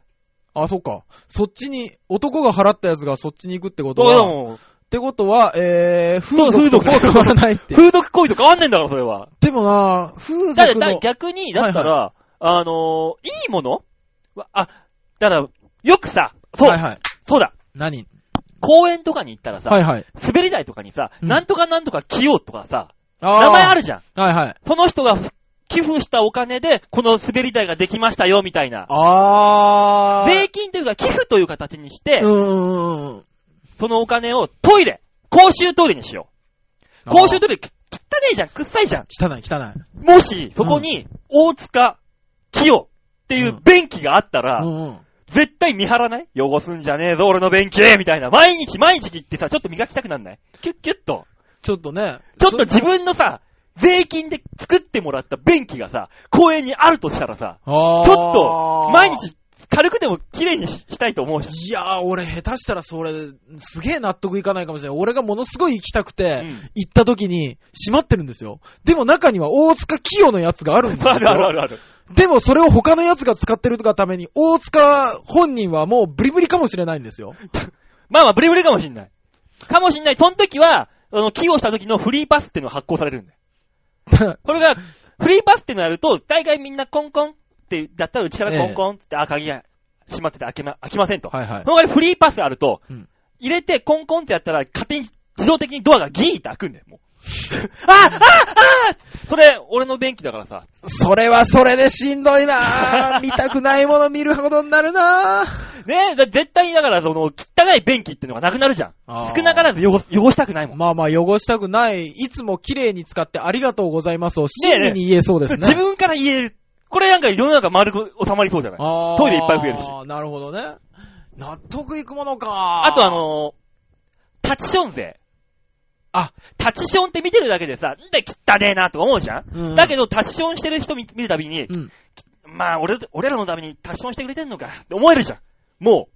[SPEAKER 2] あ、そっか。そっちに、男が払ったやつがそっちに行くってこと
[SPEAKER 1] どうだ
[SPEAKER 2] は、っ
[SPEAKER 1] もん。
[SPEAKER 2] てことは、えー、
[SPEAKER 1] そう
[SPEAKER 2] 風俗と
[SPEAKER 1] 風俗
[SPEAKER 2] 変わらないっていう。
[SPEAKER 1] 風俗行為と変わんねえんだから、それは。
[SPEAKER 2] でもな風
[SPEAKER 1] だって
[SPEAKER 2] 俗
[SPEAKER 1] だ
[SPEAKER 2] の、
[SPEAKER 1] 逆に、だったら、あのー、いいものわあ、だから、よくさ、そう、
[SPEAKER 2] はいはい。
[SPEAKER 1] そうだ、
[SPEAKER 2] 何
[SPEAKER 1] 公園とかに行ったらさ、
[SPEAKER 2] はいはい。
[SPEAKER 1] 滑り台とかにさ、
[SPEAKER 2] うん
[SPEAKER 1] なんとかなんとか着ようとかさ、
[SPEAKER 2] あー
[SPEAKER 1] 名前あるじゃん。
[SPEAKER 2] はいはい。
[SPEAKER 1] その人が寄付したお金で、この滑り台ができましたよ、みたいな。
[SPEAKER 2] あー。
[SPEAKER 1] 税金というか寄付という形にして、
[SPEAKER 2] うーん。
[SPEAKER 1] そのお金をトイレ、公衆トイレにしよう。公衆トイレ、き汚ねえじゃん、くっさいじゃん。
[SPEAKER 2] あー汚い汚い。
[SPEAKER 1] もし、そこに、大塚、清っていう便器があったら、
[SPEAKER 2] うんうん。
[SPEAKER 1] 絶対見張らない汚すんじゃねえぞ、俺の便器みたいな。毎日毎日行ってさ、ちょっと磨きたくなんないキュッキュッと。
[SPEAKER 2] ちょっとね。
[SPEAKER 1] ちょっと自分のさ、税金で作ってもらった便器がさ、公園にあるとしたらさ、
[SPEAKER 2] あー
[SPEAKER 1] ちょっと、毎日、軽くでも綺麗にししたいと思うじゃん。
[SPEAKER 2] いやー、俺下手したらそれ、すげえ納得いかないかもしれない。俺がものすごい行きたくて、
[SPEAKER 1] ん
[SPEAKER 2] 行った時に閉まってるんですよ。でも中には大塚清のやつがあるんです
[SPEAKER 1] あるあるあ
[SPEAKER 2] よ。
[SPEAKER 1] るある。
[SPEAKER 2] でもそれを他のやつが使ってるがために、大塚本人はもうブリブリかもしれない
[SPEAKER 1] *laughs*
[SPEAKER 2] んですよ。
[SPEAKER 1] まあまあ、ブリブリかもしんない。かもしんない。その時は、あの、寄与した時のフリーパスっていうのが発行されるんだよ。これが、フリーパスっていうのをやると、大概みんなコンコンって、だったらうちからコンコンって、あ、鍵が閉まってて開けま、開きませんと。
[SPEAKER 2] はいはい
[SPEAKER 1] そ。の代わりフリーパスあると、
[SPEAKER 2] うん
[SPEAKER 1] 入れてコンコンってやったら、勝手に自動的にドアがギーって開くんだよ、もう。ああああそれ、俺の便器だからさ。
[SPEAKER 2] それはそれでしんどいなー見たくないもの見るほどになるなー
[SPEAKER 1] ねえ、だ絶対にだから、その、汚い便器ってのがなくなるじゃん。
[SPEAKER 2] あー
[SPEAKER 1] *laughs* 少なからず汚す汚したくないもん。
[SPEAKER 2] まあまあ汚したくない、いつも綺麗に使ってありがとうございますを真
[SPEAKER 1] ねえ
[SPEAKER 2] 理に言えそうですね。
[SPEAKER 1] 自分から言える。これなんか世の中丸く収まりそうじゃない
[SPEAKER 2] あー
[SPEAKER 1] トイレいっぱい増えるし
[SPEAKER 2] なるほどね。納得いくものか。
[SPEAKER 1] あとあ、のー、タチション税。
[SPEAKER 2] あ、
[SPEAKER 1] タチションって見てるだけでさ、んだよ汚ねえなとか思うじゃん、
[SPEAKER 2] うん
[SPEAKER 1] だけどタチションしてる人見見るたびに、
[SPEAKER 2] うん
[SPEAKER 1] まあ俺、俺らのためにタチションしてくれてんのかって思えるじゃん。も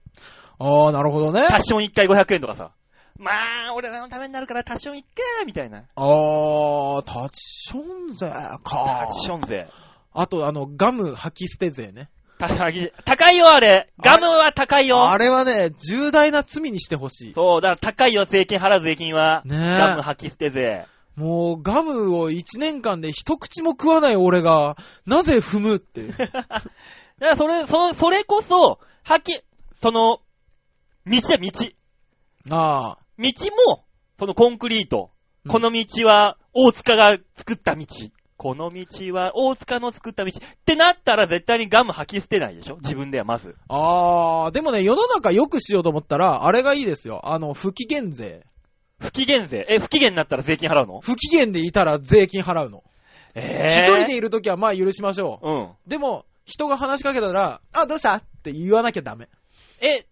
[SPEAKER 1] う、
[SPEAKER 2] ああ、なるほどね。
[SPEAKER 1] タチション1回500円とかさ。まあ、俺らのためになるからタチション1回みたいな。
[SPEAKER 2] ああ、タチション税
[SPEAKER 1] タ
[SPEAKER 2] か。
[SPEAKER 1] チション税。
[SPEAKER 2] あと、あの、ガム吐き捨て税ね。
[SPEAKER 1] 高い高いよ、あれ。ガムは高いよ
[SPEAKER 2] あ。れはね、重大な罪にしてほしい。
[SPEAKER 1] そう、だから高いよ、税金払う税金は。
[SPEAKER 2] ねえ
[SPEAKER 1] ガム吐き捨て税。
[SPEAKER 2] もう、ガムを1年間で一口も食わない俺が、なぜ踏むっていう。
[SPEAKER 1] *laughs* だからそれ、そ、それこそ、はっき、その、道だ、道。
[SPEAKER 2] ああ。
[SPEAKER 1] 道も、そのコンクリート。
[SPEAKER 2] うん
[SPEAKER 1] この道は大塚が作った道。この道は大塚の作った道。ってなったら絶対にガム吐き捨てないでしょ自分ではまず。
[SPEAKER 2] ああ、でもね、世の中良くしようと思ったら、あれがいいですよ。あの、不機嫌税。
[SPEAKER 1] 不機嫌税。え、不機嫌になったら税金払うの
[SPEAKER 2] 不機嫌でいたら税金払うの。
[SPEAKER 1] え
[SPEAKER 2] 一
[SPEAKER 1] ー
[SPEAKER 2] 人でいるときはまあ許しましょう。
[SPEAKER 1] うん。
[SPEAKER 2] でも、人が話しかけたら、あ、どうしたって言わなきゃダメ。
[SPEAKER 1] え、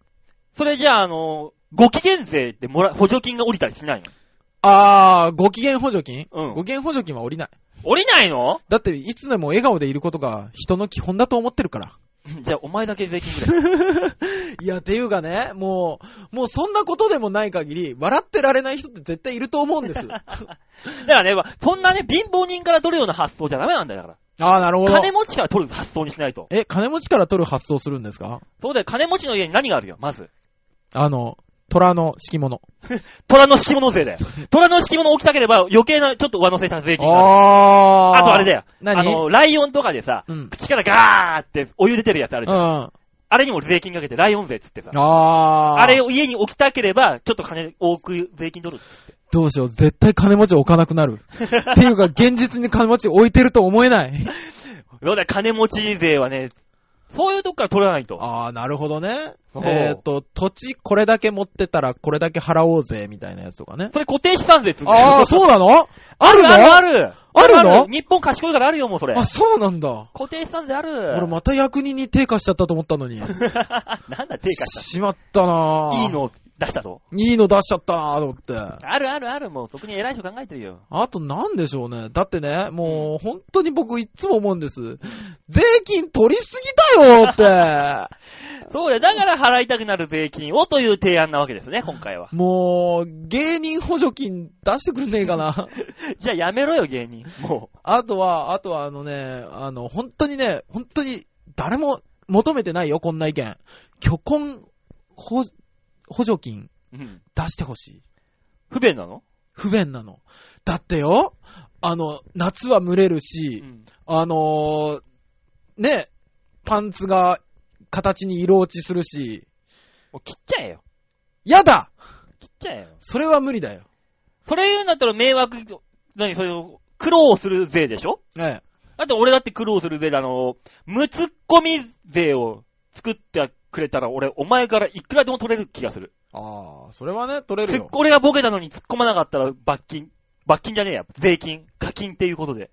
[SPEAKER 1] それじゃあ、あの、ご機嫌税ってもら、補助金が降りたりしない
[SPEAKER 2] あー、ご機嫌補助金、
[SPEAKER 1] うん
[SPEAKER 2] ご機嫌補助金は降りない。
[SPEAKER 1] の降りないの
[SPEAKER 2] だって、いつでも笑顔でいることが人の基本だと思ってるから。
[SPEAKER 1] *laughs* じゃあ、お前だけ税金くれ。
[SPEAKER 2] いや、ていうかね、もう、もうそんなことでもない限り、笑ってられない人って絶対いると思うんです。 *laughs* あ
[SPEAKER 1] だからね、まあそんなね、貧乏人から取るような発想じゃダメなんだよ、だから。
[SPEAKER 2] ー、なるほど。
[SPEAKER 1] 金持ちから取る発想にしないと。
[SPEAKER 2] え、金持ちから取る発想するんですか
[SPEAKER 1] そうだよ、金持ちの家に何があるよ、まず。
[SPEAKER 2] あの、虎の敷物。
[SPEAKER 1] 虎の敷物税
[SPEAKER 2] *laughs*
[SPEAKER 1] だよ。虎の敷物起きたければ余計なちょっと上乗せした税金がある。
[SPEAKER 2] あ
[SPEAKER 1] あとあれだよ。
[SPEAKER 2] 何
[SPEAKER 1] あの、ライオンとかでさ、
[SPEAKER 2] うん。
[SPEAKER 1] 口からガーってお湯出てるやつある
[SPEAKER 2] う
[SPEAKER 1] じ
[SPEAKER 2] ん。
[SPEAKER 1] ゃん。
[SPEAKER 2] あ
[SPEAKER 1] あれにも税金かけてライオン税っつってさ。
[SPEAKER 2] あー。
[SPEAKER 1] あれを家に置きたければ、ちょっと金多く税金取る。
[SPEAKER 2] どうしよう。絶対金持ち置かなくなる。っていうか、現実に金持ち置いてると思えない。
[SPEAKER 1] そうだよ、金持ち税はね、そういうとこから取らないと。
[SPEAKER 2] ああ、なるほどね
[SPEAKER 1] そう。
[SPEAKER 2] えっ、と、土地これだけ持ってたらこれだけ払おうぜ、みたいなやつとかね。
[SPEAKER 1] それ固定資産税っつうんだよ *laughs*
[SPEAKER 2] ああ、そうなのあ
[SPEAKER 1] あ
[SPEAKER 2] る
[SPEAKER 1] る
[SPEAKER 2] の
[SPEAKER 1] あるある
[SPEAKER 2] あるの
[SPEAKER 1] 日本賢いからあるよ、もうそれ。
[SPEAKER 2] あ、そうなんだ。
[SPEAKER 1] 固定資産税ある。
[SPEAKER 2] 俺また役人に手貸しちゃったと思ったのに。
[SPEAKER 1] *laughs* なんだ、低下し
[SPEAKER 2] しまったな
[SPEAKER 1] た。
[SPEAKER 2] ぁ
[SPEAKER 1] いい。の出したぞ。
[SPEAKER 2] いいの出しちゃったなぁと思って。
[SPEAKER 1] あるあるある、もうそこに偉い人考えてるよ。
[SPEAKER 2] あとなんでしょうね。だってね、もう本当に僕いつも思うんです。税金取りすぎだよって。
[SPEAKER 1] そうだよ、だから払いたくなる税金をという提案なわけですね、今回は。
[SPEAKER 2] もう、芸人補助金出してくれねえかな。
[SPEAKER 1] *laughs* じゃあやめろよ、芸人。も
[SPEAKER 2] あとは、あとはあのね、あの、本当にね、本当に誰も求めてないよ、こんな意見。虚婚補補助金
[SPEAKER 1] う。うん。
[SPEAKER 2] 出してほしい。
[SPEAKER 1] 不便なの
[SPEAKER 2] 不便なの。だってよ、あの、夏は蒸れる
[SPEAKER 1] う
[SPEAKER 2] し、
[SPEAKER 1] ん。
[SPEAKER 2] あのーね、パンツが形に色落ちするし、
[SPEAKER 1] もう切っちゃえよ。
[SPEAKER 2] やだ
[SPEAKER 1] 切っちゃえよ。
[SPEAKER 2] それは無理だよ。
[SPEAKER 1] それ言うんだったら迷惑、何、それを苦労する税でしょ
[SPEAKER 2] ええ。
[SPEAKER 1] だって俺だって苦労する税だ、あの、むつっこみ税を作ってくれたら俺、お前からいくらでも取れる気がする。
[SPEAKER 2] ああ、それはね、取れ
[SPEAKER 1] つっ。俺がボケたのに突っ込まなかったら罰金。罰金じゃねえや。税金。課金っていうことで。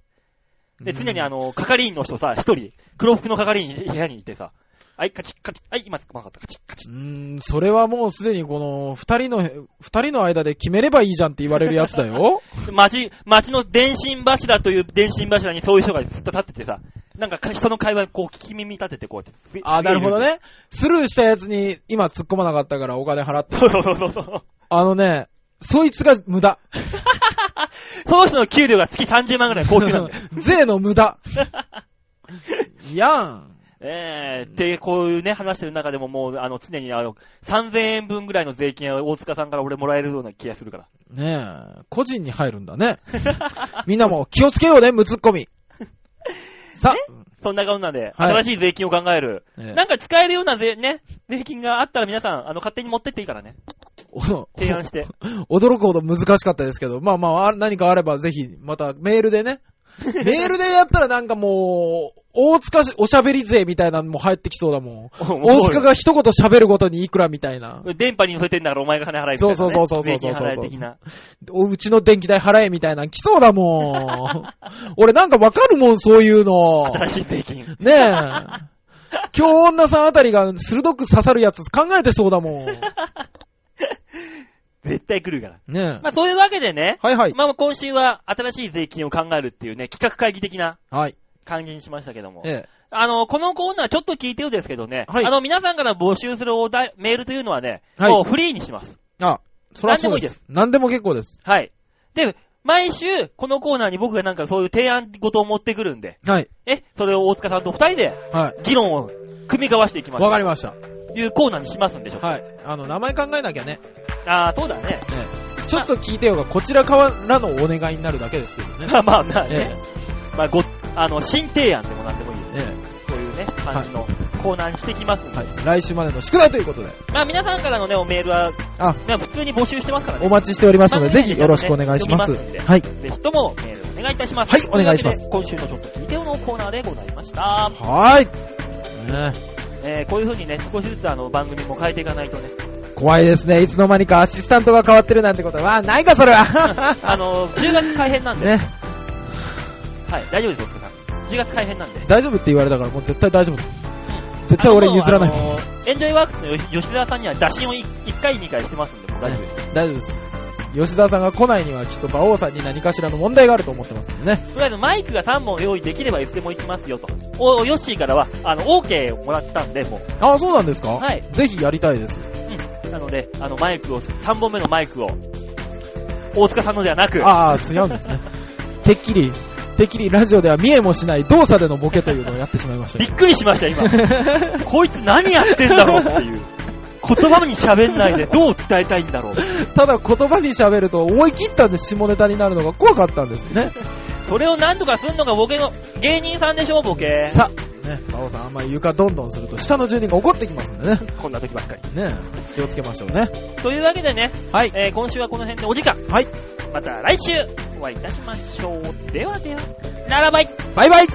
[SPEAKER 1] で、常にあ
[SPEAKER 2] の、
[SPEAKER 1] の、係員の人さ、一人、黒服の係員部屋にいてさ、はい、カチッカチッ、はい、今突っ込まなかった、カチッカチ
[SPEAKER 2] うーん、それはもうすでにこの、二人の、二人の間で決めればいいじゃんって言われるやつだよ。
[SPEAKER 1] ッ。街、街の電信柱という電信柱にそういう人がずっと立っててさ、なんかか人の会話にこう聞き耳立ててこうやって。
[SPEAKER 2] *laughs* ああ、なるほど。ね。スルーしたやつに今突っ込まなかったからお金払って。
[SPEAKER 1] そうそうそうそうそう。
[SPEAKER 2] あのね、そいつが無駄。
[SPEAKER 1] その人の給料が月30万ぐらい高級なんだよ。
[SPEAKER 2] *laughs* 税の無駄。 *laughs* やん。
[SPEAKER 1] ええで、こういうね、話してる中でももう、あの、常にあの、3000円分ぐらいの税金は大塚さんから俺もらえるような気がするから。
[SPEAKER 2] ねえ、個人に入るんだね。みんなも気をつけようね、ムツッコミ。さ、
[SPEAKER 1] そんなこんなで、
[SPEAKER 2] はい
[SPEAKER 1] 新しい税金を考える。
[SPEAKER 2] *laughs* ええ
[SPEAKER 1] なんか使えるような税、ね、税金があったら皆さん、あの、勝手に持ってっていいからね。
[SPEAKER 2] お
[SPEAKER 1] 提案して。
[SPEAKER 2] *laughs* 驚くほど難しかったですけど、まあまあ、あ何かあればぜひ、またメールで *laughs* ね。メールでやったらなんかもう、大塚しおしゃべり税みたいなのも入ってきそうだもん。大塚が一言喋るごとにいくらみたいな。
[SPEAKER 1] 電波に乗せてんだからお前が金払えみたいな、ね。
[SPEAKER 2] そうそうそうそうそう
[SPEAKER 1] 税金払え的な。
[SPEAKER 2] おうちの電気代払えみたいなの来そうだ *laughs* もん。俺なんかわかるもん、そういう *laughs* の。
[SPEAKER 1] 新しい税金。
[SPEAKER 2] ねえ。今日女さんあたりが鋭く刺さるやつ考えてそうだもん。 *laughs*
[SPEAKER 1] 絶対来るから。
[SPEAKER 2] ねえ。
[SPEAKER 1] まあ、そういうわけでね。
[SPEAKER 2] はいはい。
[SPEAKER 1] まあ、今週は新しい税金を考えるっていうね、企画会議的な
[SPEAKER 2] はい。
[SPEAKER 1] 感じにしましたけども。
[SPEAKER 2] ええ。
[SPEAKER 1] あの、このコーナーちょっと聞いてるですけどね、
[SPEAKER 2] はい
[SPEAKER 1] あの、皆さんから募集するお題、メールというのはね、
[SPEAKER 2] はい
[SPEAKER 1] もうフリーにします。
[SPEAKER 2] あ、そらそうです。何でも結構です。
[SPEAKER 1] はい。で、毎週、このコーナーに僕がなんかそういう提案事を持ってくるんで、
[SPEAKER 2] はい。
[SPEAKER 1] え、それを大塚さんと二人で
[SPEAKER 2] は
[SPEAKER 1] 議論を組み交わしていきま
[SPEAKER 2] い。わ
[SPEAKER 1] す。
[SPEAKER 2] かりました。
[SPEAKER 1] というコーナーにしますんでしょうか。
[SPEAKER 2] はい。あの、名前考えなきゃね。
[SPEAKER 1] あー、そうだね。 *laughs*
[SPEAKER 2] ええちょっと聞いてよが、こちらからのお願いになるだけですけど
[SPEAKER 1] *laughs*
[SPEAKER 2] ね。
[SPEAKER 1] まあまあまあ
[SPEAKER 2] え
[SPEAKER 1] ね。まあ、ご、あの、新提案でもなんでもいい。
[SPEAKER 2] え。え
[SPEAKER 1] こういうね、感じのコーナーにしてきますん
[SPEAKER 2] え。
[SPEAKER 1] で。
[SPEAKER 2] はい。来週までの宿題ということで、
[SPEAKER 1] まあ皆さんからのね、おメールは、
[SPEAKER 2] あ
[SPEAKER 1] ね普通に募集してますからね
[SPEAKER 2] お。待ちしておりますので、
[SPEAKER 1] 番
[SPEAKER 2] ぜ
[SPEAKER 1] 組内で
[SPEAKER 2] ひよろしくお願いします。
[SPEAKER 1] 読みますんで
[SPEAKER 2] はい。
[SPEAKER 1] ぜひともメールお願いいたします。
[SPEAKER 2] はいお願いします
[SPEAKER 1] とうわけで今週のちょっと聞いてよのコーナーでございました。
[SPEAKER 2] はーい。ね
[SPEAKER 1] えー、こういう風にね、少しずつあの番組も変えていかないとね、
[SPEAKER 2] え怖いですね。いつの間にかアシスタントが変わってるなんてことは、ないか、それは。
[SPEAKER 1] *laughs* あの、10月改編なんで、
[SPEAKER 2] *laughs* ね。
[SPEAKER 1] はい、大丈夫です、おつかさん。10月改編なんで。
[SPEAKER 2] 大丈夫って言われたから、もう絶対大丈夫。絶対俺譲らない
[SPEAKER 1] あ。の。エンジョイワークスの吉吉沢さんには打診を1回、2回してますんで、もう大丈夫です。
[SPEAKER 2] 大丈夫です。吉田さんが来ないにはきっと馬王さんに何かしらの問題があると思ってますんでね。
[SPEAKER 1] とりあえずマイクが3本用意できればいつでも行きますよと。お、ヨッシーからは、あの、OK をもらったんで、もう。
[SPEAKER 2] ああ、そうなんですか
[SPEAKER 1] はい。
[SPEAKER 2] ぜひやりたいです。
[SPEAKER 1] なので、あの、マイクを、3本目のマイクを、大塚さんのではなく、
[SPEAKER 2] ああ、違うんで
[SPEAKER 1] *laughs*
[SPEAKER 2] すね。てっきり、てっきりラジオでは見えもしない動作でのボケというのをやってしまいま
[SPEAKER 1] *laughs*
[SPEAKER 2] し *laughs*
[SPEAKER 1] びっくりしました、今。こいつ何やってんだろうっていう。言葉に喋んないでどう伝えたいんだろう。
[SPEAKER 2] ただ言葉に喋ると思い切ったんで下ネタになるのが怖かったんですよね。
[SPEAKER 1] それを何とかすんのがボケの芸人さんでしょ、ボケ。
[SPEAKER 2] さ、ね、馬王さんあんまり床どんどんすると下の住人が怒ってきますんでね。
[SPEAKER 1] こんな時ばっかり。
[SPEAKER 2] ね気をつけましょうね。
[SPEAKER 1] というわけでね、
[SPEAKER 2] はい。
[SPEAKER 1] えー今週はこの辺でお時間。
[SPEAKER 2] はい。
[SPEAKER 1] また来週お会いいたしましょう。ではでは、ならばい
[SPEAKER 2] バイバイ